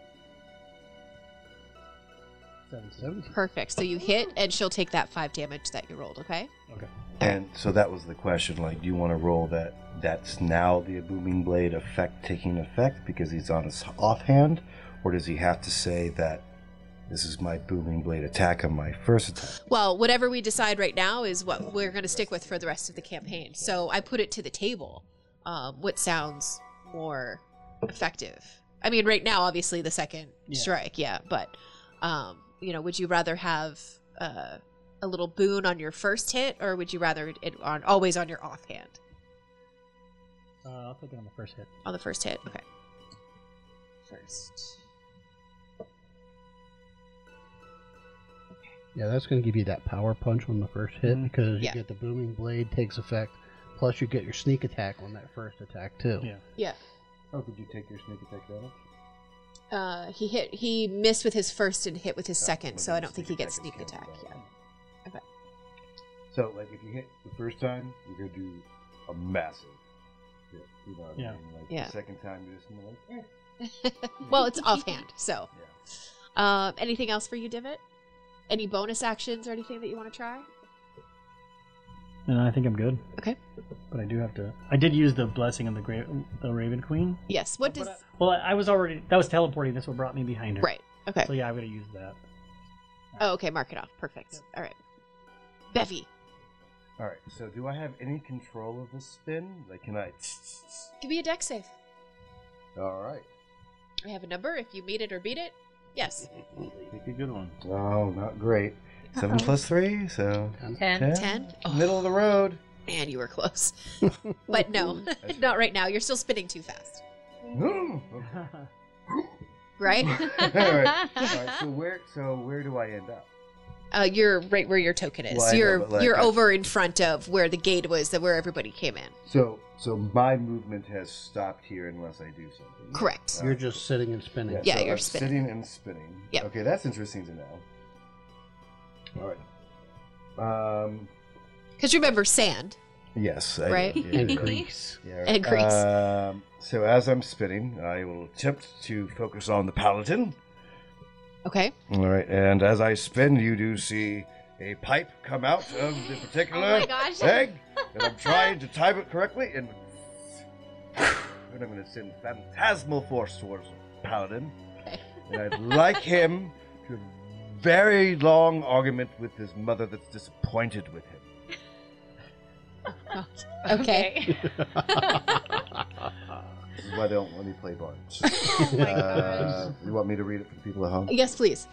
Speaker 13: Seventeen.
Speaker 1: Perfect. So you hit, and she'll take that five damage that you rolled, okay?
Speaker 22: Okay.
Speaker 8: And so that was the question. Like, do you want to roll that? That's now the booming blade effect taking effect because he's on his offhand, or does he have to say that this is my booming blade attack on my first attack?
Speaker 1: Well, whatever we decide right now is what we're going to stick with for the rest of the campaign. So I put it to the table. Um, what sounds more effective? I mean, right now, obviously, the second
Speaker 26: Yeah.
Speaker 1: strike, yeah. But um, you know, would you rather have uh, a little boon on your first hit, or would you rather it on always on your offhand
Speaker 22: Uh, I'll take it on the first hit.
Speaker 1: on the first hit? Okay. First.
Speaker 13: Yeah, that's going to give you that power punch on the first hit
Speaker 22: Mm-hmm.
Speaker 13: because you
Speaker 1: Yeah.
Speaker 13: get the booming blade takes effect, plus you get your sneak attack on that first attack too.
Speaker 22: Yeah.
Speaker 1: Yeah.
Speaker 8: Oh, did you take your sneak attack damage?
Speaker 1: Uh, he hit. He missed with his first and hit with his second, so I don't think he gets sneak attack. Yeah.
Speaker 8: So, like, if you hit the first time, you're gonna do a massive hit. You know what I
Speaker 22: Yeah.
Speaker 8: mean? Like,
Speaker 1: Yeah.
Speaker 8: the second time, you're just gonna like, eh.
Speaker 1: well, it's offhand. So, um, anything else for you, Divot? Any bonus actions or anything that you want to try?
Speaker 22: And I think I'm good.
Speaker 1: Okay.
Speaker 22: But I do have to. I did use the blessing of the gra- the Raven Queen.
Speaker 1: Yes.
Speaker 8: Uh,
Speaker 1: What does?
Speaker 22: Well, I, I was already. That was teleporting. That's what brought me behind her.
Speaker 1: Right. Okay.
Speaker 22: So yeah, I'm gonna use that.
Speaker 1: Oh, okay. Mark it off. Perfect. All right. Bevy,
Speaker 8: All right. So, do I have any control of this spin? Like, can I?
Speaker 1: give me a deck save.
Speaker 8: All right.
Speaker 1: I have a number. If you meet it or beat it, yes.
Speaker 4: Pick a good one.
Speaker 8: Oh, not great. 7
Speaker 1: Uh-oh.
Speaker 8: plus three, so
Speaker 1: Ten.
Speaker 8: ten.
Speaker 1: Ten? Oh.
Speaker 8: Middle of the road.
Speaker 1: Man, you were close. But no, not right now. You're still spinning too fast.
Speaker 8: No.
Speaker 1: Right?
Speaker 8: All right. All right. So where? So where do I end up?
Speaker 1: Uh, you're right where your token is.
Speaker 8: Well, I know,
Speaker 1: you're
Speaker 8: but, like,
Speaker 1: you're
Speaker 8: I-
Speaker 1: over in front of where the gate was, that where everybody came in.
Speaker 8: So, so my movement has stopped here unless I do something.
Speaker 1: Correct.
Speaker 8: Uh,
Speaker 13: You're just sitting and spinning.
Speaker 1: Yeah,
Speaker 8: so
Speaker 1: you're
Speaker 8: I'm
Speaker 1: spinning.
Speaker 8: sitting and spinning.
Speaker 1: Yep.
Speaker 8: Okay, that's interesting to know. All right. Um.
Speaker 1: Because remember, sand.
Speaker 8: Yes.
Speaker 1: Right?
Speaker 8: yeah,
Speaker 1: And
Speaker 8: yeah.
Speaker 1: grease.
Speaker 8: Yeah,
Speaker 1: And grease.
Speaker 8: Um, so as I'm spinning, I will attempt to focus on the paladin.
Speaker 1: Okay.
Speaker 8: All right, and as I spin, you do see a pipe come out of the particular
Speaker 1: Oh my gosh.
Speaker 8: egg, and I'm trying to time it correctly, and, and I'm going to send phantasmal force towards the paladin, and I'd like him to have a very long argument with his mother that's disappointed with him.
Speaker 1: Okay.
Speaker 8: This is why they don't let me play Barnes.
Speaker 1: Oh my
Speaker 8: Uh,
Speaker 1: gosh.
Speaker 8: you want me to read it for the people at home?
Speaker 1: yes, please.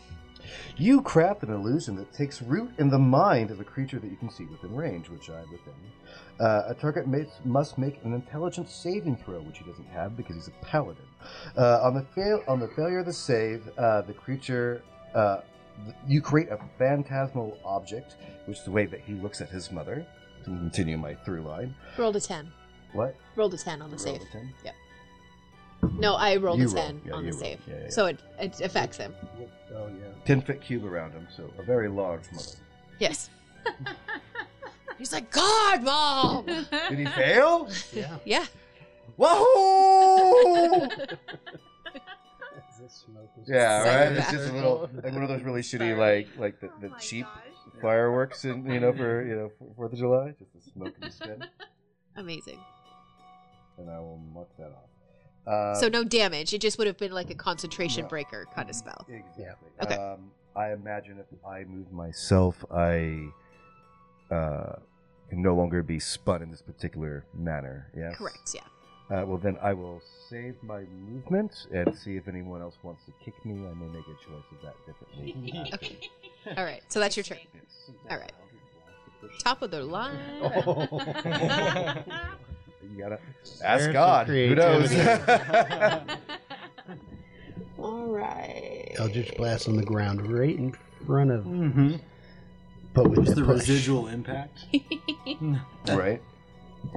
Speaker 8: You craft an illusion that takes root in the mind of a creature that you can see within range, which I am within. Uh, a target makes, must make an intelligence saving throw, which he doesn't have because he's a paladin. Uh, on the fail on the failure of the save, uh, the creature uh, th- you create a phantasmal object, which is the way that he looks at his mother. To continue my through line,
Speaker 1: Rolled a 10.
Speaker 8: what?
Speaker 1: Rolled a 10 on the
Speaker 8: Rolled
Speaker 1: save.
Speaker 8: a 10?
Speaker 1: Yep. No, I rolled
Speaker 8: You
Speaker 1: a
Speaker 8: rolled.
Speaker 1: 10
Speaker 8: Yeah,
Speaker 1: on
Speaker 8: you
Speaker 1: the
Speaker 8: rolled.
Speaker 1: save.
Speaker 8: Yeah, yeah, yeah.
Speaker 1: So it, it affects him.
Speaker 8: Oh yeah, ten foot cube around him, so a very large mother.
Speaker 1: Yes. He's like, God, Mom!
Speaker 8: Did he fail?
Speaker 13: Yeah.
Speaker 1: yeah.
Speaker 8: Wahoo! Yeah,
Speaker 13: Sorry
Speaker 8: right.
Speaker 13: about
Speaker 8: It's
Speaker 13: that.
Speaker 8: just a little like one of those really shitty like like
Speaker 1: Oh
Speaker 8: the, the cheap fireworks in you know for you know for Fourth of July. Just the smoke and the spin,
Speaker 1: Amazing.
Speaker 8: and I will mark that off. Uh,
Speaker 1: so no damage. It just would have been like a concentration
Speaker 8: no.
Speaker 1: breaker kind of spell.
Speaker 8: Exactly.
Speaker 1: Okay.
Speaker 8: Um, I imagine if I move myself, I uh, can no longer be spun in this particular manner. Yes.
Speaker 1: Correct, yeah.
Speaker 8: Uh, well, then I will save my movement and see if anyone else wants to kick me. I may make a choice of that differently. after.
Speaker 1: All right, so that's your turn. All right. Top of the line.
Speaker 8: Oh. You gotta
Speaker 13: There's
Speaker 8: ask
Speaker 13: some
Speaker 8: God. Who knows?
Speaker 1: All right.
Speaker 13: Eldritch blast on the ground right in front of.
Speaker 4: Mm-hmm.
Speaker 13: But with
Speaker 4: Just
Speaker 13: that
Speaker 4: the
Speaker 13: push.
Speaker 4: residual impact.
Speaker 8: right.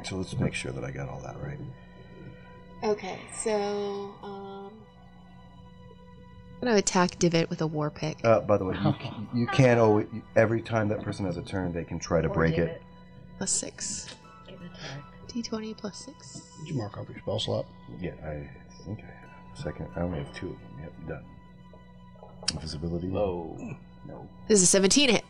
Speaker 8: So let's make sure that I got all that right.
Speaker 1: Okay, so um, I'm gonna attack Divot with a war pick.
Speaker 8: Uh, by the way, you, c- you can always every time that person has a turn, they can try to break it.
Speaker 1: Plus six. D20 plus six.
Speaker 13: Did you mark off your spell slot?
Speaker 8: Yeah, I think I have a second. I only have two of them. Yep, done. Invisibility. No. No.
Speaker 1: This is a 17 hit.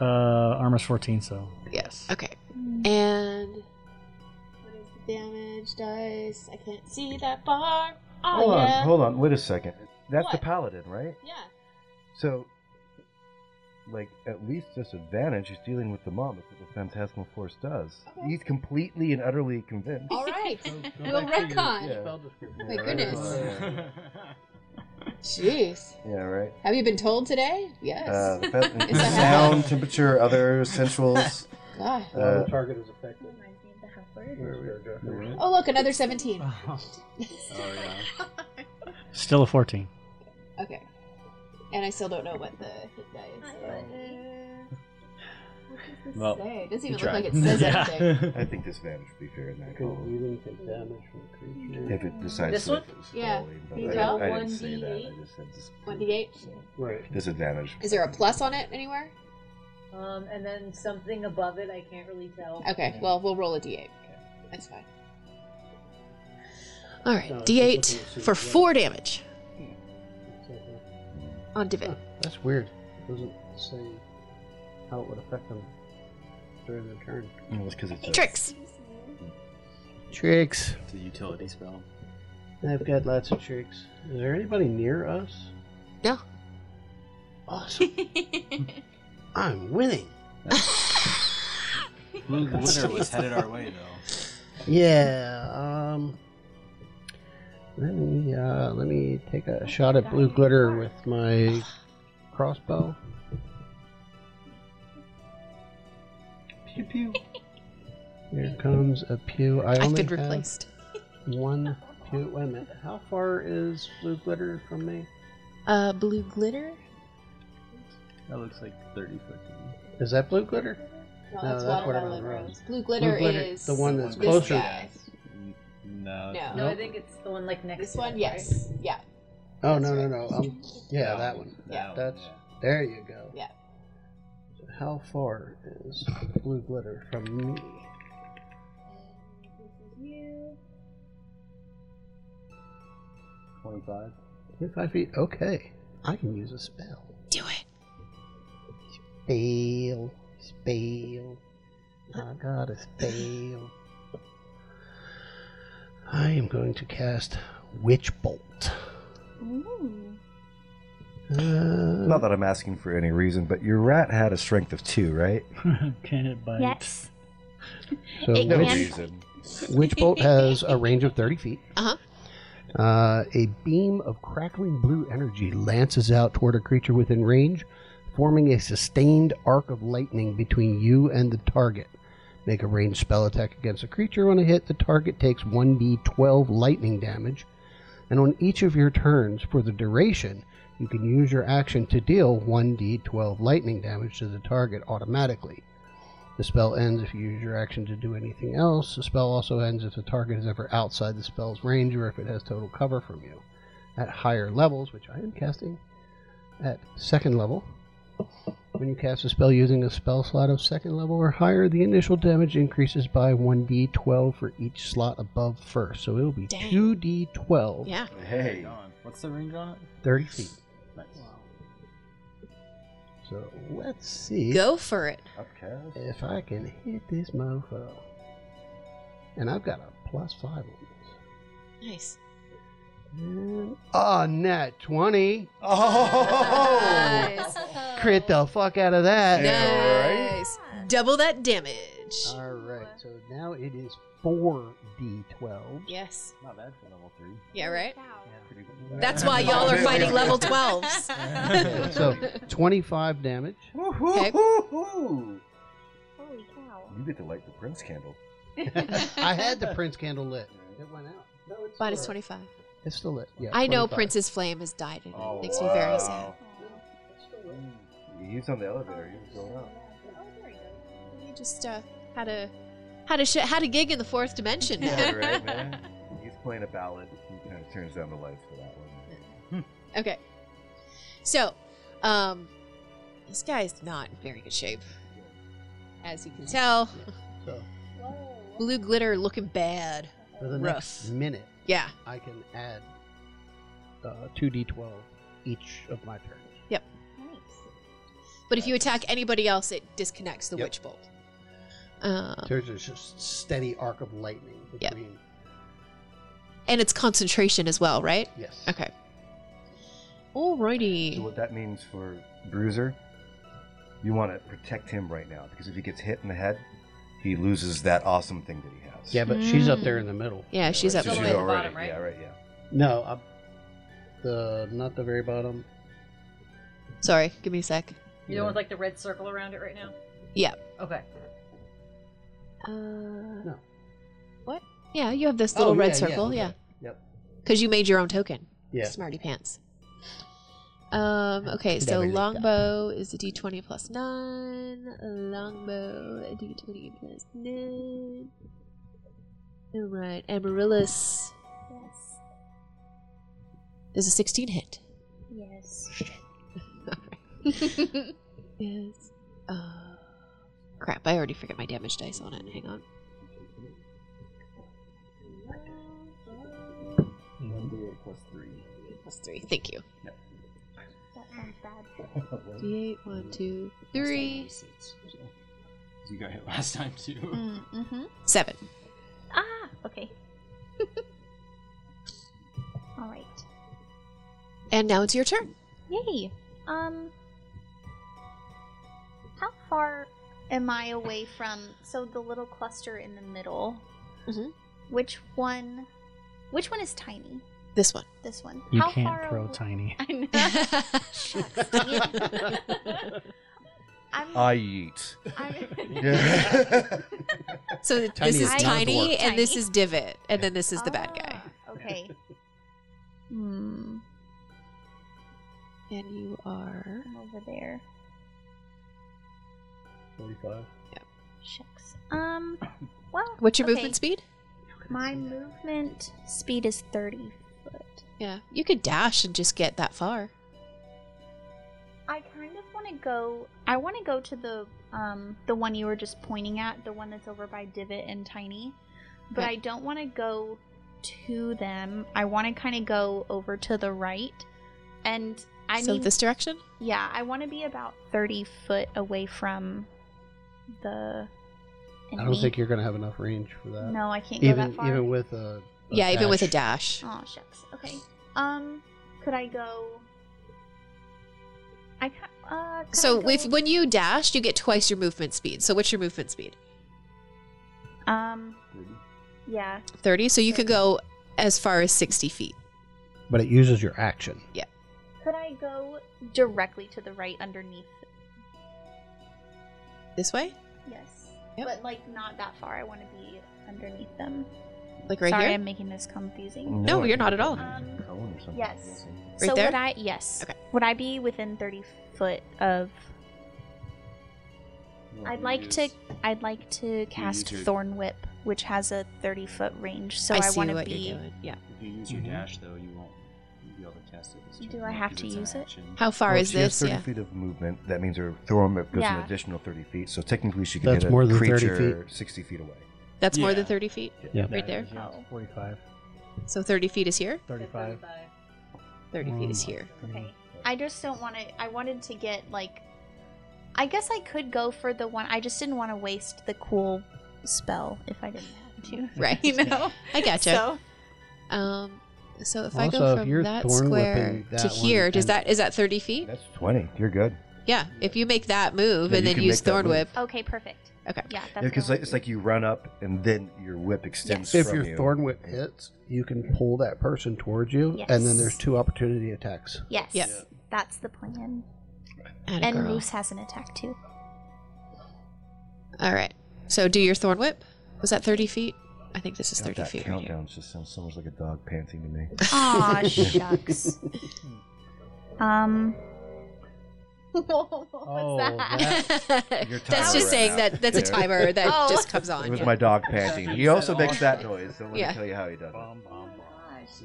Speaker 22: Uh, armor's 14, so
Speaker 1: Yes. Okay.
Speaker 16: Mm.
Speaker 1: And what is the damage dice? I can't see that bar. Oh,
Speaker 8: hold on,
Speaker 1: yeah.
Speaker 8: hold on. Wait a second. That's the
Speaker 1: What?
Speaker 8: paladin, right?
Speaker 1: Yeah.
Speaker 8: So, like, at least disadvantage is dealing with the mom. That's what the phantasmal force does. He's completely and utterly convinced.
Speaker 1: All right.
Speaker 8: go
Speaker 1: we'll
Speaker 8: back to your
Speaker 1: retcon.
Speaker 8: spell
Speaker 1: My
Speaker 8: Yeah,
Speaker 1: goodness.
Speaker 8: right.
Speaker 1: Jeez.
Speaker 8: Yeah, right.
Speaker 1: Have you been told today? Yes.
Speaker 8: Uh, the fa-
Speaker 1: Is that how-
Speaker 8: sound, temperature, other sensuals.
Speaker 1: God.
Speaker 8: Uh,
Speaker 13: target is affected.
Speaker 1: Oh, look, another 17.
Speaker 4: Oh yeah.
Speaker 22: still a 14.
Speaker 1: Okay. And I still don't know what the hit die is. But...
Speaker 8: Well,
Speaker 1: say? It doesn't
Speaker 8: you
Speaker 1: even look like it
Speaker 8: tried.
Speaker 1: says
Speaker 8: Yeah.
Speaker 1: anything.
Speaker 8: I think disadvantage would be fair in that call.
Speaker 13: You didn't take damage from the creature.
Speaker 8: If it decides
Speaker 1: This
Speaker 8: to
Speaker 1: one? Yeah.
Speaker 8: Falling, but
Speaker 1: These are
Speaker 8: I, didn't, I
Speaker 1: all
Speaker 8: didn't say that. I
Speaker 1: 1d8.
Speaker 8: just said dis-
Speaker 1: One d eight.
Speaker 13: Right.
Speaker 8: disadvantage.
Speaker 1: Is there a plus on it anywhere?
Speaker 27: Um, and then something above it, I can't really tell.
Speaker 1: Okay. Well, we'll roll a d eight. That's fine. All right,
Speaker 28: No, it's just looking at
Speaker 1: d8
Speaker 28: Sue's
Speaker 1: for
Speaker 28: level.
Speaker 1: four damage on
Speaker 13: Oh.
Speaker 1: Divin.
Speaker 28: That's weird.
Speaker 13: It doesn't say how it would affect them during their turn.
Speaker 8: No, it's because it's a,
Speaker 1: Tricks.
Speaker 13: Tricks.
Speaker 4: It's a utility spell.
Speaker 13: I've got lots of tricks. Is there anybody near us?
Speaker 1: No.
Speaker 13: Awesome. I'm winning.
Speaker 4: Blue glitter was headed our way, though.
Speaker 13: Yeah. Um. Let me uh, let me take a shot at blue glitter with my crossbow. Pew pew. Here comes a pew. I
Speaker 1: I've
Speaker 13: only uh,
Speaker 1: been
Speaker 13: have
Speaker 1: replaced.
Speaker 13: One pew. Wait a minute. How far is blue glitter from me?
Speaker 1: Uh, blue glitter.
Speaker 4: That looks like 30 foot.
Speaker 13: Is that blue glitter?
Speaker 1: No,
Speaker 13: No,
Speaker 1: that's
Speaker 13: that's what
Speaker 1: watermelon
Speaker 13: I'm
Speaker 1: rose.
Speaker 13: wrong.
Speaker 1: Blue glitter,
Speaker 13: Blue glitter,
Speaker 1: is
Speaker 13: the one that's
Speaker 1: this
Speaker 13: closer.
Speaker 1: guy.
Speaker 4: No.
Speaker 1: No.
Speaker 27: No, I think it's the one like next.
Speaker 1: This one, yes, yeah,
Speaker 13: Oh no no no. Um, yeah, that one.
Speaker 1: Yeah.
Speaker 13: That's there. You go.
Speaker 1: yeah.
Speaker 13: How far is blue glitter from me?
Speaker 27: You.
Speaker 4: 25.
Speaker 13: 25 feet. Okay. I can use a spell.
Speaker 1: Do it.
Speaker 13: Spell. Spell. I got a spell. I am going to cast Witch Bolt. Uh,
Speaker 8: Not that I'm asking for any reason, but your rat had a strength of two, right?
Speaker 22: Can it bite?
Speaker 29: Yes.
Speaker 13: So
Speaker 29: It
Speaker 8: No
Speaker 29: can.
Speaker 8: reason.
Speaker 13: Witch Bolt has a range of 30 feet.
Speaker 1: Uh-huh.
Speaker 13: Uh, a beam of crackling blue energy lances out toward a creature within range, forming a sustained arc of lightning between you and the target. Make a ranged spell attack against a creature. On a hit, the target takes 1d12 lightning damage, and on each of your turns for the duration, you can use your action to deal 1d12 lightning damage to the target automatically. The spell ends if you use your action to do anything else. The spell also ends if the target is ever outside the spell's range or if it has total cover from you. At higher levels, which I am casting at second level, when you cast a spell using a spell slot of second level or higher, the initial damage increases by 1d12 for each slot above first. So it'll be
Speaker 1: Dang.
Speaker 13: 2d12,
Speaker 1: Yeah.
Speaker 8: Hey.
Speaker 4: What's the range on it?
Speaker 13: 30 feet.
Speaker 4: Nice.
Speaker 13: So let's see.
Speaker 1: Go for it.
Speaker 8: Upcast.
Speaker 13: If I can hit this mofo. And I've got a plus five on this.
Speaker 1: Nice.
Speaker 13: And a net 20.
Speaker 8: Oh!
Speaker 1: Nice.
Speaker 13: Crit the fuck out of that.
Speaker 1: nice. Double that damage.
Speaker 13: All right. So now it is 4d12.
Speaker 1: Yes.
Speaker 4: Not bad for level 3.
Speaker 1: Yeah. Right.
Speaker 4: Pretty good.
Speaker 1: That's why y'all are fighting level twelves.
Speaker 13: so 25 damage.
Speaker 1: Okay.
Speaker 8: Woohoo!
Speaker 16: Holy cow.
Speaker 8: You get to light the Prince candle.
Speaker 13: I had the Prince candle lit. It went out. No, it's
Speaker 1: Minus
Speaker 13: still lit.
Speaker 1: twenty-five.
Speaker 13: It's still lit. Yeah,
Speaker 1: I know
Speaker 13: 25.
Speaker 1: Prince's flame has died, and
Speaker 8: Oh,
Speaker 1: it makes me very sad.
Speaker 8: wow. He's on the elevator. He was going up.
Speaker 1: He just uh, had a had a sh- had a gig in the fourth dimension.
Speaker 8: Yeah, right, man. He's playing a ballad. He kind of turns down the lights for that one.
Speaker 1: Okay. So, um, this guy's not in very good shape. As you can tell,
Speaker 13: So
Speaker 1: blue glitter looking bad.
Speaker 13: for the next
Speaker 1: Rough.
Speaker 13: minute,
Speaker 1: Yeah.
Speaker 13: I can add uh, 2d12 each of my turns.
Speaker 1: Yep. But if you attack anybody else, it disconnects the
Speaker 13: Yep.
Speaker 1: witch bolt. Uh,
Speaker 13: There's this just steady arc of lightning
Speaker 1: Yep.
Speaker 13: between.
Speaker 1: and it's concentration as well, right?
Speaker 13: Yes.
Speaker 1: Okay. Alrighty.
Speaker 8: So what that means for Bruiser, you want to protect him right now because if he gets hit in the head, he loses that awesome thing that he has.
Speaker 13: Yeah, but she's up there in the middle.
Speaker 1: Yeah, she's up
Speaker 8: She's
Speaker 1: there.
Speaker 8: already.
Speaker 27: Still at the bottom, right?
Speaker 8: Yeah, right. Yeah.
Speaker 13: No, up the not the very bottom.
Speaker 1: Sorry, give me a sec.
Speaker 27: You know, with like the red circle around it right now.
Speaker 1: Yeah.
Speaker 27: Okay.
Speaker 1: Uh,
Speaker 13: No.
Speaker 1: What? Yeah, you have this little
Speaker 13: Oh,
Speaker 1: red
Speaker 13: yeah, yeah,
Speaker 1: circle,
Speaker 13: okay.
Speaker 1: yeah.
Speaker 13: Yep.
Speaker 1: Because you made your own token.
Speaker 13: Yeah.
Speaker 1: Smarty pants. Um, okay, so
Speaker 30: Never looked
Speaker 1: longbow is a d20 plus 9. Longbow, a d20 plus 9. Alright, Amaryllis
Speaker 16: Yes.
Speaker 1: is a 16 hit.
Speaker 16: Yes.
Speaker 1: yes. Uh, crap, I already forgot my damage dice on it. Hang on.
Speaker 4: One d8 plus three.
Speaker 1: Plus 3. Thank you.
Speaker 16: That sounds bad.
Speaker 1: D8, 1, 2, 3.
Speaker 4: You got hit last time too.
Speaker 16: Mm-hmm.
Speaker 1: 7.
Speaker 16: Ah, okay. All right.
Speaker 1: And now it's your turn.
Speaker 16: Yay. Um How far am I away from so the little cluster in the middle?
Speaker 1: Mhm.
Speaker 16: Which one Which one is tiny?
Speaker 1: This one.
Speaker 16: This one.
Speaker 22: You
Speaker 16: How
Speaker 22: can't
Speaker 16: far
Speaker 22: throw
Speaker 16: aw-
Speaker 22: tiny.
Speaker 16: I know. Shucks, dang it. I'm,
Speaker 8: I eat.
Speaker 16: I'm-
Speaker 1: So th-
Speaker 16: Tiny
Speaker 1: this is
Speaker 16: is not
Speaker 1: tiny,
Speaker 16: dwarf.
Speaker 1: and this
Speaker 16: Tiny?
Speaker 1: is divot, and then this is the bad guy.
Speaker 16: Ah, okay. Hmm.
Speaker 1: And you are
Speaker 16: I'm over there.
Speaker 4: 45.
Speaker 16: Shucks. Um well
Speaker 1: What's your
Speaker 16: okay.
Speaker 1: movement speed?
Speaker 16: My movement speed is thirty foot.
Speaker 1: Yeah, you could dash and just get that far.
Speaker 16: I kind of want to go. I want to go to the um the one you were just pointing at, the one that's over by Divot and Tiny, but
Speaker 1: Okay.
Speaker 16: I don't want to go to them. I want to kind of go over to the right, and I
Speaker 1: so
Speaker 16: need
Speaker 1: this direction?
Speaker 16: yeah, I want to be about thirty foot away from the.
Speaker 13: I
Speaker 16: enemy.
Speaker 13: don't think you're going to have enough range for that.
Speaker 16: No, I can't go
Speaker 13: even
Speaker 16: that far.
Speaker 13: even with a, a
Speaker 1: yeah, even with a
Speaker 13: dash.
Speaker 1: dash.
Speaker 16: Oh shucks. Okay. Um, could I go? I ca- uh. could I
Speaker 1: So
Speaker 16: go-
Speaker 1: if when you dash, you get twice your movement speed. So what's your movement speed?
Speaker 16: um. Yeah.
Speaker 1: Thirty. So you could go as far as sixty feet.
Speaker 13: But it uses your action.
Speaker 16: Could I go directly to the right underneath?
Speaker 1: This way,
Speaker 16: Yes. But like not that far. I want to be underneath them.
Speaker 1: like right
Speaker 16: Sorry,
Speaker 1: here.
Speaker 16: I'm making this confusing.
Speaker 1: No, you're not at all.
Speaker 16: Um,
Speaker 8: Cone or something.
Speaker 16: yes.
Speaker 1: Right
Speaker 16: so
Speaker 1: there?
Speaker 16: would I? Yes. Okay. Would I be within thirty foot of? I'd like to. I'd like to cast
Speaker 4: your-
Speaker 16: Thorn Whip, which has a thirty foot range. So
Speaker 1: I
Speaker 16: I,
Speaker 1: see
Speaker 16: want to
Speaker 1: what
Speaker 16: be.
Speaker 1: you're doing. Yeah.
Speaker 4: If you use your
Speaker 16: Mhm.
Speaker 4: dash though, you won't be able to cast it. This
Speaker 16: Do
Speaker 4: turn,
Speaker 16: I have
Speaker 4: because
Speaker 16: to
Speaker 4: it's an
Speaker 16: use it?
Speaker 4: action.
Speaker 1: How far
Speaker 8: Well,
Speaker 1: is
Speaker 8: she has
Speaker 1: this?
Speaker 8: 30
Speaker 1: Yeah.
Speaker 8: feet of movement. That means her throw goes
Speaker 1: Yeah.
Speaker 8: an additional 30 feet. So technically, she could
Speaker 13: That's
Speaker 8: hit a
Speaker 13: more than 30
Speaker 8: creature
Speaker 13: feet.
Speaker 8: 60 feet away.
Speaker 1: That's more
Speaker 4: Yeah.
Speaker 1: than thirty feet.
Speaker 13: Yeah.
Speaker 1: Right there.
Speaker 22: Oh. 45.
Speaker 1: So thirty feet is here.
Speaker 22: 35.
Speaker 1: Thirty feet
Speaker 8: Oh.
Speaker 1: is here.
Speaker 16: Okay. I just don't want to. I wanted to get like. I guess I could go for the one. I just didn't want to waste the cool spell if I didn't have to.
Speaker 1: Right.
Speaker 16: You know.
Speaker 1: I gotcha.
Speaker 16: So
Speaker 1: Um, so if I
Speaker 13: Also,
Speaker 1: go
Speaker 13: if
Speaker 1: from
Speaker 13: you're
Speaker 1: that
Speaker 13: thorn
Speaker 1: square
Speaker 13: whipping that
Speaker 1: to
Speaker 13: one
Speaker 1: here, does
Speaker 13: and-
Speaker 1: that is that thirty feet?
Speaker 8: 20. You're good.
Speaker 1: Yeah. If you make that move
Speaker 8: Yeah,
Speaker 1: and
Speaker 8: you
Speaker 1: then
Speaker 8: can
Speaker 1: use Oh,
Speaker 8: make that
Speaker 1: thorn
Speaker 8: move.
Speaker 1: whip.
Speaker 16: okay, perfect.
Speaker 1: Okay.
Speaker 16: Yeah, that's.
Speaker 8: Because
Speaker 16: what I
Speaker 8: it's
Speaker 16: wanted.
Speaker 8: like you run up and then your whip extends
Speaker 13: If
Speaker 8: from
Speaker 13: your
Speaker 8: you.
Speaker 13: thorn whip hits, you can pull that person towards you, and then
Speaker 16: Yes.
Speaker 13: there's two opportunity attacks.
Speaker 16: Yes.
Speaker 1: Yeah.
Speaker 16: That's the plan.
Speaker 1: Atta
Speaker 16: and
Speaker 1: girl.
Speaker 16: Moose has an attack too.
Speaker 1: All right. So do your thorn whip. Was that thirty feet? I think this is
Speaker 8: God,
Speaker 1: thirty
Speaker 8: that
Speaker 1: feet right here.
Speaker 8: countdown just sounds so much like a dog panting to me.
Speaker 16: Aw, shucks. Um. what was that?
Speaker 8: Your
Speaker 1: that's
Speaker 8: timer
Speaker 1: just
Speaker 8: right
Speaker 1: saying
Speaker 8: now.
Speaker 1: that that's a
Speaker 8: Yeah.
Speaker 1: timer that
Speaker 16: Oh.
Speaker 1: just comes on.
Speaker 8: It was
Speaker 1: yeah.
Speaker 8: my dog panting. He also makes that noise. So let
Speaker 1: Yeah.
Speaker 8: me tell you how he does it.
Speaker 13: Um,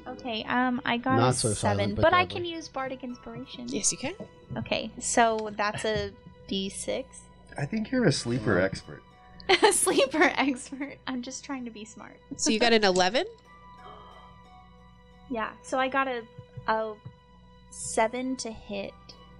Speaker 16: Okay, um, I got
Speaker 13: Not
Speaker 16: a
Speaker 13: so silent,
Speaker 16: seven,
Speaker 13: but
Speaker 16: but I
Speaker 13: deadly.
Speaker 16: can use Bardic Inspiration.
Speaker 1: Yes, you can.
Speaker 16: Okay, so that's a D6.
Speaker 8: I think you're a sleeper expert.
Speaker 16: Sleeper expert. I'm just trying to be smart.
Speaker 1: So you got an eleven.
Speaker 16: Yeah, so I got a, a seven to hit.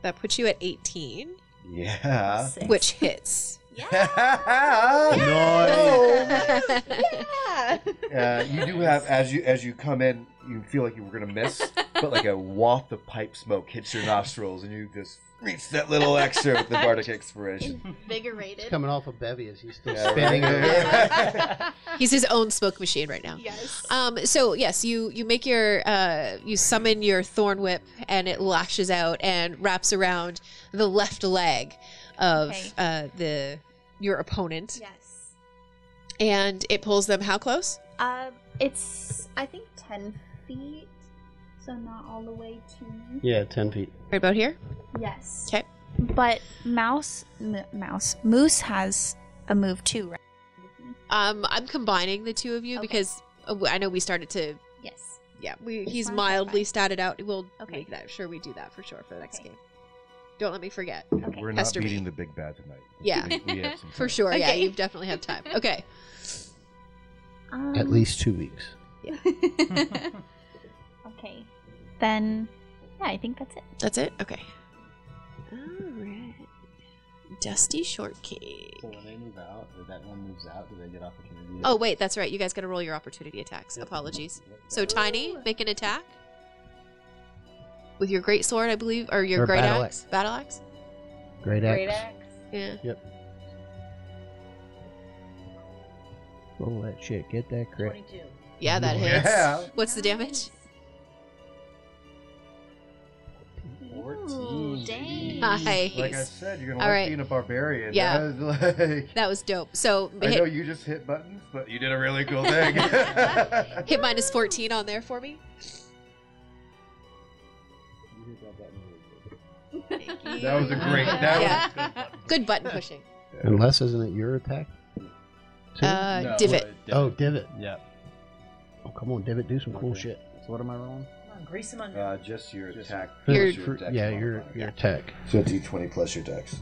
Speaker 1: That puts you at eighteen,
Speaker 8: Yeah.
Speaker 16: Six.
Speaker 1: which hits.
Speaker 21: Ah,
Speaker 16: Yeah!
Speaker 8: Uh, you do have as you as you come in, you feel like you were gonna miss, but like a waft of pipe smoke hits your nostrils, and you just reach that little extra with the bardic inspiration.
Speaker 16: Invigorated.
Speaker 13: Coming off of Bevy as he's still
Speaker 8: Yeah,
Speaker 13: spinning.
Speaker 8: right.
Speaker 1: He's his own smoke machine right now.
Speaker 16: Yes.
Speaker 1: Um, so yes, you you make your uh, you summon your thorn whip, and it lashes out and wraps around the left leg of
Speaker 16: Okay.
Speaker 1: uh, the your opponent,
Speaker 16: Yes.
Speaker 1: and it pulls them how close?
Speaker 16: Um, it's I think ten feet. so not all the way to me.
Speaker 21: Yeah, 10 feet.
Speaker 1: Right about here?
Speaker 16: Yes.
Speaker 1: Okay.
Speaker 16: But mouse, m- mouse, moose has a move too, right?
Speaker 1: Um, I'm combining the two of you because uh, w- I know we started to.
Speaker 16: Yes.
Speaker 1: Yeah, we, he's
Speaker 16: fine, that's
Speaker 1: mildly
Speaker 16: fine.
Speaker 1: statted out. We'll
Speaker 16: Okay.
Speaker 1: make that sure we do that for sure for the next game. Don't let me forget.
Speaker 8: We're not
Speaker 1: Pester me.
Speaker 8: beating the big bad tonight.
Speaker 1: Yeah,
Speaker 8: We- we have some
Speaker 1: for
Speaker 8: time.
Speaker 1: sure. Yeah,
Speaker 16: Okay.
Speaker 1: you definitely have time. Okay.
Speaker 16: Um,
Speaker 21: At least two weeks.
Speaker 16: Okay. Then, yeah, I think that's it.
Speaker 1: That's it? Okay. Alright. Dusty Shortcake.
Speaker 4: So when they move out, if that one moves out, do they get opportunity?
Speaker 1: Oh, wait, that's right. You guys got to roll your opportunity attacks. Apologies. So, Tiny, make an attack. With your great sword, I believe, or your
Speaker 21: Or
Speaker 1: great
Speaker 21: battle
Speaker 1: axe. Battle axe?
Speaker 21: Great axe.
Speaker 27: Great axe.
Speaker 1: Yeah.
Speaker 21: Roll that shit. Get that crit.
Speaker 27: Twenty-two.
Speaker 1: Yeah, that hits.
Speaker 21: Yeah.
Speaker 1: What's the damage?
Speaker 4: Fourteen.
Speaker 1: Dang.
Speaker 8: Like I
Speaker 1: Nice.
Speaker 8: said, you're gonna
Speaker 1: All
Speaker 8: like
Speaker 1: right.
Speaker 8: being a barbarian.
Speaker 1: Yeah.
Speaker 8: That is like-
Speaker 1: That was dope. So,
Speaker 8: I
Speaker 1: hit,
Speaker 8: know you just hit buttons, but you did a really cool thing.
Speaker 1: hit minus 14 on there for me.
Speaker 8: That was a great. That
Speaker 1: Yeah.
Speaker 8: was
Speaker 1: Good button pushing.
Speaker 21: Unless, isn't it your attack? Two?
Speaker 1: Uh, No, divot. uh,
Speaker 21: Oh, divot.
Speaker 4: Yeah.
Speaker 21: Oh, come on, divot. Do some cool shit.
Speaker 4: So what am I rolling?
Speaker 27: Come on, grease him under.
Speaker 8: Uh, just your attack.
Speaker 21: Your-
Speaker 8: plus your dex
Speaker 21: yeah,
Speaker 8: modifier.
Speaker 21: your your attack.
Speaker 8: So d20 plus your dex.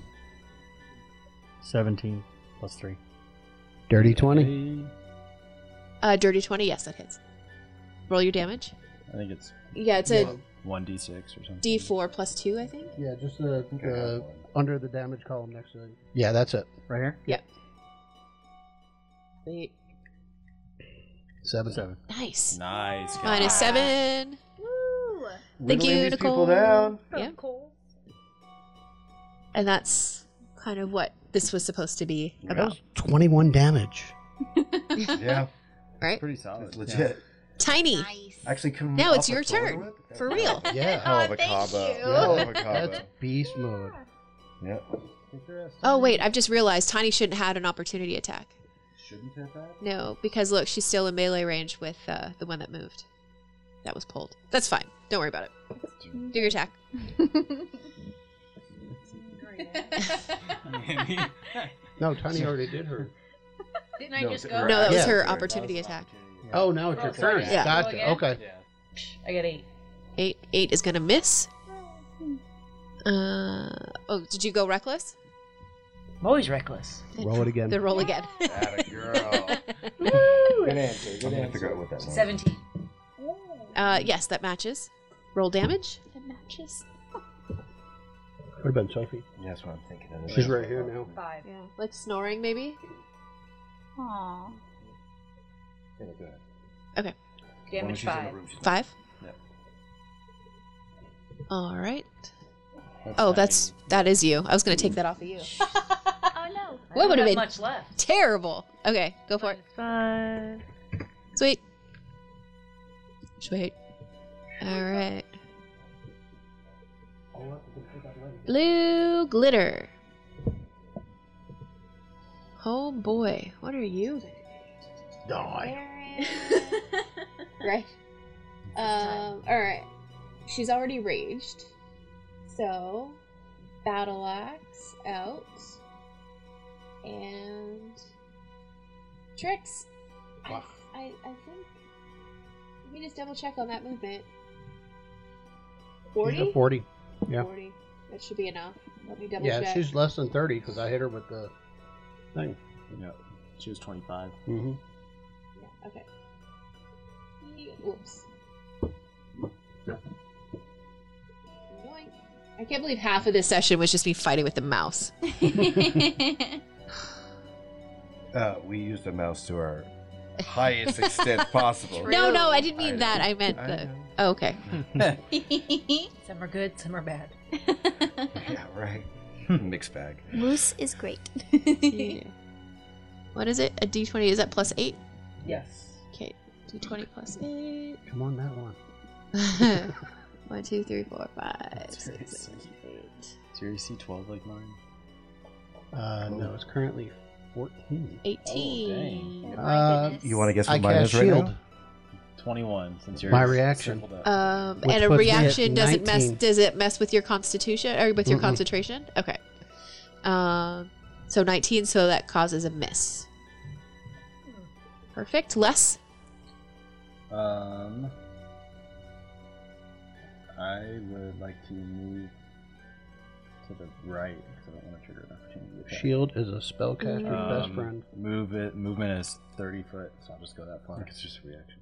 Speaker 22: 17 plus 3.
Speaker 21: Dirty 20.
Speaker 1: Uh, dirty 20, yes, that hits. Roll your damage.
Speaker 4: I think it's
Speaker 1: Yeah, it's a
Speaker 4: one d six or something.
Speaker 1: d4 plus 2, I think.
Speaker 21: Yeah, just the,
Speaker 8: the-
Speaker 21: under the damage column next to it. Yeah, that's it.
Speaker 22: Right here?
Speaker 1: Yep. Wait.
Speaker 21: Seven.
Speaker 22: Seven.
Speaker 1: Nice.
Speaker 4: Nice. guys.
Speaker 1: Minus 7.
Speaker 23: Woo!
Speaker 1: Thank you,
Speaker 8: Whittling these
Speaker 1: Nicole.
Speaker 8: people down.
Speaker 1: Yeah.
Speaker 27: Cool.
Speaker 1: And that's kind of what this was supposed to be about.
Speaker 21: 21 damage.
Speaker 8: Yeah,
Speaker 1: Right?
Speaker 4: Pretty solid.
Speaker 8: it's legit.
Speaker 1: Tiny.
Speaker 8: Actually, coming
Speaker 1: Now
Speaker 8: off
Speaker 1: it's
Speaker 8: a
Speaker 1: your
Speaker 8: sword
Speaker 1: turn.
Speaker 8: whip?
Speaker 1: For real.
Speaker 21: Yeah.
Speaker 8: Hell of a combo. Hell of a combo.
Speaker 21: That's beast mode.
Speaker 8: Yeah.
Speaker 1: Oh, wait, I've just realized Tiny shouldn't have had an opportunity attack.
Speaker 8: Shouldn't have that.
Speaker 1: No, because look, she's still in melee range with uh, the one that moved. That was pulled. That's fine. Don't worry about it. Do your attack.
Speaker 21: No, Tiny already did her.
Speaker 27: Didn't I
Speaker 8: No,
Speaker 27: just
Speaker 8: th-
Speaker 27: go?
Speaker 1: No, that was
Speaker 21: Yeah.
Speaker 1: her opportunity attack.
Speaker 21: Oh, now it's your
Speaker 27: Okay.
Speaker 21: turn.
Speaker 1: Yeah.
Speaker 21: Gotcha.
Speaker 27: Yeah.
Speaker 21: Okay.
Speaker 27: I got eight.
Speaker 1: Eight. Eight is gonna miss. Uh, oh, did you go reckless?
Speaker 27: I'm always reckless.
Speaker 21: Roll it
Speaker 13: Um,
Speaker 21: again.
Speaker 1: Then roll again.
Speaker 8: Atta girl. Good answer. Good I'm gonna figure out what that was.
Speaker 27: Seventeen.
Speaker 1: uh, yes, that matches. Roll damage.
Speaker 16: It matches.
Speaker 21: Could have been Sophie.
Speaker 8: Yeah, that's what I'm thinking. of.
Speaker 21: She's right here now.
Speaker 27: Five.
Speaker 1: Yeah, like snoring maybe.
Speaker 16: Aw.
Speaker 8: Yeah, go ahead.
Speaker 1: Okay,
Speaker 8: As long as
Speaker 27: Damage
Speaker 8: she's in the
Speaker 27: five.
Speaker 8: room, she's-
Speaker 1: five.
Speaker 8: Yep.
Speaker 1: All right. Oh, that's that is you. I was gonna take that off of you.
Speaker 16: Oh no.
Speaker 27: I
Speaker 1: What
Speaker 27: don't
Speaker 1: would have been
Speaker 27: have much left?
Speaker 1: terrible? Okay, go for it.
Speaker 20: Five.
Speaker 1: Sweet. Sweet. All right. Blue glitter. Oh boy, what are you?
Speaker 21: Die.
Speaker 1: Right. Um. All right. She's already raged. So, battle axe out, and tricks. I, I, I think. Let me just double check on that movement.
Speaker 21: She's
Speaker 1: Forty.
Speaker 21: at 40. yeah.
Speaker 1: Forty. That should be enough. Let me double
Speaker 21: Yeah,
Speaker 1: check.
Speaker 21: she's less than 30 because I hit her with the thing.
Speaker 4: Yeah. She was twenty five.
Speaker 21: Mm-hmm.
Speaker 1: Yeah, okay. Ye- Whoops. Yoink. I can't believe half of this session was just me fighting with the mouse.
Speaker 8: Uh, we used a mouse to our highest extent possible.
Speaker 1: No, no, I didn't mean
Speaker 8: I
Speaker 1: that.
Speaker 8: know.
Speaker 1: I meant
Speaker 8: I
Speaker 1: the.
Speaker 8: know.
Speaker 1: Oh, okay.
Speaker 27: Some are good, some are bad.
Speaker 8: yeah, right. Mixed bag.
Speaker 16: Moose is great.
Speaker 1: what is it? A d20? Is that plus 8?
Speaker 27: Yes.
Speaker 1: Okay. D20 plus 8.
Speaker 21: Come on, that one.
Speaker 1: 1, 2, 3, 4, 5,
Speaker 4: That's
Speaker 1: 6,
Speaker 4: very
Speaker 1: 7,
Speaker 4: sweet.
Speaker 1: 8.
Speaker 4: Is your AC twelve like mine?
Speaker 21: Uh, No, it's currently 14.
Speaker 1: 18.
Speaker 16: Oh my
Speaker 21: Uh,
Speaker 16: goodness. Oh,
Speaker 8: You want to guess
Speaker 21: I
Speaker 8: what mine
Speaker 21: cast
Speaker 8: is right
Speaker 21: shield.
Speaker 8: now?
Speaker 30: 21 since you're
Speaker 21: My reaction.
Speaker 30: circled up.
Speaker 1: Um,
Speaker 21: Which
Speaker 1: and a
Speaker 21: puts me at
Speaker 1: reaction doesn't mess.
Speaker 21: 19.
Speaker 1: Does it mess with your constitution or with your
Speaker 21: Mm-mm.
Speaker 1: concentration? Okay. Um, so 19. So that causes a miss. Perfect. Less.
Speaker 4: Um, I would like to move to the right because I don't want to trigger an opportunity. attack.
Speaker 13: Shield is a spellcaster's best
Speaker 4: Um,
Speaker 13: friend.
Speaker 4: Move it. Movement is thirty foot, so I'll just go that far. It's just a reaction.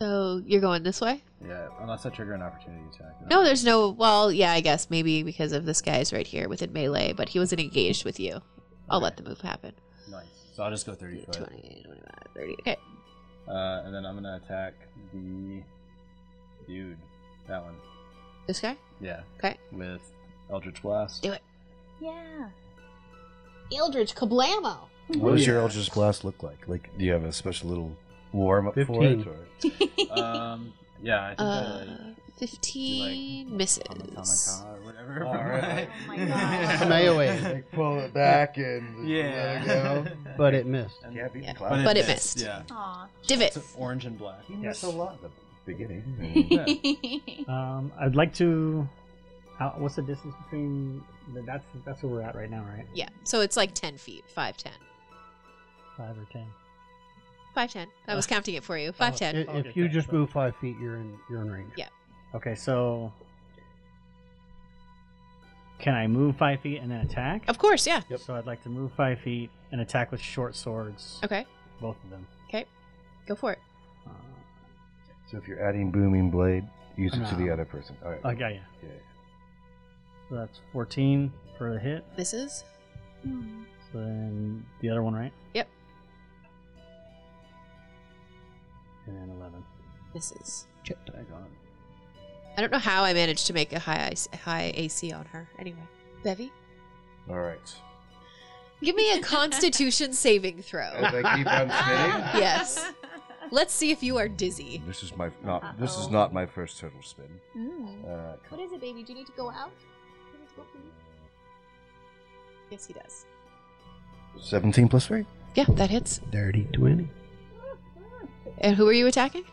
Speaker 1: So you're going this way.
Speaker 4: Yeah, unless I trigger an opportunity attack.
Speaker 1: No, there's no. Well, yeah, I guess maybe because of this guy's right here within melee, but he wasn't engaged with you. I'll let the move happen.
Speaker 4: Nice. So I'll just go thirty foot.
Speaker 1: 20, 25, 30. Okay.
Speaker 4: Uh, and then I'm gonna attack the dude. That one.
Speaker 1: This guy.
Speaker 4: Yeah.
Speaker 1: Okay.
Speaker 4: With Eldritch Blast.
Speaker 1: Do it.
Speaker 16: Yeah.
Speaker 1: Eldridge Kablamo.
Speaker 8: What does your Eldritch Blast look like? Like, do you have a special little warm up for it?
Speaker 13: 15.
Speaker 8: Or?
Speaker 4: um. Yeah. I think I,
Speaker 1: Uh,
Speaker 4: like,
Speaker 1: 15 misses.
Speaker 4: Kamikaze, whatever.
Speaker 8: All right.
Speaker 1: Oh my
Speaker 13: God. Mayo it.
Speaker 8: Like, pull it back and
Speaker 4: Yeah.
Speaker 8: let it go.
Speaker 13: But it missed.
Speaker 8: Can't beat
Speaker 1: Yeah,
Speaker 8: the
Speaker 1: But,
Speaker 8: cloud.
Speaker 1: it missed.
Speaker 4: Yeah.
Speaker 1: Divot.
Speaker 4: It's orange and black.
Speaker 8: You miss a lot in the beginning.
Speaker 22: Um, I'd like to. How, what's the distance between? The, that's that's where we're at right now, right?
Speaker 1: Yeah. So it's like 10 feet. 5, 10.
Speaker 22: Five or ten.
Speaker 1: 5, 10. I was
Speaker 22: Oh.
Speaker 1: counting it for you. 5, 10.
Speaker 13: If, if you just move five feet, you're in you're in range.
Speaker 1: Yeah.
Speaker 22: Okay, so can I move five feet and then attack?
Speaker 1: Of course, yeah.
Speaker 22: So I'd like to move five feet and attack with short swords. Uh,
Speaker 1: Okay.
Speaker 22: Both of them.
Speaker 1: Okay. Go for it.
Speaker 8: So if you're adding Booming Blade, use it to
Speaker 22: No.
Speaker 8: the other person. All right.
Speaker 22: Oh yeah, yeah.
Speaker 8: Yeah.
Speaker 22: So that's fourteen for the hit.
Speaker 1: Misses.
Speaker 16: Hmm.
Speaker 22: So then the other one, right?
Speaker 1: Yep.
Speaker 22: And then eleven.
Speaker 1: Misses.
Speaker 13: Check
Speaker 4: on.
Speaker 1: I don't know how I managed to make a high, ice- high AC on her. Anyway. Bevy?
Speaker 8: All right.
Speaker 1: Give me a constitution saving throw.
Speaker 8: As I keep on spinning,
Speaker 1: yes. Let's see if you are dizzy.
Speaker 8: this is my not this is
Speaker 1: Uh-oh.
Speaker 8: not my first turtle spin. Uh,
Speaker 1: What is it, baby? Do you need to go out? Yes, he does.
Speaker 8: Seventeen plus three.
Speaker 1: Yeah, that hits.
Speaker 21: Dirty 20.
Speaker 1: And who are you attacking?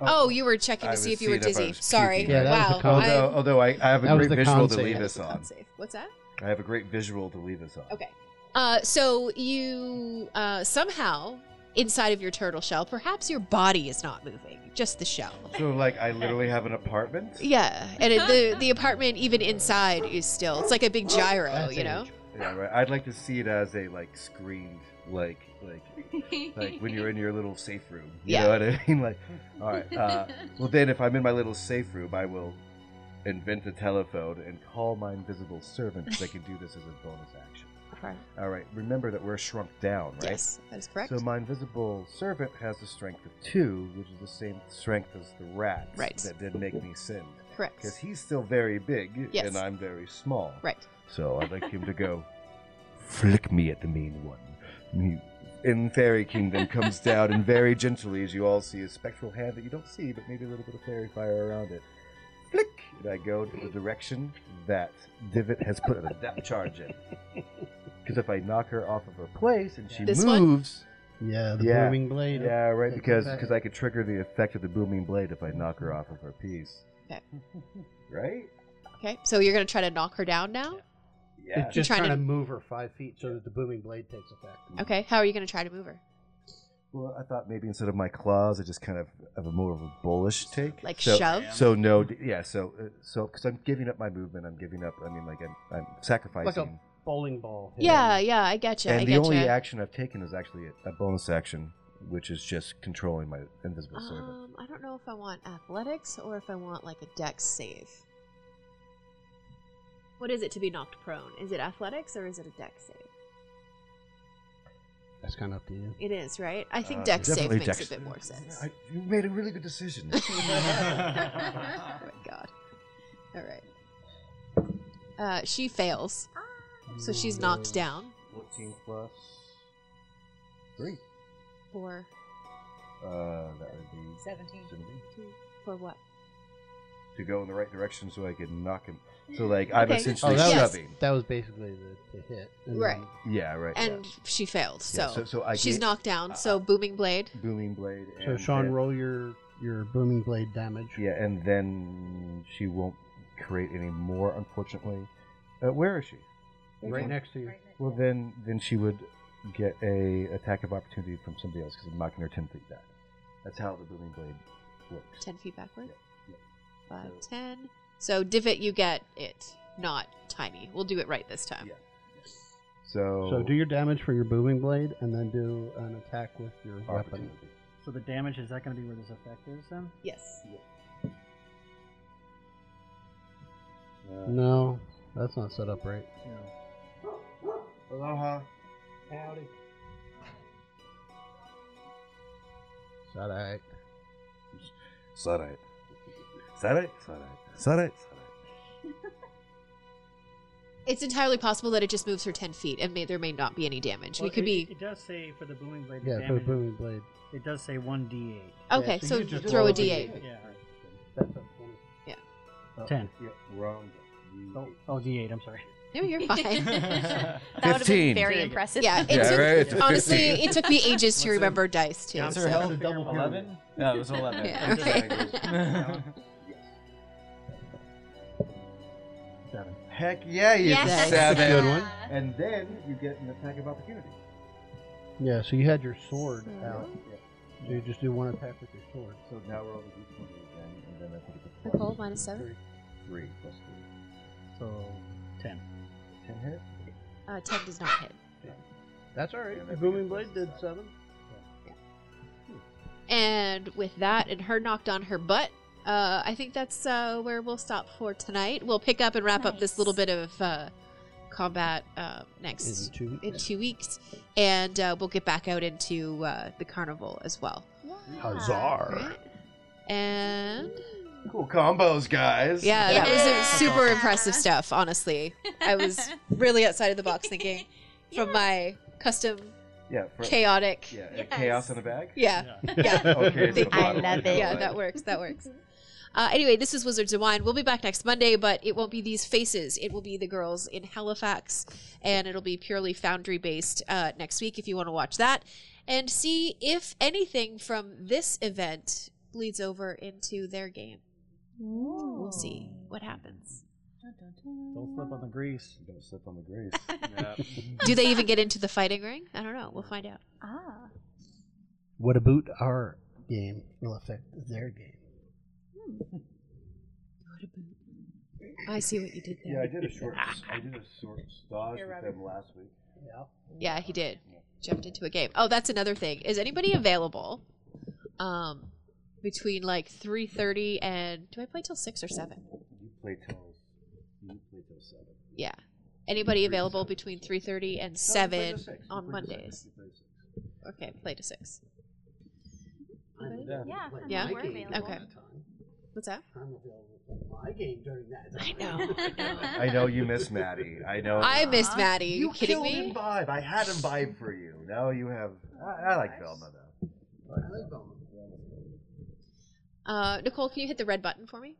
Speaker 1: Oh, you were checking
Speaker 8: I
Speaker 1: to see
Speaker 8: was
Speaker 1: if you were
Speaker 8: seeing if I
Speaker 1: dizzy.
Speaker 8: was
Speaker 1: Sorry.
Speaker 8: puking. Yeah, that
Speaker 1: wow.
Speaker 8: was the con-
Speaker 1: I-
Speaker 8: Although- oh, although I- I have a
Speaker 1: That was the
Speaker 8: great visual
Speaker 1: con
Speaker 8: to
Speaker 1: save.
Speaker 8: leave
Speaker 1: That was
Speaker 8: us
Speaker 1: the
Speaker 8: on.
Speaker 1: con save. What's that?
Speaker 8: I have a great visual to leave us on.
Speaker 1: Okay. Uh, so you uh, somehow inside of your turtle shell, perhaps your body is not moving, just the shell.
Speaker 8: So like I literally have an apartment.
Speaker 1: Yeah, and it, the the apartment even inside is still. It's like a big gyro, you know.
Speaker 8: Yeah, right. I'd like to see it as a like screened like like like when you're in your little safe room. You
Speaker 1: Yeah.
Speaker 8: know what I mean? Like all right. Uh, well then if I'm in my little safe room I will invent a telephone and call my invisible servant because I can do this as a bonus action.
Speaker 1: Right.
Speaker 8: All right. Remember that we're shrunk down, right?
Speaker 1: Yes, that is correct.
Speaker 8: So my invisible servant has the strength of two, which is the same strength as the rat
Speaker 1: Right.
Speaker 8: that did make me sin.
Speaker 1: Correct.
Speaker 8: Because he's still very big
Speaker 1: Yes.
Speaker 8: and I'm very small.
Speaker 1: Right.
Speaker 8: So I'd like him to go flick me at the mean one. And he, in Fairy Kingdom comes down and very gently, as you all see, a spectral hand that you don't see, but maybe a little bit of fairy fire around it. Flick! And I go to the direction that Divot has put a depth charge in. Because if I knock her off of her place and she
Speaker 13: This one?
Speaker 8: moves.
Speaker 13: Yeah, the booming blade.
Speaker 8: Yeah, right,
Speaker 13: That's
Speaker 8: because
Speaker 13: okay.
Speaker 8: because I could trigger the effect of the booming blade if I knock her off of her piece.
Speaker 1: Okay.
Speaker 8: Right?
Speaker 1: Okay, so you're gonna try to knock her down now.
Speaker 8: Yeah.
Speaker 13: It's just
Speaker 1: Trying
Speaker 13: trying,
Speaker 1: to-
Speaker 13: to move her five feet so that the booming blade takes effect.
Speaker 1: Okay, how are you gonna try to move her?
Speaker 8: Well, I thought maybe instead of my claws, I just kind of have a more of a bullish take.
Speaker 1: Like
Speaker 8: so,
Speaker 1: shove?
Speaker 8: So no, d- yeah. So uh, so because I'm giving up my movement, I'm giving up. I mean, like I'm, I'm
Speaker 13: Like
Speaker 8: sacrificing.
Speaker 13: a bowling ball.
Speaker 1: Yeah, yeah, I get you.
Speaker 8: and
Speaker 1: I
Speaker 8: the
Speaker 1: get
Speaker 8: only
Speaker 1: you.
Speaker 8: action I've taken is actually a, a bonus action, which is just controlling my invisible servant.
Speaker 1: Um, I don't know if I want athletics or if I want like a dex save. What is it to be knocked prone? Is it athletics or is it a dex save?
Speaker 13: That's kind of up to you.
Speaker 1: It is, right? I think
Speaker 8: Uh,
Speaker 1: dex save
Speaker 8: definitely
Speaker 1: makes
Speaker 8: dex.
Speaker 1: a bit more sense.
Speaker 8: I, you made a really good decision.
Speaker 1: oh my god. All right. Uh, she fails. So she's
Speaker 8: Mm,
Speaker 1: knocked down.
Speaker 8: Fourteen plus three.
Speaker 1: For
Speaker 8: Uh, that would be
Speaker 27: 17.
Speaker 1: for what?
Speaker 8: to go in the right direction so I could knock him. So like I'm
Speaker 1: Okay.
Speaker 8: essentially
Speaker 1: Oh, that was-
Speaker 8: shoving.
Speaker 13: That was basically the, the hit. And
Speaker 1: Right.
Speaker 13: then-
Speaker 8: Yeah, right.
Speaker 1: And she failed. So,
Speaker 8: Yeah, so- so I
Speaker 1: she's
Speaker 8: get-
Speaker 1: knocked down. so booming blade.
Speaker 8: yeah. booming blade.
Speaker 13: So
Speaker 8: and
Speaker 13: Sean,
Speaker 8: and-
Speaker 13: roll your your booming blade damage.
Speaker 8: Yeah, and then she won't create any more, unfortunately. Uh, where is she?
Speaker 13: Right next to you.
Speaker 8: Well, then, then she would get a attack of opportunity from somebody else because I'm knocking her ten feet back. That's how the booming blade works.
Speaker 1: 10 feet backward? Five, ten. So, Divot, you get it, not Tiny. We'll do it right this time.
Speaker 8: So,
Speaker 13: So do your damage for your booming blade, and then do an attack with your weapon.
Speaker 8: Opportunity.
Speaker 22: So the damage is that going to be where this effect is then?
Speaker 1: Yes.
Speaker 8: Uh,
Speaker 13: No, that's not set up right.
Speaker 8: Aloha.
Speaker 21: Howdy.
Speaker 13: Is that alright?
Speaker 8: It's all right. It's all right. It's all right. It's all right.
Speaker 1: It's entirely possible that it just moves her 10 feet and may, there may not be any damage. we
Speaker 22: Well,
Speaker 1: could
Speaker 22: it,
Speaker 1: be.
Speaker 22: It does say for the booming blade. the
Speaker 13: Yeah, for the
Speaker 22: damage-
Speaker 13: booming blade.
Speaker 22: It does say one d8.
Speaker 1: Okay, so,
Speaker 13: you just
Speaker 1: throw
Speaker 13: roll
Speaker 1: a
Speaker 13: a
Speaker 1: d8.
Speaker 22: Yeah.
Speaker 13: That's a twenty.
Speaker 1: Yeah.
Speaker 8: Uh,
Speaker 22: Ten.
Speaker 8: Yeah, wrong.
Speaker 22: Oh, oh, d8. I'm sorry.
Speaker 1: No, you're fine.
Speaker 4: that
Speaker 16: would have been
Speaker 8: 15.
Speaker 16: very
Speaker 8: Yeah,
Speaker 16: impressive.
Speaker 1: Yeah, it
Speaker 8: Yeah,
Speaker 1: took,
Speaker 8: right, it's a
Speaker 1: honestly,
Speaker 8: 15.
Speaker 1: it took me ages to remember dice too.
Speaker 4: What's her
Speaker 1: so-
Speaker 4: health? Eleven? No, it was eleven.
Speaker 1: Yeah.
Speaker 8: Okay.
Speaker 22: Seven.
Speaker 8: Heck yeah, you
Speaker 16: Yes.
Speaker 8: seven.
Speaker 13: Good one.
Speaker 8: And then you get an attack of opportunity.
Speaker 13: Yeah, so you had your sword
Speaker 1: So-
Speaker 13: out. So you just do one attack with your sword.
Speaker 8: So now we're over D20 again, and then I think it's a
Speaker 1: Nicole,
Speaker 8: plus
Speaker 1: minus seven?
Speaker 8: three plus three.
Speaker 22: So ten.
Speaker 8: Ten hit.
Speaker 1: Uh, 10 does not hit.
Speaker 13: That's alright.
Speaker 8: Yeah,
Speaker 13: Your
Speaker 8: that's
Speaker 13: booming
Speaker 8: good.
Speaker 13: blade did seven.
Speaker 1: And with that, and her knocked on her butt, uh, I think that's uh, where we'll stop for tonight. We'll pick up and wrap up this
Speaker 20: Nice.
Speaker 1: little bit of uh, combat uh, next
Speaker 13: In two
Speaker 1: in two weeks, and uh, we'll get back out into uh, the carnival as well.
Speaker 8: Huzzar.
Speaker 1: And
Speaker 8: Cool combos, guys.
Speaker 1: yeah, that was
Speaker 20: Yeah.
Speaker 1: uh, super
Speaker 20: Yeah.
Speaker 1: impressive stuff. Honestly, I was really outside of the box thinking from my custom
Speaker 8: Yeah. For,
Speaker 1: chaotic.
Speaker 8: Yeah, and
Speaker 20: Yes.
Speaker 8: chaos in a bag.
Speaker 1: Yeah. Yeah.
Speaker 8: Okay, it's a
Speaker 1: Thank you.
Speaker 8: bottle.
Speaker 16: I love it.
Speaker 1: Yeah, that works. That works. Uh, anyway, this is Wizards of Wine. We'll be back next Monday, but it won't be these faces. It will be the girls in Halifax, and it'll be purely Foundry based uh, next week if you want to watch that and see if anything from this event bleeds over into their game. We'll see what happens.
Speaker 22: Don't slip on the grease.
Speaker 8: Don't slip on the grease.
Speaker 1: Do they even get into the fighting ring? I don't know. We'll find out.
Speaker 16: Ah.
Speaker 13: What about our game will affect their game?
Speaker 1: I see what you did there.
Speaker 8: Yeah, I did a short. I did a short stage with them last week.
Speaker 1: Yeah, he did. Jumped into a game. Oh, that's another thing. Is anybody available? Um, between like three thirty and do I play till six or seven?
Speaker 8: You play till. You play till seven.
Speaker 1: Yeah. Anybody
Speaker 8: Three to
Speaker 1: available
Speaker 8: seven.
Speaker 1: between three thirty and
Speaker 8: No, you play
Speaker 1: seven
Speaker 8: till six. You
Speaker 1: on
Speaker 8: play till six.
Speaker 1: Mondays?
Speaker 8: You play till six.
Speaker 1: Okay, play to six.
Speaker 13: Yeah.
Speaker 16: Yeah,
Speaker 1: Yeah?
Speaker 13: My
Speaker 16: we're
Speaker 13: game
Speaker 16: available.
Speaker 1: Okay.
Speaker 13: all the time.
Speaker 1: What's that?
Speaker 13: I'm available to play my game during that
Speaker 1: I
Speaker 13: time.
Speaker 1: know. I know.
Speaker 8: I know you miss Maddie. I know.
Speaker 1: I miss Maddie.
Speaker 8: Uh, You,
Speaker 1: You, kidding
Speaker 8: killed
Speaker 1: me?
Speaker 8: imbibe. I had imbibe for you. Now you have. I, I like Velma though.
Speaker 13: I like Velma.
Speaker 1: Uh, Nicole, can you hit the red button for me?